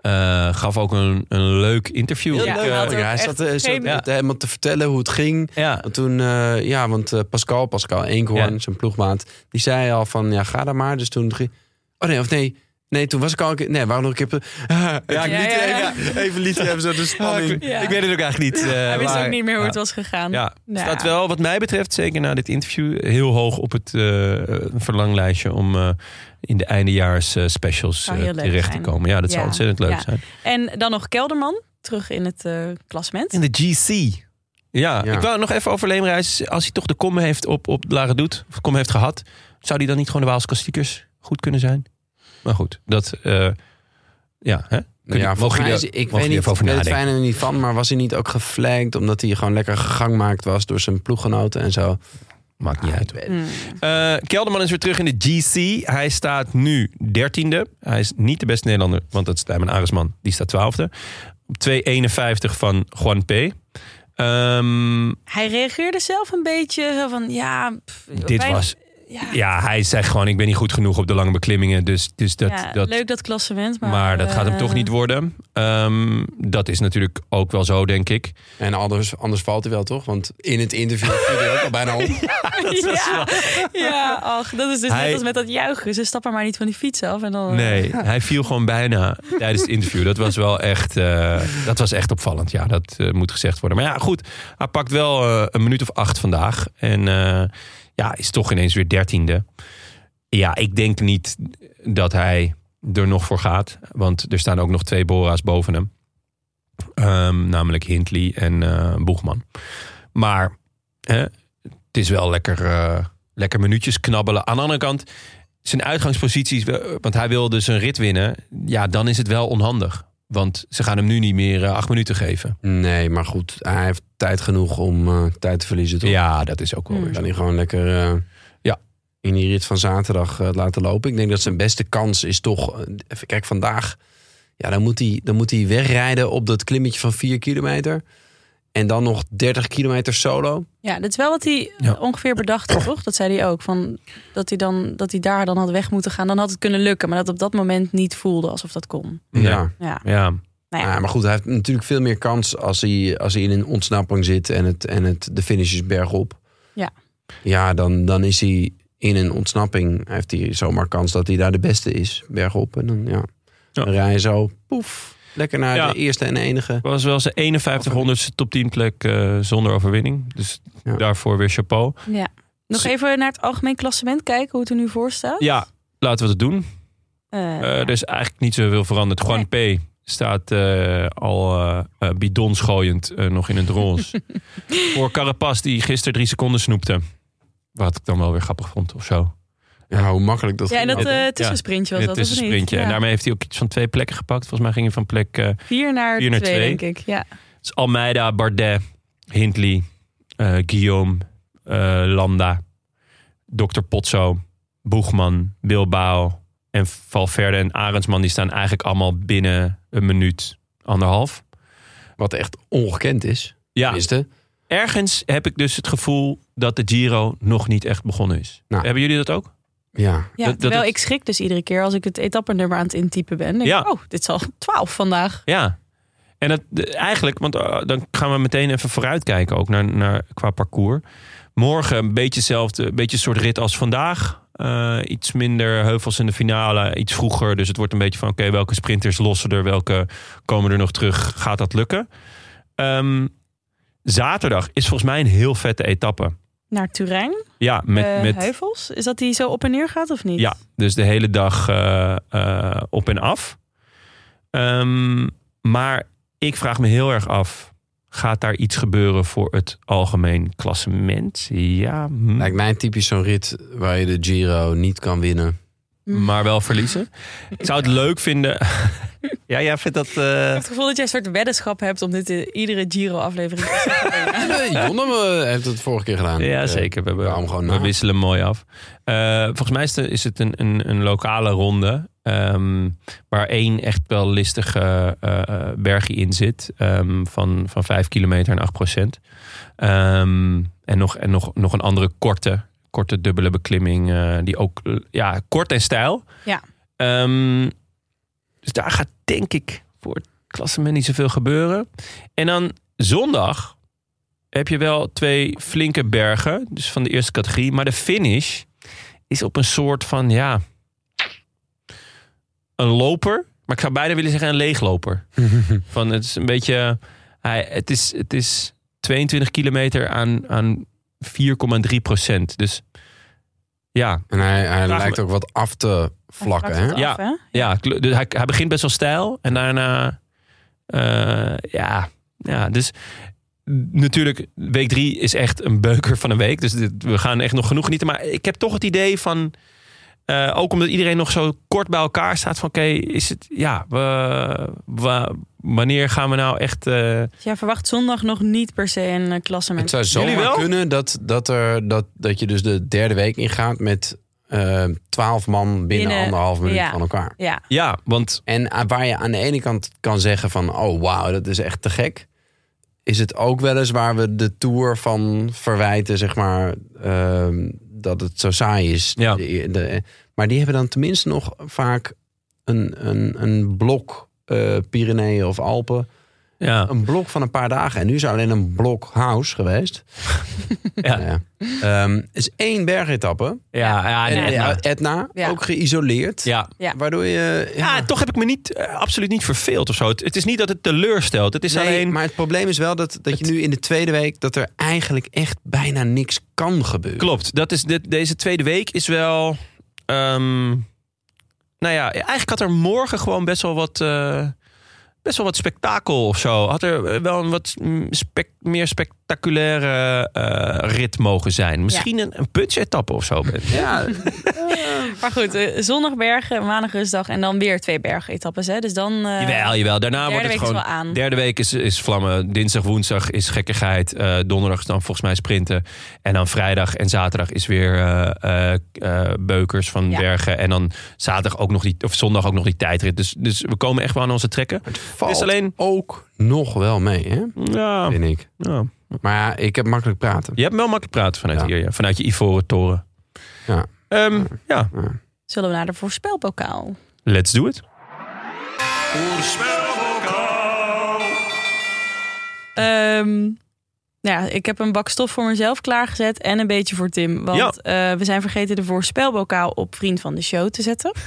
Speaker 3: Eh, gaf ook een, een leuk interview.
Speaker 2: Heel
Speaker 3: Ik,
Speaker 2: leuk
Speaker 3: eh,
Speaker 1: had
Speaker 2: eigenlijk. Hij
Speaker 1: ook
Speaker 2: zat,
Speaker 1: echt
Speaker 2: eh, zat
Speaker 1: geen-
Speaker 2: met helemaal te vertellen hoe het ging.
Speaker 3: ja,
Speaker 2: En toen, eh, ja, want eh, Pascal, Pascal Eenkhoorn,
Speaker 3: Ja.
Speaker 2: zijn ploegmaat, die zei al van, ja, ga daar maar. Dus toen ging... Oh nee, of nee. Nee, toen was ik al een keer... Nee, waarom nog een keer... ja, ik
Speaker 1: Ja,
Speaker 2: liet
Speaker 1: ja, ja.
Speaker 2: Even, even liet even zo de
Speaker 3: Ah,
Speaker 2: spanning.
Speaker 3: ik,
Speaker 1: Ja.
Speaker 3: ik weet het ook eigenlijk niet. eh,
Speaker 1: Hij wist
Speaker 3: maar-
Speaker 1: ook niet meer hoe
Speaker 3: ja.
Speaker 1: het was gegaan.
Speaker 3: Ja,
Speaker 1: Nou.
Speaker 3: staat wel wat mij betreft, zeker na dit interview, heel hoog op het eh, verlanglijstje om eh, in de eindejaars eh, specials
Speaker 1: Zou
Speaker 3: eh,
Speaker 1: heel leuk
Speaker 3: terecht
Speaker 1: zijn.
Speaker 3: te komen. Ja, dat zou
Speaker 1: Ja.
Speaker 3: ontzettend leuk
Speaker 1: Ja.
Speaker 3: zijn.
Speaker 1: En dan nog Kelderman, terug in het eh, klassement.
Speaker 3: In de GC. Ja,
Speaker 2: Ja.
Speaker 3: ik wou nog even over Leemreis. Als hij toch de kom heeft op, op Lare Doet, of kom heeft gehad, zou hij dan niet gewoon de Waalse klassiekers goed kunnen zijn? Maar goed, dat... eh, ja, hè? Kun
Speaker 2: Nou ja,
Speaker 3: je- mogen
Speaker 2: volgens mij,
Speaker 3: jullie-
Speaker 2: is- ik weet
Speaker 3: mogen jullie
Speaker 2: niet,
Speaker 3: even
Speaker 2: ik
Speaker 3: over
Speaker 2: weet het
Speaker 3: nadenken?
Speaker 2: fijne er niet van, maar was hij niet ook geflankt omdat hij gewoon lekker gemaakt was door zijn ploeggenoten en zo?
Speaker 3: Maakt niet
Speaker 2: Ah,
Speaker 3: uit.
Speaker 2: ik weet-
Speaker 1: Hmm.
Speaker 3: Eh, Kelderman is weer terug in de GC. Hij staat nu dertiende. Hij is niet de beste Nederlander, want dat is Tijmen Aresman. Die staat twaalfde. Op 2,51 van Juan P. Ehm,
Speaker 1: Hij reageerde zelf een beetje zo van, ja... pff,
Speaker 3: dit
Speaker 1: wij-
Speaker 3: was...
Speaker 1: Ja,
Speaker 3: Ja, hij zegt gewoon, ik ben niet goed genoeg op de lange beklimmingen. Dus, dus dat,
Speaker 1: ja,
Speaker 3: dat,
Speaker 1: leuk dat klassement, maar...
Speaker 3: maar, dat gaat hem
Speaker 1: eh,
Speaker 3: toch niet worden. Ehm, dat is natuurlijk ook wel zo, denk ik.
Speaker 2: En anders, anders valt hij wel, toch? Want in het interview viel hij ook al bijna om.
Speaker 1: ja, ja, ach, dat is dus
Speaker 3: Hij-
Speaker 1: net als met dat juichen. Ze stappen maar niet van die fiets af en dan... eh,
Speaker 3: Nee, hij viel gewoon bijna tijdens het interview. Dat was wel echt, eh, dat was echt opvallend. Ja, dat eh, moet gezegd worden. Maar ja, goed. Hij pakt wel eh, een minuut of acht vandaag. En eh, ja, is toch ineens weer dertiende. Ja, ik denk niet dat hij er nog voor gaat. Want er staan ook nog twee Bora's boven hem. Ehm, namelijk Hindley en eh, Boegman. Maar hè, het is wel lekker, eh, lekker minuutjes knabbelen. Aan de andere kant, zijn uitgangsposities, want hij wil dus een rit winnen. Ja, dan is het wel onhandig. Want ze gaan hem nu niet meer eh, acht minuten geven.
Speaker 2: Nee, maar goed, hij heeft tijd genoeg om eh, tijd te verliezen, toch?
Speaker 3: Ja, dat is ook wel
Speaker 1: Hmm.
Speaker 3: weer zo.
Speaker 2: Kan hij gewoon lekker eh,
Speaker 3: Ja.
Speaker 2: in die rit van zaterdag eh, laten lopen. Ik denk dat zijn beste kans is toch... eh, even kijk, vandaag... Ja, dan moet, hij, dan moet hij wegrijden op dat klimmetje van 4 kilometer. En dan nog 30 kilometer solo.
Speaker 1: Ja, dat is wel wat hij
Speaker 3: Ja.
Speaker 1: ongeveer bedacht had, toch? Dat zei hij ook. Van dat, hij dan, dat hij daar dan had weg moeten gaan. Dan had het kunnen lukken. Maar dat op dat moment niet voelde alsof dat kon.
Speaker 3: Nee.
Speaker 2: Ja.
Speaker 1: Ja,
Speaker 3: Ja,
Speaker 1: nou ja.
Speaker 2: Ah, maar goed, hij heeft natuurlijk veel meer kans als hij, als hij in een ontsnapping zit en, het, en het, de finish is bergop.
Speaker 1: Ja.
Speaker 2: Ja, dan, dan is hij in een ontsnapping. Heeft hij zomaar kans dat hij daar de beste is, bergop. En dan, ja,
Speaker 3: Ja.
Speaker 2: dan rij je zo, poef, lekker naar
Speaker 3: Ja.
Speaker 2: de eerste en enige.
Speaker 3: was wel zijn 5100ste top 10 plek eh, zonder overwinning. Dus
Speaker 2: Ja.
Speaker 3: daarvoor weer chapeau.
Speaker 1: ja. Nog even naar het algemeen klassement kijken. Hoe het er nu voor staat.
Speaker 3: Ja, laten we het doen.
Speaker 1: Eh,
Speaker 3: Eh, Er is eigenlijk niet zoveel veranderd. Juan P. staat eh, al eh eh, bidon schooiend eh, nog in het roze. Voor Carapaz die gisteren drie seconden snoepte. Wat ik dan wel weer grappig vond of zo.
Speaker 2: Ja, hoe makkelijk dat
Speaker 1: ja, en
Speaker 2: ging
Speaker 1: dat
Speaker 2: ook.
Speaker 1: eh tussensprintje was
Speaker 3: Ja,
Speaker 1: dat,
Speaker 3: het is een
Speaker 1: of niet?
Speaker 3: sprintje. En
Speaker 1: Ja.
Speaker 3: daarmee heeft hij ook iets van twee plekken gepakt. Volgens mij ging hij van plek eh,
Speaker 1: Vier naar,
Speaker 3: Vier naar
Speaker 1: twee,
Speaker 3: twee.
Speaker 1: denk ik. Ja.
Speaker 3: dus Almeida, Bardet, Hindley, eh, Guillaume, eh, Landa, Dr. Potso, Boegman, Bilbao en Valverde en Arendsman. Die staan eigenlijk allemaal binnen een minuut, anderhalf.
Speaker 2: Wat echt ongekend is.
Speaker 3: Ja,
Speaker 2: Tenminste,
Speaker 3: ergens heb ik dus het gevoel dat de Giro nog niet echt begonnen is.
Speaker 2: Nou.
Speaker 3: Hebben jullie dat ook?
Speaker 2: ja.
Speaker 1: Ja,
Speaker 3: Dat- dat
Speaker 1: terwijl
Speaker 3: het-
Speaker 1: ik schrik dus iedere keer als ik het etappennummer aan het intypen ben. Denk ik,
Speaker 3: Ja.
Speaker 1: oh, dit is al twaalf vandaag.
Speaker 3: Ja. En dat, de- eigenlijk, want eh, dan gaan we meteen even vooruitkijken ook naar, naar, qua parcours. Morgen een beetje hetzelfde, een beetje een soort rit als vandaag. Eh, iets minder heuvels in de finale, iets vroeger. Dus het wordt een beetje van, oké, welke sprinters lossen er? Welke komen er nog terug? Gaat dat lukken? Ehm, zaterdag is volgens mij een heel vette etappe.
Speaker 1: Naar Turijn,
Speaker 3: Ja, met,
Speaker 1: eh,
Speaker 3: met,
Speaker 1: heuvels. Is dat die zo op en neer gaat of niet?
Speaker 3: ja, dus de hele dag eh, eh, op en af. Ehm, maar ik vraag me heel erg af: Gaat daar iets gebeuren voor het algemeen klassement? Ja, hm.
Speaker 2: Lijkt mij typisch zo'n rit waar je de Giro niet kan winnen.
Speaker 1: Hm.
Speaker 3: maar wel verliezen. Ik zou het leuk vinden. ja, jij vindt dat. eh,
Speaker 1: Ik heb het gevoel dat jij een soort weddenschap hebt om dit in iedere Giro-aflevering te zeggen.
Speaker 2: Nee, Jonne eh, heeft het vorige keer gedaan.
Speaker 3: Ja,
Speaker 2: Eh,
Speaker 3: zeker. We, hebben-
Speaker 2: hou hem gewoon
Speaker 3: we
Speaker 2: na.
Speaker 3: wisselen mooi af. Eh, volgens mij is het, is het een, een, een lokale ronde. ehm, waar één echt wel listige eh, eh, bergje in zit. ehm, van, van 5 kilometer en 8 procent. Ehm, en nog, en nog, nog een andere korte, korte dubbele beklimming. eh, die ook eh, ja, kort en stijl.
Speaker 1: Ja.
Speaker 3: Ehm, dus daar gaat denk ik voor het klassement niet zoveel gebeuren. En dan zondag heb je wel twee flinke bergen. Dus van de eerste categorie. Maar de finish is op een soort van, ja... Een loper. Maar ik zou bijna willen zeggen een leegloper. van, het is een beetje... Hij, het, is, het is 22 kilometer aan, aan 4,3 procent. Dus ja,
Speaker 2: En hij, hij
Speaker 3: Vraag
Speaker 2: lijkt
Speaker 3: me-
Speaker 2: ook wat af te vlakken. Hè?
Speaker 3: Ja. Ja, kle- dus hij, hij begint best wel stijl. En daarna... eh, ja, ja, dus natuurlijk, week drie is echt een beuker van een week. Dus dit- we gaan echt nog genoeg genieten. Maar ik heb toch het idee van... eh, ook omdat iedereen nog zo kort bij elkaar staat van... Oké, is het... Ja, we, we- wanneer gaan we nou echt... eh,
Speaker 1: Dus jij verwacht zondag nog niet per se een eh, klassement.
Speaker 2: Het zou
Speaker 3: Jullie
Speaker 2: zomaar
Speaker 3: wel?
Speaker 2: kunnen dat, dat, er, dat, dat je dus de derde week ingaat met eh, twaalf man binnen,
Speaker 1: Binnen-
Speaker 2: anderhalf minuut
Speaker 1: ja.
Speaker 2: van elkaar.
Speaker 1: Ja,
Speaker 3: ja, want
Speaker 2: En ah, waar je aan de ene kant kan zeggen van, oh wauw, dat is echt te gek. Is het ook wel eens waar we de Tour van verwijten, zeg maar, ehm, dat het zo saai is.
Speaker 3: Ja.
Speaker 2: De- de- maar die hebben dan tenminste nog vaak een, een, een blok eh Pyreneeën of Alpen.
Speaker 3: ja,
Speaker 2: Een blok van een paar dagen. En nu is er alleen een blok house geweest.
Speaker 3: Ja.
Speaker 2: Nou ja. Ehm, het is één bergetappe.
Speaker 3: ja, ja,
Speaker 2: En
Speaker 3: en- en-
Speaker 2: Etna, Etna
Speaker 1: Ja.
Speaker 2: ook geïsoleerd.
Speaker 3: ja.
Speaker 1: Ja.
Speaker 2: Waardoor je...
Speaker 3: Ja, toch heb ik me niet, eh, absoluut niet verveeld of zo. Het, het is niet dat het teleurstelt. Het is
Speaker 2: Nee,
Speaker 3: alleen...
Speaker 2: maar het probleem is wel dat, dat je nu in de tweede week... dat er eigenlijk echt bijna niks kan gebeuren.
Speaker 3: Klopt. Dat is dit, deze tweede week is wel. ehm, nou ja, eigenlijk had er morgen gewoon best wel wat. eh, best wel wat spektakel of zo. Had er eh, wel een wat mm, spec- meer spectaculaire eh, rit mogen zijn. Misschien een, een punch-etappe of zo.
Speaker 2: Ja,
Speaker 1: maar goed, eh, zondag bergen, maandag rustdag en dan weer twee bergetappes. Hè? Dus dan... eh,
Speaker 3: jawel, jawel. Daarna
Speaker 1: derde
Speaker 3: wordt het
Speaker 1: week is
Speaker 3: gewoon.
Speaker 1: wel aan.
Speaker 3: Derde week is, is vlammen. Dinsdag, woensdag is gekkigheid. Eh, donderdag is dan volgens mij sprinten. En dan vrijdag en zaterdag is weer eh, eh, eh, beukers van
Speaker 1: Ja.
Speaker 3: bergen. En dan zaterdag ook nog die, of zondag ook nog die tijdrit. Dus, dus we komen echt wel aan onze trekken.
Speaker 2: het valt
Speaker 3: Is alleen- Nou.
Speaker 2: ook nog wel mee, hè?
Speaker 3: Ja,
Speaker 2: Vind ik.
Speaker 3: ja.
Speaker 2: Maar ja, ik heb makkelijk praten.
Speaker 3: Je hebt wel makkelijk praten vanuit
Speaker 2: Ja.
Speaker 3: hier. Ja. Vanuit je ivoren toren.
Speaker 2: Ja.
Speaker 3: Ehm, ja,
Speaker 1: Zullen we naar de voorspelbokaal?
Speaker 3: let's do it.
Speaker 1: Ehm, nou ja, ik heb een bak stof voor mezelf klaargezet en een beetje voor Tim. Want eh, we zijn vergeten de voorspelbokaal op Vriend van de Show te zetten.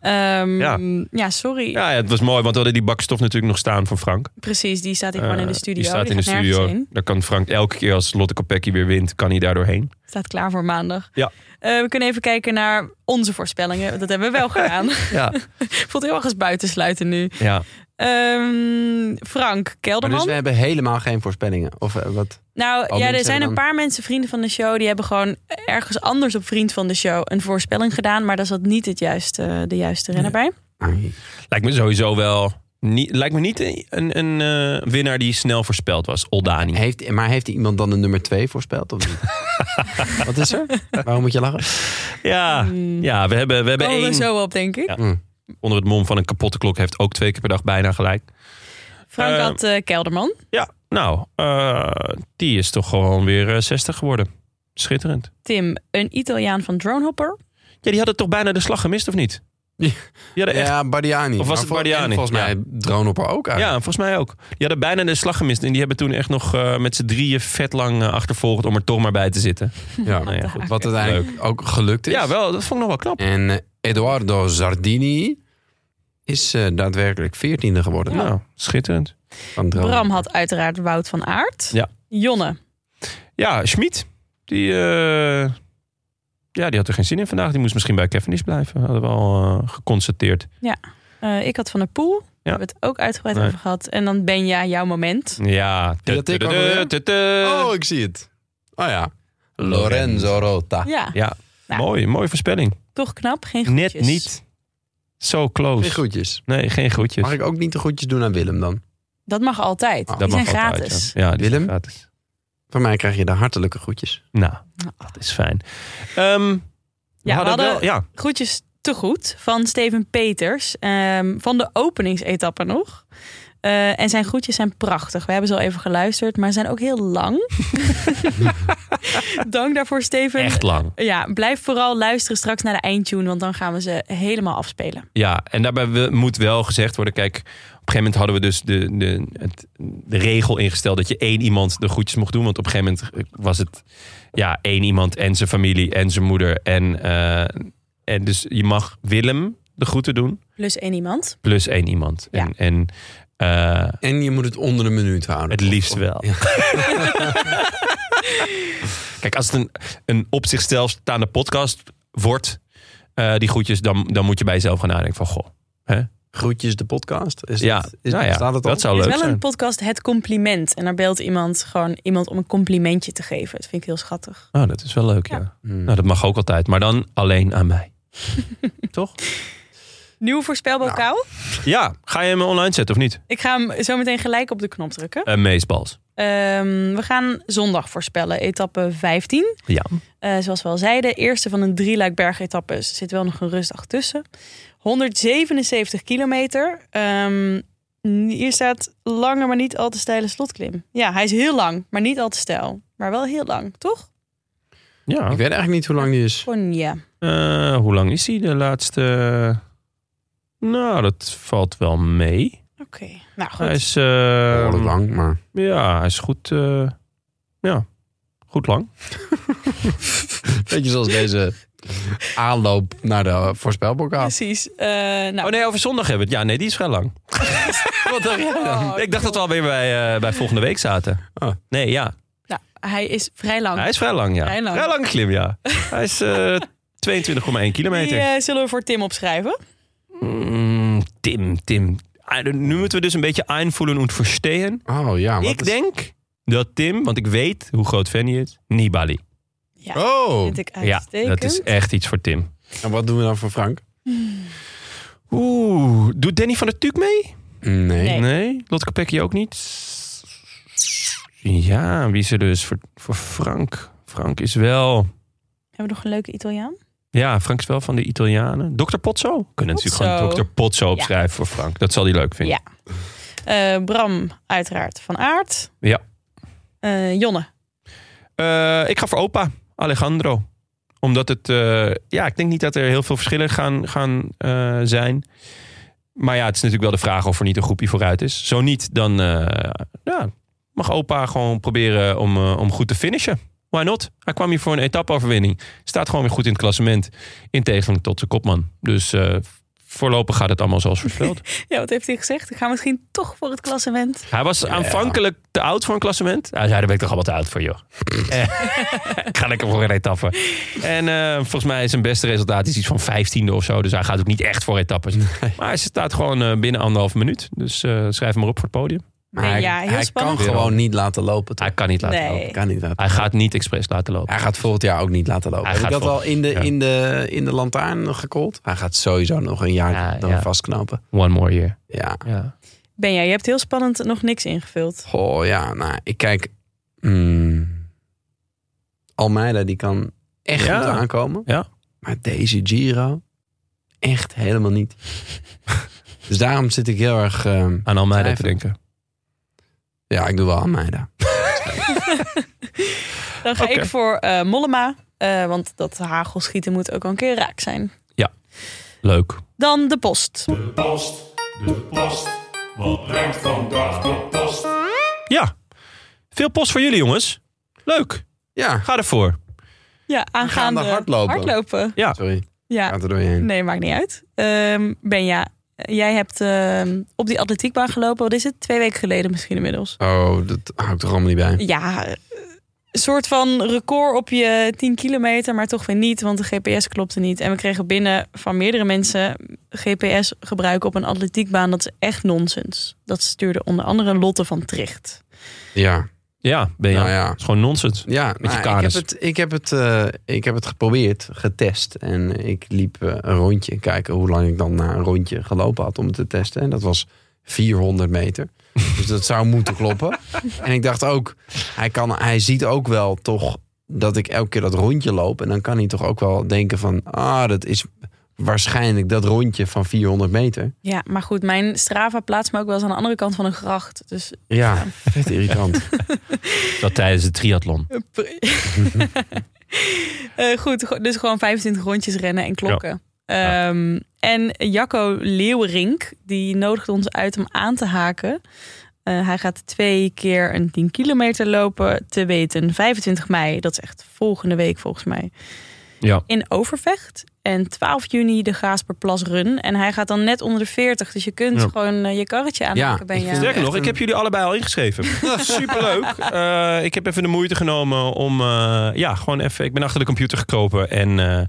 Speaker 1: Ehm,
Speaker 3: Ja.
Speaker 1: ja. sorry.
Speaker 3: Ja, ja, het was mooi, want we hadden die bakstof natuurlijk nog staan van Frank.
Speaker 1: Precies, die staat hier gewoon in de
Speaker 3: Eh,
Speaker 1: studio.
Speaker 3: Die staat in de
Speaker 1: gaat nergens
Speaker 3: studio.
Speaker 1: heen.
Speaker 3: Daar kan Frank elke keer als Lotte Kopecky weer wint, kan hij daar doorheen.
Speaker 1: Staat klaar voor maandag.
Speaker 3: Ja.
Speaker 1: Eh, we kunnen even kijken naar onze voorspellingen. Dat hebben we wel gedaan.
Speaker 3: Ja.
Speaker 1: Voelt heel erg als buitensluiten nu.
Speaker 3: ja.
Speaker 1: Ehm, Frank
Speaker 2: Maar dus
Speaker 1: Kelderman.
Speaker 2: we hebben helemaal geen voorspellingen. Of eh, wat?
Speaker 1: Nou ja,
Speaker 2: mensen
Speaker 1: er zijn
Speaker 2: dan-
Speaker 1: een paar mensen, vrienden van de show, die hebben gewoon ergens anders op Vriend van de Show een voorspelling gedaan. Maar daar zat niet het juiste, eh, de juiste renner bij.
Speaker 2: Ah,
Speaker 3: Lijkt me sowieso wel. Niet, lijkt me niet een, een, eh, winnaar die snel voorspeld was. Oldani.
Speaker 2: Heeft, maar heeft iemand dan de nummer 2 voorspeld? Of niet? Wat is er? Waarom moet je lachen?
Speaker 3: Ja, ja we hebben, we hebben
Speaker 1: Komen we
Speaker 3: één.
Speaker 1: Oh, zo op, denk ik.
Speaker 3: Ja.
Speaker 2: Hm.
Speaker 3: Onder het mom van een kapotte klok heeft ook twee keer per dag bijna gelijk.
Speaker 1: Frank
Speaker 3: Eh,
Speaker 1: had eh, Kelderman.
Speaker 3: Ja, nou, eh, die is toch gewoon weer eh, 60 geworden. Schitterend.
Speaker 1: Tim, een Italiaan van Dronehopper.
Speaker 3: Ja, die hadden toch bijna de slag gemist, of niet?
Speaker 2: Ja.
Speaker 3: Ja, echt.
Speaker 2: Ja, Bardiani.
Speaker 3: Of was
Speaker 2: Maar
Speaker 3: het
Speaker 2: vol- en
Speaker 3: Bardiani?
Speaker 2: Volgens mij
Speaker 3: Ja.
Speaker 2: drone op haar ook uit.
Speaker 3: Ja, volgens mij ook. Die hadden bijna de slag gemist. En die hebben toen echt nog eh, met z'n drieën vet lang eh, achtervolgd om er toch maar bij te zitten.
Speaker 2: Ja.
Speaker 3: Nou ja, goed.
Speaker 2: Wat uiteindelijk ook gelukt is.
Speaker 3: Ja, wel, dat vond ik nog wel knap.
Speaker 2: En eh, Eduardo Zardini is eh, daadwerkelijk veertiende geworden.
Speaker 3: Nou, schitterend.
Speaker 2: Van drone.
Speaker 1: Bram had uiteraard Wout van Aert.
Speaker 3: Ja.
Speaker 1: Jonne.
Speaker 3: Ja, Schmid. Die, eh, ja, die had er geen zin in vandaag. Die moest misschien bij Kevin blijven. Hadden we al eh, geconstateerd.
Speaker 1: Eh, ik had Van der Poel. We hebben het ook uitgebreid
Speaker 3: Nee.
Speaker 1: over gehad. En dan ben jij jouw moment.
Speaker 3: Ja.
Speaker 2: dat ik alweer?
Speaker 3: Tududu.
Speaker 2: Oh, ik zie het. Oh ja. Lorenzo Rota.
Speaker 1: Ja,
Speaker 3: Ja,
Speaker 1: Nou.
Speaker 3: mooi. Mooie voorspelling.
Speaker 1: toch knap. Geen groetjes.
Speaker 3: Net niet. Zo close.
Speaker 2: Geen groetjes.
Speaker 3: Nee, geen groetjes.
Speaker 2: Mag ik ook niet de groetjes doen aan Willem dan?
Speaker 1: Dat mag altijd.
Speaker 2: Ah,
Speaker 1: Die zijn
Speaker 3: altijd,
Speaker 1: gratis.
Speaker 3: ja. Ja, die zijn
Speaker 2: Willem?
Speaker 3: gratis.
Speaker 2: Van mij krijg je de hartelijke groetjes.
Speaker 3: Nou, dat is fijn. Ehm, we
Speaker 1: we hadden-
Speaker 3: wel- ja,
Speaker 1: Groetjes te goed van Steven Peters. ehm, van de openingsetappe nog. Eh, en zijn groetjes zijn prachtig. We hebben ze al even geluisterd, maar ze zijn ook heel lang. Dank daarvoor, Steven.
Speaker 3: echt lang.
Speaker 1: Ja, blijf vooral luisteren straks naar de eindtune, want dan gaan we ze helemaal afspelen.
Speaker 3: Ja, en daarbij wil- moet wel gezegd worden: kijk, op een gegeven moment hadden we dus de, de, het, de regel ingesteld dat je één iemand de groetjes mocht doen. Want op een gegeven moment eh, was het ja, één iemand en zijn familie en zijn moeder. En, eh, en dus je mag Willem de groeten doen,
Speaker 1: Plus één iemand.
Speaker 3: plus één iemand.
Speaker 1: Ja.
Speaker 3: En, en eh,
Speaker 2: En je moet het onder een minuut houden.
Speaker 3: het liefst wel.
Speaker 2: Ja.
Speaker 3: Kijk, als het een, een op zichzelf staande podcast wordt, eh, die groetjes, dan, dan moet je bij jezelf gaan nadenken van goh.
Speaker 2: Groetjes de podcast. Is
Speaker 3: Ja,
Speaker 2: dat, is,
Speaker 3: nou ja,
Speaker 2: staat het al?
Speaker 3: dat zou
Speaker 1: Er is
Speaker 3: leuk
Speaker 1: wel
Speaker 3: zijn.
Speaker 1: een podcast Het Compliment. En daar belt iemand gewoon iemand om een complimentje te geven. Dat vind ik heel schattig.
Speaker 3: Oh, dat is wel leuk, ja.
Speaker 2: Hmm.
Speaker 3: Nou, dat mag ook altijd, maar dan alleen aan mij. Toch?
Speaker 1: Nieuw voorspelbokaal.
Speaker 3: Nou. Ja, ga je hem online zetten of niet?
Speaker 1: Ik ga hem zo meteen gelijk op de knop drukken.
Speaker 3: Eh meesbals.
Speaker 1: Ehm, we gaan zondag voorspellen, etappe 15.
Speaker 3: Ja.
Speaker 1: Eh, zoals we al zeiden, eerste van een drieluik bergetappes. Er zit wel nog een rustdag tussen. 177 kilometer. Ehm, hier staat lange, maar niet al te steile slotklim. Ja, hij is heel lang, maar niet al te steil. Maar wel heel lang, toch?
Speaker 3: ja.
Speaker 2: Ik weet eigenlijk niet hoe lang die is.
Speaker 1: Gewoon ja.
Speaker 3: Eh, hoe lang is hij de laatste? Nou, dat valt wel mee.
Speaker 1: Oké, nou goed.
Speaker 3: Hij is, eh,
Speaker 2: Behoorlijk lang, maar...
Speaker 3: Ja, hij is goed. eh, ja, goed lang.
Speaker 2: Beetje zoals deze aanloop naar de voorspelbokaal.
Speaker 1: Precies. Eh, nou,
Speaker 3: Oh nee, over zondag hebben we het. Ja, nee, die is vrij lang. Wat dacht jij dan?
Speaker 1: Oh,
Speaker 3: ik dacht dat we alweer bij, eh, bij volgende week zaten.
Speaker 2: Oh.
Speaker 3: Nee, ja.
Speaker 1: nou, hij is vrij lang.
Speaker 3: Hij is vrij lang, ja.
Speaker 1: Vrij lang.
Speaker 3: klim, ja. Hij is eh 22,1 kilometer.
Speaker 1: Die eh, zullen we voor Tim opschrijven.
Speaker 3: Mm, Tim, Tim. Ah, Nu moeten we dus een beetje aanvoelen en verstehen.
Speaker 2: Oh ja, wat
Speaker 3: ik
Speaker 2: is-
Speaker 3: denk dat Tim, want ik weet hoe groot fan hij is, Nibali.
Speaker 1: Ja,
Speaker 2: Oh,
Speaker 1: vind ik
Speaker 3: Ja,
Speaker 1: uitstekend.
Speaker 3: dat is echt iets voor Tim.
Speaker 2: en wat doen we dan voor Frank?
Speaker 3: Oeh, doet Danny van der Tuuk mee?
Speaker 2: Nee.
Speaker 1: Nee.
Speaker 3: Nee, Lotke Pekkie ook niet. Ja, wie is er dus voor, voor Frank? Frank is wel...
Speaker 1: Hebben we nog een leuke Italiaan?
Speaker 3: Ja, Frank is wel van de Italianen. Dr. Pozzo? We kunnen natuurlijk
Speaker 1: Pozzo.
Speaker 3: gewoon Dr. Pozzo opschrijven voor Frank. Dat zal hij leuk vinden.
Speaker 1: Ja. Eh, Bram, uiteraard, van aard.
Speaker 3: Ja.
Speaker 1: Eh, Jonne.
Speaker 3: Eh, ik ga voor opa, Alejandro. Omdat het, eh, ja, ik denk niet dat er heel veel verschillen gaan, gaan eh, zijn. Maar ja, het is natuurlijk wel de vraag of er niet een groepje vooruit is. Zo niet, dan eh, ja, mag opa gewoon proberen om, eh, om goed te finishen. Why not? Hij kwam hier voor een etappeoverwinning. Staat gewoon weer goed in het klassement. In tegenstelling tot zijn kopman. Dus eh, voorlopig gaat het allemaal zoals voorspeld.
Speaker 1: Ja, wat heeft hij gezegd? Ik ga misschien toch voor het klassement.
Speaker 3: Hij was aanvankelijk te oud voor een klassement. Hij zei, daar ben ik toch allemaal te oud voor, joh. Eh, ik ga lekker voor een etappe. En eh, volgens mij is zijn beste resultaat is iets van 15e of zo. Dus hij gaat ook niet echt voor etappes. Maar hij staat gewoon eh, binnen anderhalf minuut. Dus eh, schrijf hem maar op voor het podium.
Speaker 2: Maar hij,
Speaker 1: ja, heel
Speaker 2: hij kan
Speaker 1: spannend.
Speaker 2: gewoon niet laten lopen. toch?
Speaker 3: Hij kan niet laten
Speaker 1: Nee.
Speaker 3: lopen.
Speaker 2: Kan niet laten
Speaker 3: Hij gaat niet expres laten lopen.
Speaker 2: Hij gaat volgend jaar ook niet laten lopen.
Speaker 3: Hij
Speaker 2: Heb ik
Speaker 3: gaat
Speaker 2: dat al
Speaker 3: volgend-
Speaker 2: in de,
Speaker 3: ja.
Speaker 2: in, de, in de lantaarn gekoold? Hij gaat sowieso nog een jaar
Speaker 3: Ja,
Speaker 2: dan
Speaker 3: ja.
Speaker 2: vastknopen.
Speaker 3: One more year.
Speaker 2: Ja.
Speaker 3: Ja.
Speaker 1: Ben jij, je hebt heel spannend nog niks ingevuld.
Speaker 2: Goh, ja. Nou, ik kijk... Hmm. Almeida, die kan echt
Speaker 3: Ja.
Speaker 2: goed aankomen.
Speaker 3: Ja.
Speaker 2: Maar deze Giro, echt helemaal niet. dus daarom zit ik heel erg... ehm,
Speaker 3: Aan Almeida te
Speaker 2: Twijfel.
Speaker 3: denken.
Speaker 2: ja, ik doe wel Almeida.
Speaker 1: Dan ga
Speaker 3: Oké.
Speaker 1: ik voor eh, Mollema. eh, want dat hagelschieten moet ook al een keer raak zijn.
Speaker 3: Leuk.
Speaker 1: Dan de post.
Speaker 4: post, de post. Wat brengt vandaag de post?
Speaker 3: Ja. Veel post voor jullie, jongens. Leuk.
Speaker 2: Ja,
Speaker 3: Ga ervoor.
Speaker 1: Ja, aangaande
Speaker 2: hardlopen.
Speaker 1: hardlopen.
Speaker 2: sorry.
Speaker 1: Ja,
Speaker 2: Gaat er doorheen.
Speaker 1: nee, maakt niet uit. Ehm Benja, jij hebt ehm, op die atletiekbaan gelopen. Wat is het? Twee weken geleden misschien inmiddels.
Speaker 2: Oh, dat hou ik toch allemaal niet bij.
Speaker 1: Ja, eh, een soort van record op je 10 kilometer, maar toch weer niet, want de GPS klopte niet. En we kregen binnen van meerdere mensen GPS gebruiken op een atletiekbaan. Dat is echt nonsens. Dat stuurde onder andere Lotte van Tricht.
Speaker 2: Ja,
Speaker 3: Ja, ben je.
Speaker 2: nou ja.
Speaker 3: Het is gewoon nonsens.
Speaker 2: Ja,
Speaker 3: je
Speaker 2: nou, ik, heb
Speaker 3: kaders.
Speaker 2: het, ik, heb het, eh, ik heb het geprobeerd, getest. En ik liep eh, een rondje, kijken hoe lang ik dan na een rondje gelopen had om het te testen. En dat was 400 meter. Dus dat zou moeten kloppen. En ik dacht ook, hij, kan, hij ziet ook wel toch dat ik elke keer dat rondje loop. En dan kan hij toch ook wel denken van, ah, dat is waarschijnlijk dat rondje van 400 meter.
Speaker 1: Ja, maar goed, mijn Strava plaatst me ook wel eens aan de andere kant van een gracht. Dus
Speaker 2: Ja, vet irritant.
Speaker 3: Dat tijdens de triathlon.
Speaker 1: Eh, goed, go- dus gewoon 25 rondjes rennen en klokken. Ehm, En Jacco Leeuwerink, die nodigde ons uit om aan te haken. Eh, hij gaat twee keer een 10 kilometer lopen, te weten 25 mei, dat is echt volgende week volgens mij,
Speaker 3: Ja.
Speaker 1: in Overvecht. En 12 juni de Gaasperplas Run. En hij gaat dan net onder de 40, dus je kunt
Speaker 3: Ja.
Speaker 1: gewoon eh, je karretje aanhaken
Speaker 2: Ja,
Speaker 1: ben
Speaker 2: ik
Speaker 1: je.
Speaker 2: vind het
Speaker 3: Sterker nog,
Speaker 2: echt
Speaker 3: ik
Speaker 2: een-
Speaker 3: heb jullie allebei al ingeschreven. Superleuk. Eh, ik heb even de moeite genomen om... eh, ja, gewoon even... Ik ben achter de computer gekropen en... eh,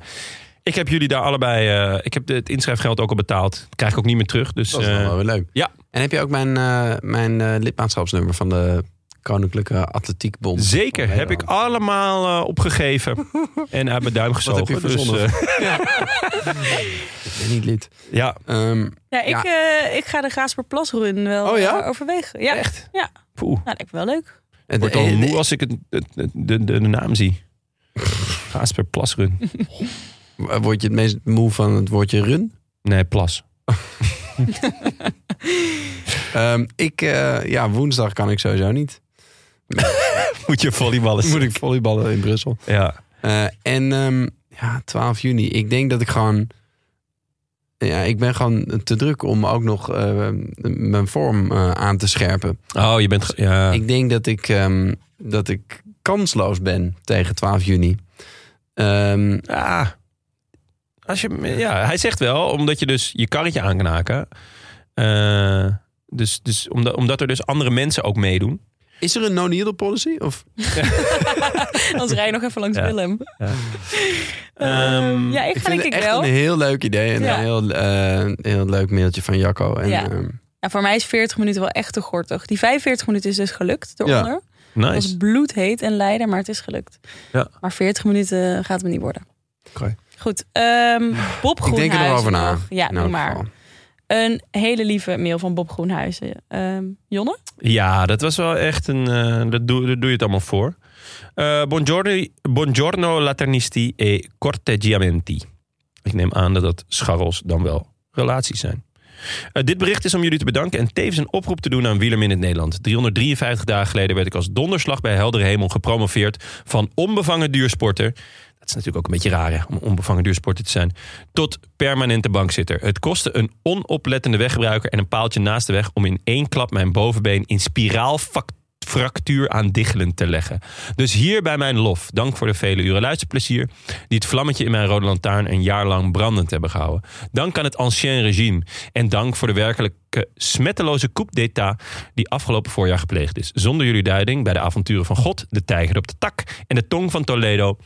Speaker 3: ik heb jullie daar allebei... eh, ik heb de- het inschrijfgeld ook al betaald. Dat krijg ik ook niet meer terug. Dus
Speaker 2: Dat is dan
Speaker 3: eh,
Speaker 2: wel weer leuk.
Speaker 3: ja.
Speaker 2: En heb je ook mijn, eh, mijn eh, lidmaatschapsnummer van de Koninklijke Atletiekbond?
Speaker 3: zeker
Speaker 2: Van
Speaker 3: heb ik
Speaker 2: Nederland?
Speaker 3: allemaal eh, opgegeven. en uit mijn duim gezogen.
Speaker 2: heb je
Speaker 3: Dus,
Speaker 2: verzonnen?
Speaker 3: eh,
Speaker 2: Ik ben niet lid.
Speaker 3: ja,
Speaker 2: Ehm,
Speaker 1: Ja, ik, eh, ik ga de Gaasperplas Run wel
Speaker 2: Oh ja?
Speaker 1: eh, overwegen. Ja, nou,
Speaker 3: echt.
Speaker 1: Ja.
Speaker 3: Poeh.
Speaker 1: dat lijkt me wel leuk.
Speaker 2: het-
Speaker 3: Wordt al
Speaker 2: eh,
Speaker 3: moe als ik het, het- het- de, de, de naam zie. Gaasper Plasrun.
Speaker 2: eh, Word je het meest moe van het woordje run?
Speaker 3: Nee, Plas.
Speaker 2: Ehm, ik, eh, ja, woensdag kan ik sowieso niet.
Speaker 3: Moet je volleyballen
Speaker 2: Moet ik volleyballen in Brussel.
Speaker 3: Ja.
Speaker 2: Eh, en ehm, ja, 12 juni. Ik denk dat ik gewoon... Ja, ik ben gewoon te druk om ook nog eh, mijn vorm eh, aan te scherpen.
Speaker 3: Oh, je bent... ge- Ja.
Speaker 2: Ik denk dat ik, ehm, dat ik kansloos ben tegen 12 juni. Ehm,
Speaker 3: Ja. Ah. Als je, ja, hij zegt wel, omdat je dus je karretje aan kan haken. Eh, dus dus omdat, omdat er dus andere mensen ook meedoen.
Speaker 2: is er een no-needle policy? Of?
Speaker 1: Anders rij je nog even langs
Speaker 3: Ja.
Speaker 1: Willem.
Speaker 3: Ehm,
Speaker 1: ja, ik ga
Speaker 2: vind
Speaker 1: denk
Speaker 2: het
Speaker 1: ik
Speaker 2: echt
Speaker 1: wel.
Speaker 2: een heel leuk idee. En
Speaker 1: Ja.
Speaker 2: een heel, eh, heel leuk mailtje van Jacco. En,
Speaker 1: Ja.
Speaker 2: ehm,
Speaker 1: Ja, voor mij is 40 minuten wel echt te gortig. Die 45 minuten is dus gelukt eronder. Het was
Speaker 3: Nice.
Speaker 1: bloedheet en lijden, maar het is gelukt.
Speaker 3: Ja.
Speaker 1: Maar 40 minuten gaat het me niet worden.
Speaker 3: Oké.
Speaker 1: Goed, ehm, Bob
Speaker 2: ik denk
Speaker 1: Groenhuizen.
Speaker 2: er nog over na.
Speaker 1: nog. Ja,
Speaker 2: in
Speaker 1: doe
Speaker 2: elk
Speaker 1: maar.
Speaker 2: geval.
Speaker 1: Een hele lieve mail van Bob Groenhuizen. Ehm, Jonne?
Speaker 3: Ja, dat was wel echt een... eh dat, doe, dat doe je het allemaal voor. Eh buongiorno, buongiorno laternisti e corteggiamenti. Ik neem aan dat dat scharrels dan wel relaties zijn. Eh, dit bericht is om jullie te bedanken en tevens een oproep te doen aan Wielerm in het Nederland. 353 dagen geleden werd ik als donderslag bij heldere hemel gepromoveerd van onbevangen duursporter. Dat is natuurlijk ook een beetje raar hè, om onbevangen duursporter te zijn. Tot permanente bankzitter. Het kostte een onoplettende weggebruiker en een paaltje naast de weg om in één klap mijn bovenbeen in spiraalfractuur aan diggelen te leggen. Dus hier bij mijn lof. Dank voor de vele uren luisterplezier die het vlammetje in mijn rode lantaarn een jaar lang brandend hebben gehouden. Dank aan het ancien regime en dank voor de werkelijke smetteloze coup d'état die afgelopen voorjaar gepleegd is. Zonder jullie duiding bij de avonturen van God, de tijger op de tak en de tong van Toledo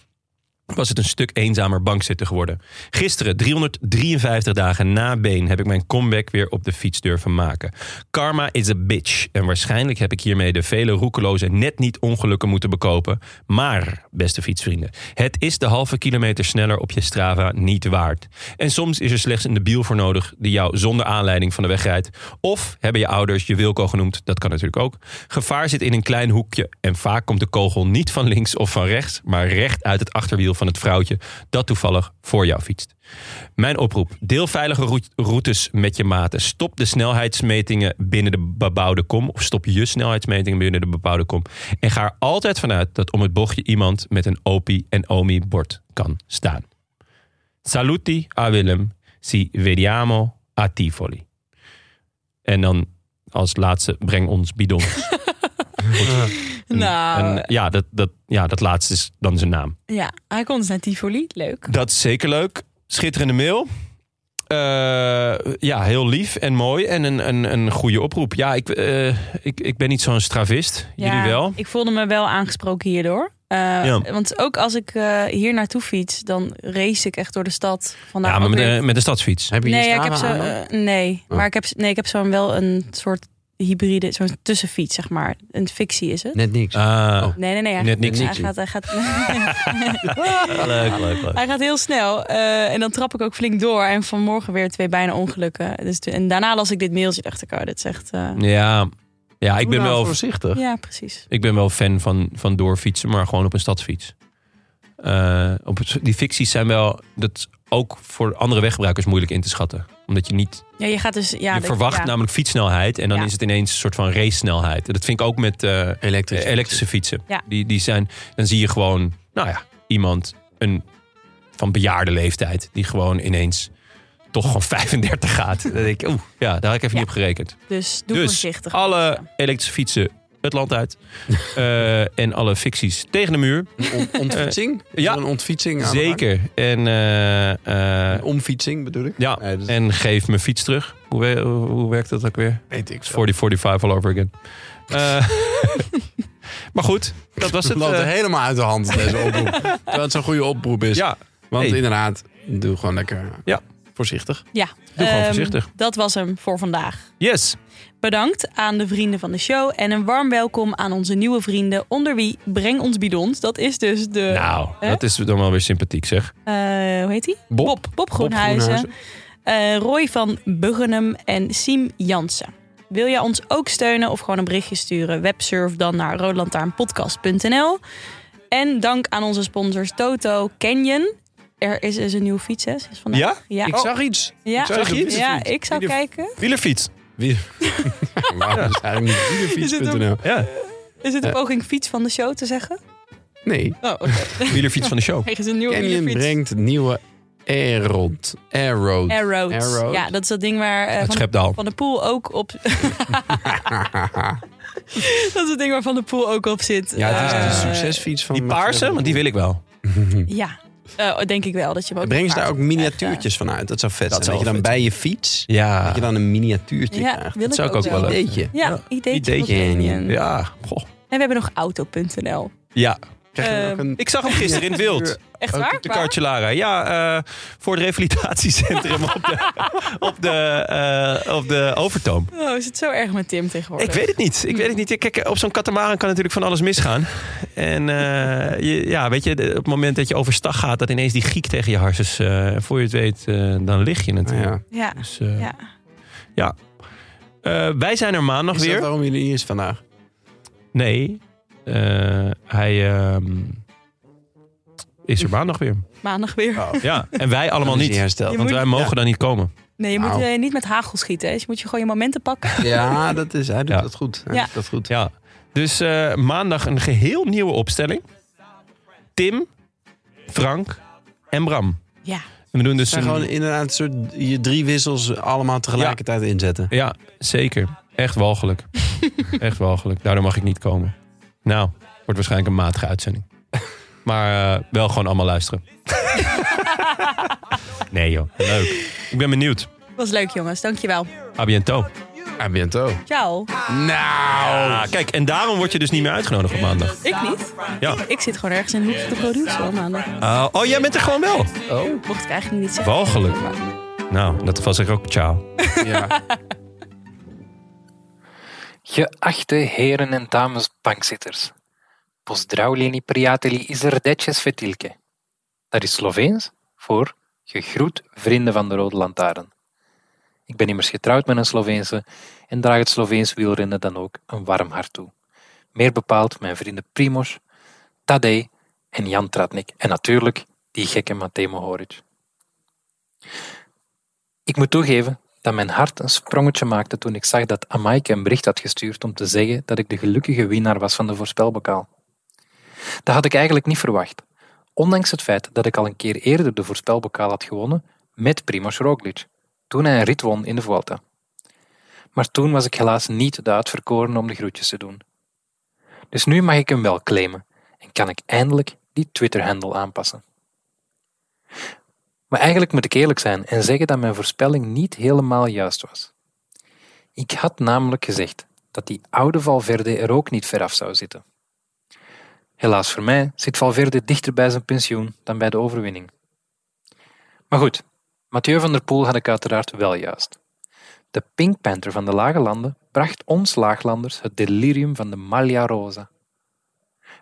Speaker 3: was het een stuk eenzamer bankzitten geworden. Gisteren, 353 dagen na been, heb ik mijn comeback weer op de fiets durven maken. Karma is a bitch. En waarschijnlijk heb ik hiermee de vele roekeloze, net niet ongelukken moeten bekopen. Maar, beste fietsvrienden, het is de halve kilometer sneller op je Strava niet waard. En soms is er slechts een debiel voor nodig die jou zonder aanleiding van de weg rijdt. Of hebben je ouders je Wilco genoemd, dat kan natuurlijk ook. Gevaar zit in een klein hoekje en vaak komt de kogel niet van links of van rechts, maar recht uit het achterwiel van het vrouwtje dat toevallig voor jou fietst. Mijn oproep: deel veilige roet- routes met je maten. Stop de snelheidsmetingen binnen de bebouwde kom. Of stop je snelheidsmetingen binnen de bebouwde kom. En ga er altijd vanuit dat om het bochtje iemand met een opie en omi bord kan staan. Saluti a Willem. Si vediamo a Tivoli. En dan als laatste breng ons bidon.
Speaker 1: nou,
Speaker 3: En ja, dat, dat, ja, dat laatste is dan zijn naam.
Speaker 1: ja, hij komt dus naar Tivoli. Leuk.
Speaker 3: Dat is zeker leuk. Schitterende mail. Eh, ja, heel lief en mooi. En een, een, een goede oproep. Ja, ik, eh, ik, ik ben niet zo'n stravist.
Speaker 1: Ja, Nou,
Speaker 3: Jullie wel?
Speaker 1: Ik voelde me wel aangesproken hierdoor. Eh,
Speaker 3: Ja.
Speaker 1: Want ook als ik eh, hier naartoe fiets, dan race ik echt door de stad. Vandaar
Speaker 3: ja,
Speaker 1: ook
Speaker 3: maar met,
Speaker 1: weer-
Speaker 3: de- met de stadsfiets.
Speaker 2: Heb je
Speaker 1: nee,
Speaker 2: je
Speaker 1: ja, ik heb zo,
Speaker 2: Strava aan?
Speaker 1: eh, nee,
Speaker 2: Oh.
Speaker 1: maar ik heb, nee, ik heb zo'n wel een soort hybride, zo'n tussenfiets, zeg maar. Een fictie is het.
Speaker 2: Net niks.
Speaker 3: Ah,
Speaker 2: Oh.
Speaker 1: Nee, nee, nee. Hij,
Speaker 3: Net niks.
Speaker 1: Hij gaat, hij gaat,
Speaker 3: leuk, leuk, leuk.
Speaker 1: hij gaat heel snel. eh, en dan trap ik ook flink door. En vanmorgen weer twee bijna ongelukken. Dus, toen- en daarna las ik dit mailtje. Dacht ik, oh, dit is echt. eh,
Speaker 3: Ja, ja ik,
Speaker 2: Doe
Speaker 3: ben
Speaker 2: nou
Speaker 3: wel,
Speaker 2: voorzichtig.
Speaker 1: ja, precies.
Speaker 3: ik ben wel fan van, van doorfietsen, maar gewoon op een stadsfiets. Eh, op, die ficties zijn wel dat is ook voor andere weggebruikers moeilijk in te schatten. Omdat je niet
Speaker 1: Ja, je gaat dus. Ja,
Speaker 3: je
Speaker 1: dat-
Speaker 3: verwacht
Speaker 1: ja.
Speaker 3: namelijk fietssnelheid en dan
Speaker 1: Ja.
Speaker 3: is het ineens een soort van race-snelheid. Dat vind ik ook met eh,
Speaker 2: Elektrisch.
Speaker 3: elektrische fietsen.
Speaker 1: Ja.
Speaker 3: Die, die zijn, dan zie je gewoon, nou ja, iemand een, van bejaarde leeftijd die gewoon ineens toch gewoon 35 gaat. Dan denk ik, oeh, ja, daar had ik even
Speaker 1: Ja.
Speaker 3: niet op gerekend.
Speaker 1: Dus doe
Speaker 3: dus
Speaker 1: voorzichtig.
Speaker 3: alle
Speaker 1: Ja.
Speaker 3: elektrische fietsen het land uit Eh, en alle ficties tegen de muur.
Speaker 2: On- ontfietsing? Is
Speaker 3: ja.
Speaker 2: er Een ontfietsing aan de gang?
Speaker 3: Zeker. En, eh, eh,
Speaker 2: Een omfietsing bedoel ik?
Speaker 3: ja,
Speaker 2: Nee, dat is-
Speaker 3: en geef mijn fiets terug. Hoe, we- hoe werkt dat ook weer?
Speaker 2: weet ik.
Speaker 3: It's 40, 45 all over again. Eh, maar goed, dat was
Speaker 2: Het
Speaker 3: het.
Speaker 2: loopt
Speaker 3: eh,
Speaker 2: helemaal uit de hand, deze oproep. Terwijl het zo'n goede oproep is.
Speaker 3: ja,
Speaker 2: Want
Speaker 3: Hey.
Speaker 2: inderdaad, doe gewoon lekker
Speaker 3: Ja.
Speaker 2: voorzichtig.
Speaker 1: Ja,
Speaker 3: gewoon
Speaker 1: ehm,
Speaker 3: voorzichtig.
Speaker 1: Dat was hem voor vandaag.
Speaker 3: yes.
Speaker 1: Bedankt aan de vrienden van de show. En een warm welkom aan onze nieuwe vrienden. Onder wie Breng ons bidons. Dat is dus de.
Speaker 3: Nou,
Speaker 1: hè?
Speaker 3: dat is dan wel weer sympathiek zeg.
Speaker 1: eh, hoe heet die?
Speaker 3: Bob.
Speaker 1: Bob Groenhuizen. eh, Roy van Buggenum en Siem Jansen. Wil jij ons ook steunen of gewoon een berichtje sturen? Websurf dan naar roodlantaarnpodcast.nl. En dank aan onze sponsors Toto, Canyon. Er is dus een nieuwe fiets, hè? sinds vandaag.
Speaker 3: Ja?
Speaker 1: Ja, Oh,
Speaker 2: Ik zag iets.
Speaker 1: ja.
Speaker 2: ik zag je fiets.
Speaker 1: Ja, ik zou
Speaker 3: Wie de-
Speaker 1: kijken.
Speaker 3: Wielerfiets.
Speaker 2: Wie? Waarom is het eigenlijk
Speaker 1: Is
Speaker 2: niet wielerfiets.nl?
Speaker 3: Ja,
Speaker 1: Is
Speaker 2: Eh.
Speaker 1: het een poging fiets van de show te zeggen?
Speaker 2: Nee,
Speaker 1: Oh, oké.
Speaker 3: wielerfiets van de show.
Speaker 1: Er is een nieuwe
Speaker 2: Canyon
Speaker 1: wielerfiets.
Speaker 2: brengt nieuwe Aeroad. Aeroad.
Speaker 1: Aeroad.
Speaker 2: Aeroad.
Speaker 1: Ja, dat is dat ding waar eh,
Speaker 3: Het
Speaker 1: van,
Speaker 3: Schepdaal.
Speaker 1: van de Poel ook op... dat is het ding waar Van de Poel ook op zit.
Speaker 2: Ja, het is
Speaker 3: Eh,
Speaker 2: de
Speaker 1: Eh,
Speaker 2: succesfiets van...
Speaker 3: Die paarse, want die wil ik wel.
Speaker 1: Ja, Eh, denk ik wel. Dat je hem ook
Speaker 2: Brengen ze daar
Speaker 1: paard
Speaker 2: ook
Speaker 1: op krijgt,
Speaker 2: miniatuurtjes van uit? Dat zou vet zijn.
Speaker 3: Dat
Speaker 2: Dat
Speaker 3: zou
Speaker 2: je dan
Speaker 3: vet
Speaker 2: bij je fiets...
Speaker 3: Ja.
Speaker 2: Dat je dan een miniatuurtje
Speaker 1: Ja,
Speaker 2: krijgt.
Speaker 1: wil
Speaker 2: dat
Speaker 1: ik
Speaker 3: ook wel leuk.
Speaker 2: ideetje.
Speaker 1: eh. Ja,
Speaker 3: Ja,
Speaker 1: ideetje.
Speaker 2: ideetje,
Speaker 1: van
Speaker 2: Henny.
Speaker 1: Canyon.
Speaker 3: Ja. Goh.
Speaker 1: En we hebben nog auto.nl.
Speaker 3: Ja.
Speaker 2: Krijg je dan
Speaker 1: Eh,
Speaker 2: ook een...
Speaker 3: Ik zag hem gisteren in het wild.
Speaker 1: Echt waar?
Speaker 3: De
Speaker 1: Waar?
Speaker 3: Cartelara. Ja, eh, voor het revalidatiecentrum op de, op de, eh, op de Overtoom.
Speaker 1: Oh, is het zo erg met Tim tegenwoordig?
Speaker 3: Ik weet het niet. Ik weet het niet. Kijk, op zo'n katamaran kan natuurlijk van alles misgaan. En eh, je- ja, weet je, de- op het moment dat je overstag gaat, dat ineens die giek tegen je harses. eh, voor je het weet, eh, dan lig je
Speaker 2: Ah,
Speaker 3: natuurlijk.
Speaker 2: ja.
Speaker 1: Ja,
Speaker 3: Dus, eh,
Speaker 1: ja.
Speaker 3: eh, wij zijn er maandag
Speaker 2: Is dat
Speaker 3: weer.
Speaker 2: waarom jullie hier is vandaag?
Speaker 3: Nee, eh, hij ehm, is er maandag weer.
Speaker 1: maandag weer.
Speaker 3: Ja, en wij allemaal
Speaker 2: Dan is hij
Speaker 3: niet.
Speaker 2: hersteld.
Speaker 3: Want wij mogen dan niet komen.
Speaker 1: Nee, je moet
Speaker 2: Nou.
Speaker 1: eh, niet met hagel schieten. hè. Dus je moet je gewoon je momenten pakken.
Speaker 2: Ja, dat is, hij doet
Speaker 3: Ja.
Speaker 2: dat goed. Hij
Speaker 1: Ja.
Speaker 2: doet dat goed.
Speaker 3: Ja. Dus eh, maandag een geheel nieuwe opstelling. Tim, Frank en Bram.
Speaker 1: Ja.
Speaker 3: En we doen dus
Speaker 2: zijn
Speaker 3: een-
Speaker 2: gewoon inderdaad een soort je drie wissels allemaal tegelijkertijd inzetten.
Speaker 3: Ja, zeker. Echt walgelijk. Echt walgelijk. Daardoor mag ik niet komen. Nou, wordt waarschijnlijk een matige uitzending. Maar eh, wel gewoon allemaal luisteren. nee joh, leuk. Ik ben benieuwd.
Speaker 1: Was leuk, jongens. Dankjewel.
Speaker 3: A biento.
Speaker 2: A bientôt.
Speaker 1: Ciao.
Speaker 2: Nou.
Speaker 3: Ah, kijk, en daarom word je dus niet meer uitgenodigd op maandag.
Speaker 1: Ik niet.
Speaker 3: Ja.
Speaker 1: Ik zit gewoon ergens in een hoekje te produceren al maandag.
Speaker 3: Ah, oh, jij bent er gewoon wel.
Speaker 1: Mocht ik eigenlijk niet zeggen.
Speaker 3: Walgelijk. Nou, in dat was ik ook ciao.
Speaker 2: Ja.
Speaker 5: Geachte heren en dames bankzitters. Pozdravljeni prijatelji iz Rdeče svetilke. Dat is Sloveens voor gegroet vrienden van de Rode Lantaarn. Ik ben immers getrouwd met een Sloveense en draag het Sloveens wielrennen dan ook een warm hart toe. Meer bepaald mijn vrienden Primoz, Tadej en Jan Tratnik en natuurlijk die gekke Matej Mohoric. Ik moet toegeven dat mijn hart een sprongetje maakte toen ik zag dat Amaike een bericht had gestuurd om te zeggen dat ik de gelukkige winnaar was van de voorspelbokaal. Dat had ik eigenlijk niet verwacht, ondanks het feit dat ik al een keer eerder de voorspelbokaal had gewonnen met Primoz Roglic, toen hij een rit won in de Vuelta. Maar toen was ik helaas niet de uitverkoren om de groetjes te doen. Dus nu mag ik hem wel claimen en kan ik eindelijk die Twitter-handle aanpassen. Maar eigenlijk moet ik eerlijk zijn en zeggen dat mijn voorspelling niet helemaal juist was. Ik had namelijk gezegd dat die oude Valverde er ook niet ver af zou zitten. Helaas voor mij zit Valverde dichter bij zijn pensioen dan bij de overwinning. Maar goed, Mathieu van der Poel had ik uiteraard wel juist. De Pink Panther van de Lage Landen bracht ons laaglanders het delirium van de Maglia Rosa.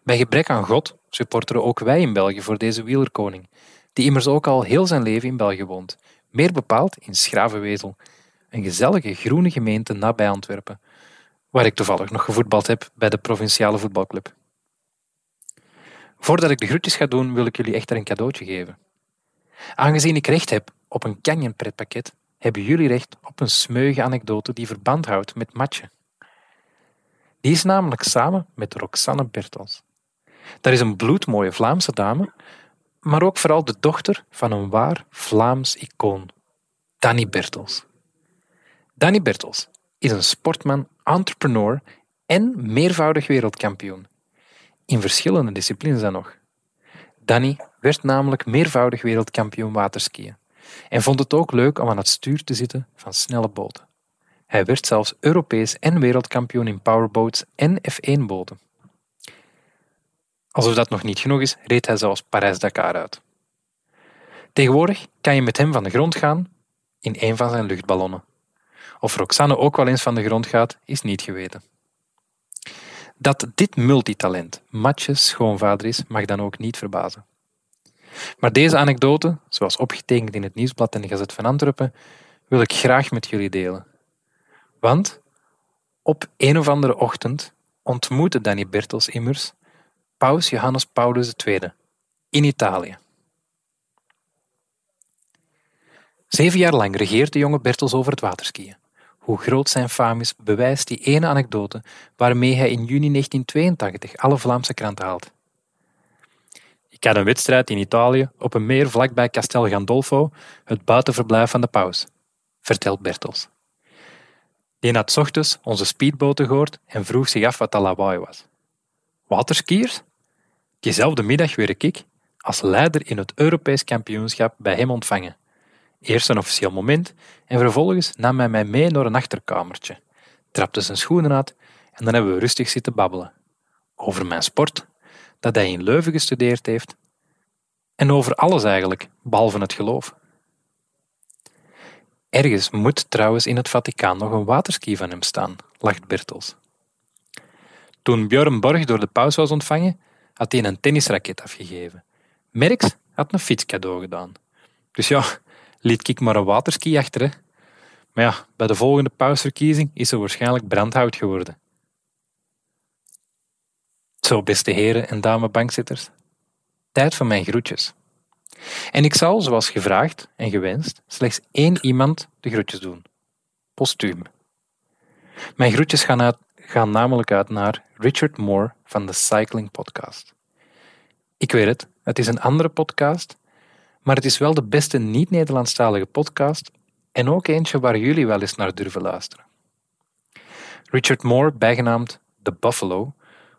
Speaker 5: Bij gebrek aan God supporteren ook wij in België voor deze wielerkoning, die immers ook al heel zijn leven in België woont, meer bepaald in Schravenwezel, een gezellige groene gemeente nabij Antwerpen, waar ik toevallig nog gevoetbald heb bij de provinciale voetbalclub. Voordat ik de groetjes ga doen, wil ik jullie echter een cadeautje geven. Aangezien ik recht heb op een Canyon pretpakket, hebben jullie recht op een smeuïge anekdote die verband houdt met Matje. Die is namelijk samen met Roxanne Bertels. Dat is een bloedmooie Vlaamse dame, maar ook vooral de dochter van een waar Vlaams icoon, Danny Bertels. Danny Bertels is een sportman, entrepreneur en meervoudig wereldkampioen. In verschillende disciplines dan nog. Danny werd namelijk meervoudig wereldkampioen waterskiën en vond het ook leuk om aan het stuur te zitten van snelle boten. Hij werd zelfs Europees en wereldkampioen in powerboats en F1-boten. Alsof dat nog niet genoeg is, reed hij zelfs Parijs-Dakar uit. Tegenwoordig kan je met hem van de grond gaan in een van zijn luchtballonnen. Of Roxanne ook wel eens van de grond gaat, is niet geweten. Dat dit multitalent Matjes schoonvader is, mag dan ook niet verbazen. Maar deze anekdote, zoals opgetekend in het nieuwsblad en de Gazet van Antwerpen, wil ik graag met jullie delen. Want op een of andere ochtend ontmoette Danny Bertels immers Paus Johannes Paulus II in Italië. Zeven jaar lang regeert de jonge Bertels over het waterskiën. Hoe groot zijn faam is, bewijst die ene anekdote waarmee hij in juni 1982 alle Vlaamse kranten haalt. Ik had een wedstrijd in Italië op een meer vlakbij Castel Gandolfo, het buitenverblijf van de paus, vertelt Bertels. Die had 's ochtends onze speedboten gehoord en vroeg zich af wat dat lawaai was. Waterskiers? Diezelfde middag werd ik, als leider in het Europees kampioenschap, bij hem ontvangen. Eerst een officieel moment en vervolgens nam hij mij mee naar een achterkamertje, trapte zijn schoenen uit en dan hebben we rustig zitten babbelen. Over mijn sport, dat hij in Leuven gestudeerd heeft en over alles eigenlijk, behalve het geloof. Ergens moet trouwens in het Vaticaan nog een waterski van hem staan, lacht Bertels. Toen Björn Borg door de paus was ontvangen, had hij een tennisraket afgegeven. Merks had een fiets cadeau gedaan. Dus ja, liet ik maar een waterski achter. Hè. Maar ja, bij de volgende pausverkiezing is ze waarschijnlijk brandhout geworden. Zo, beste heren en dame bankzitters. Tijd voor mijn groetjes. En ik zal, zoals gevraagd en gewenst, slechts één iemand de groetjes doen. Postuum. Mijn groetjes gaan, uit, gaan namelijk uit naar Richard Moore van de Cycling Podcast. Ik weet het, het is een andere podcast, maar het is wel de beste niet-Nederlandstalige podcast en ook eentje waar jullie wel eens naar durven luisteren. Richard Moore, bijgenaamd The Buffalo,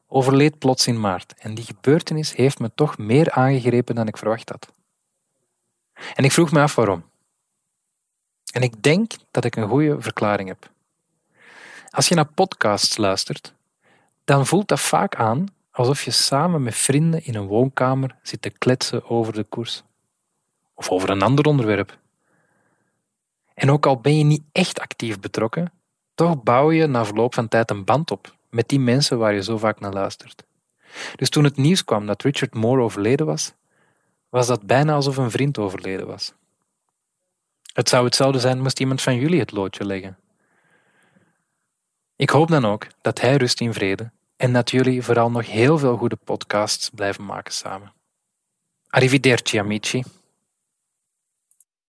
Speaker 5: overleed plots in maart en die gebeurtenis heeft me toch meer aangegrepen dan ik verwacht had. En ik vroeg me af waarom. En ik denk dat ik een goede verklaring heb. Als je naar podcasts luistert, dan voelt dat vaak aan alsof je samen met vrienden in een woonkamer zit te kletsen over de koers. Of over een ander onderwerp. En ook al ben je niet echt actief betrokken, toch bouw je na verloop van tijd een band op met die mensen waar je zo vaak naar luistert. Dus toen het nieuws kwam dat Richard Moore overleden was, was dat bijna alsof een vriend overleden was. Het zou hetzelfde zijn moest iemand van jullie het loodje leggen. Ik hoop dan ook dat hij rust in vrede en dat jullie vooral nog heel veel goede podcasts blijven maken samen. Arrivederci, amici.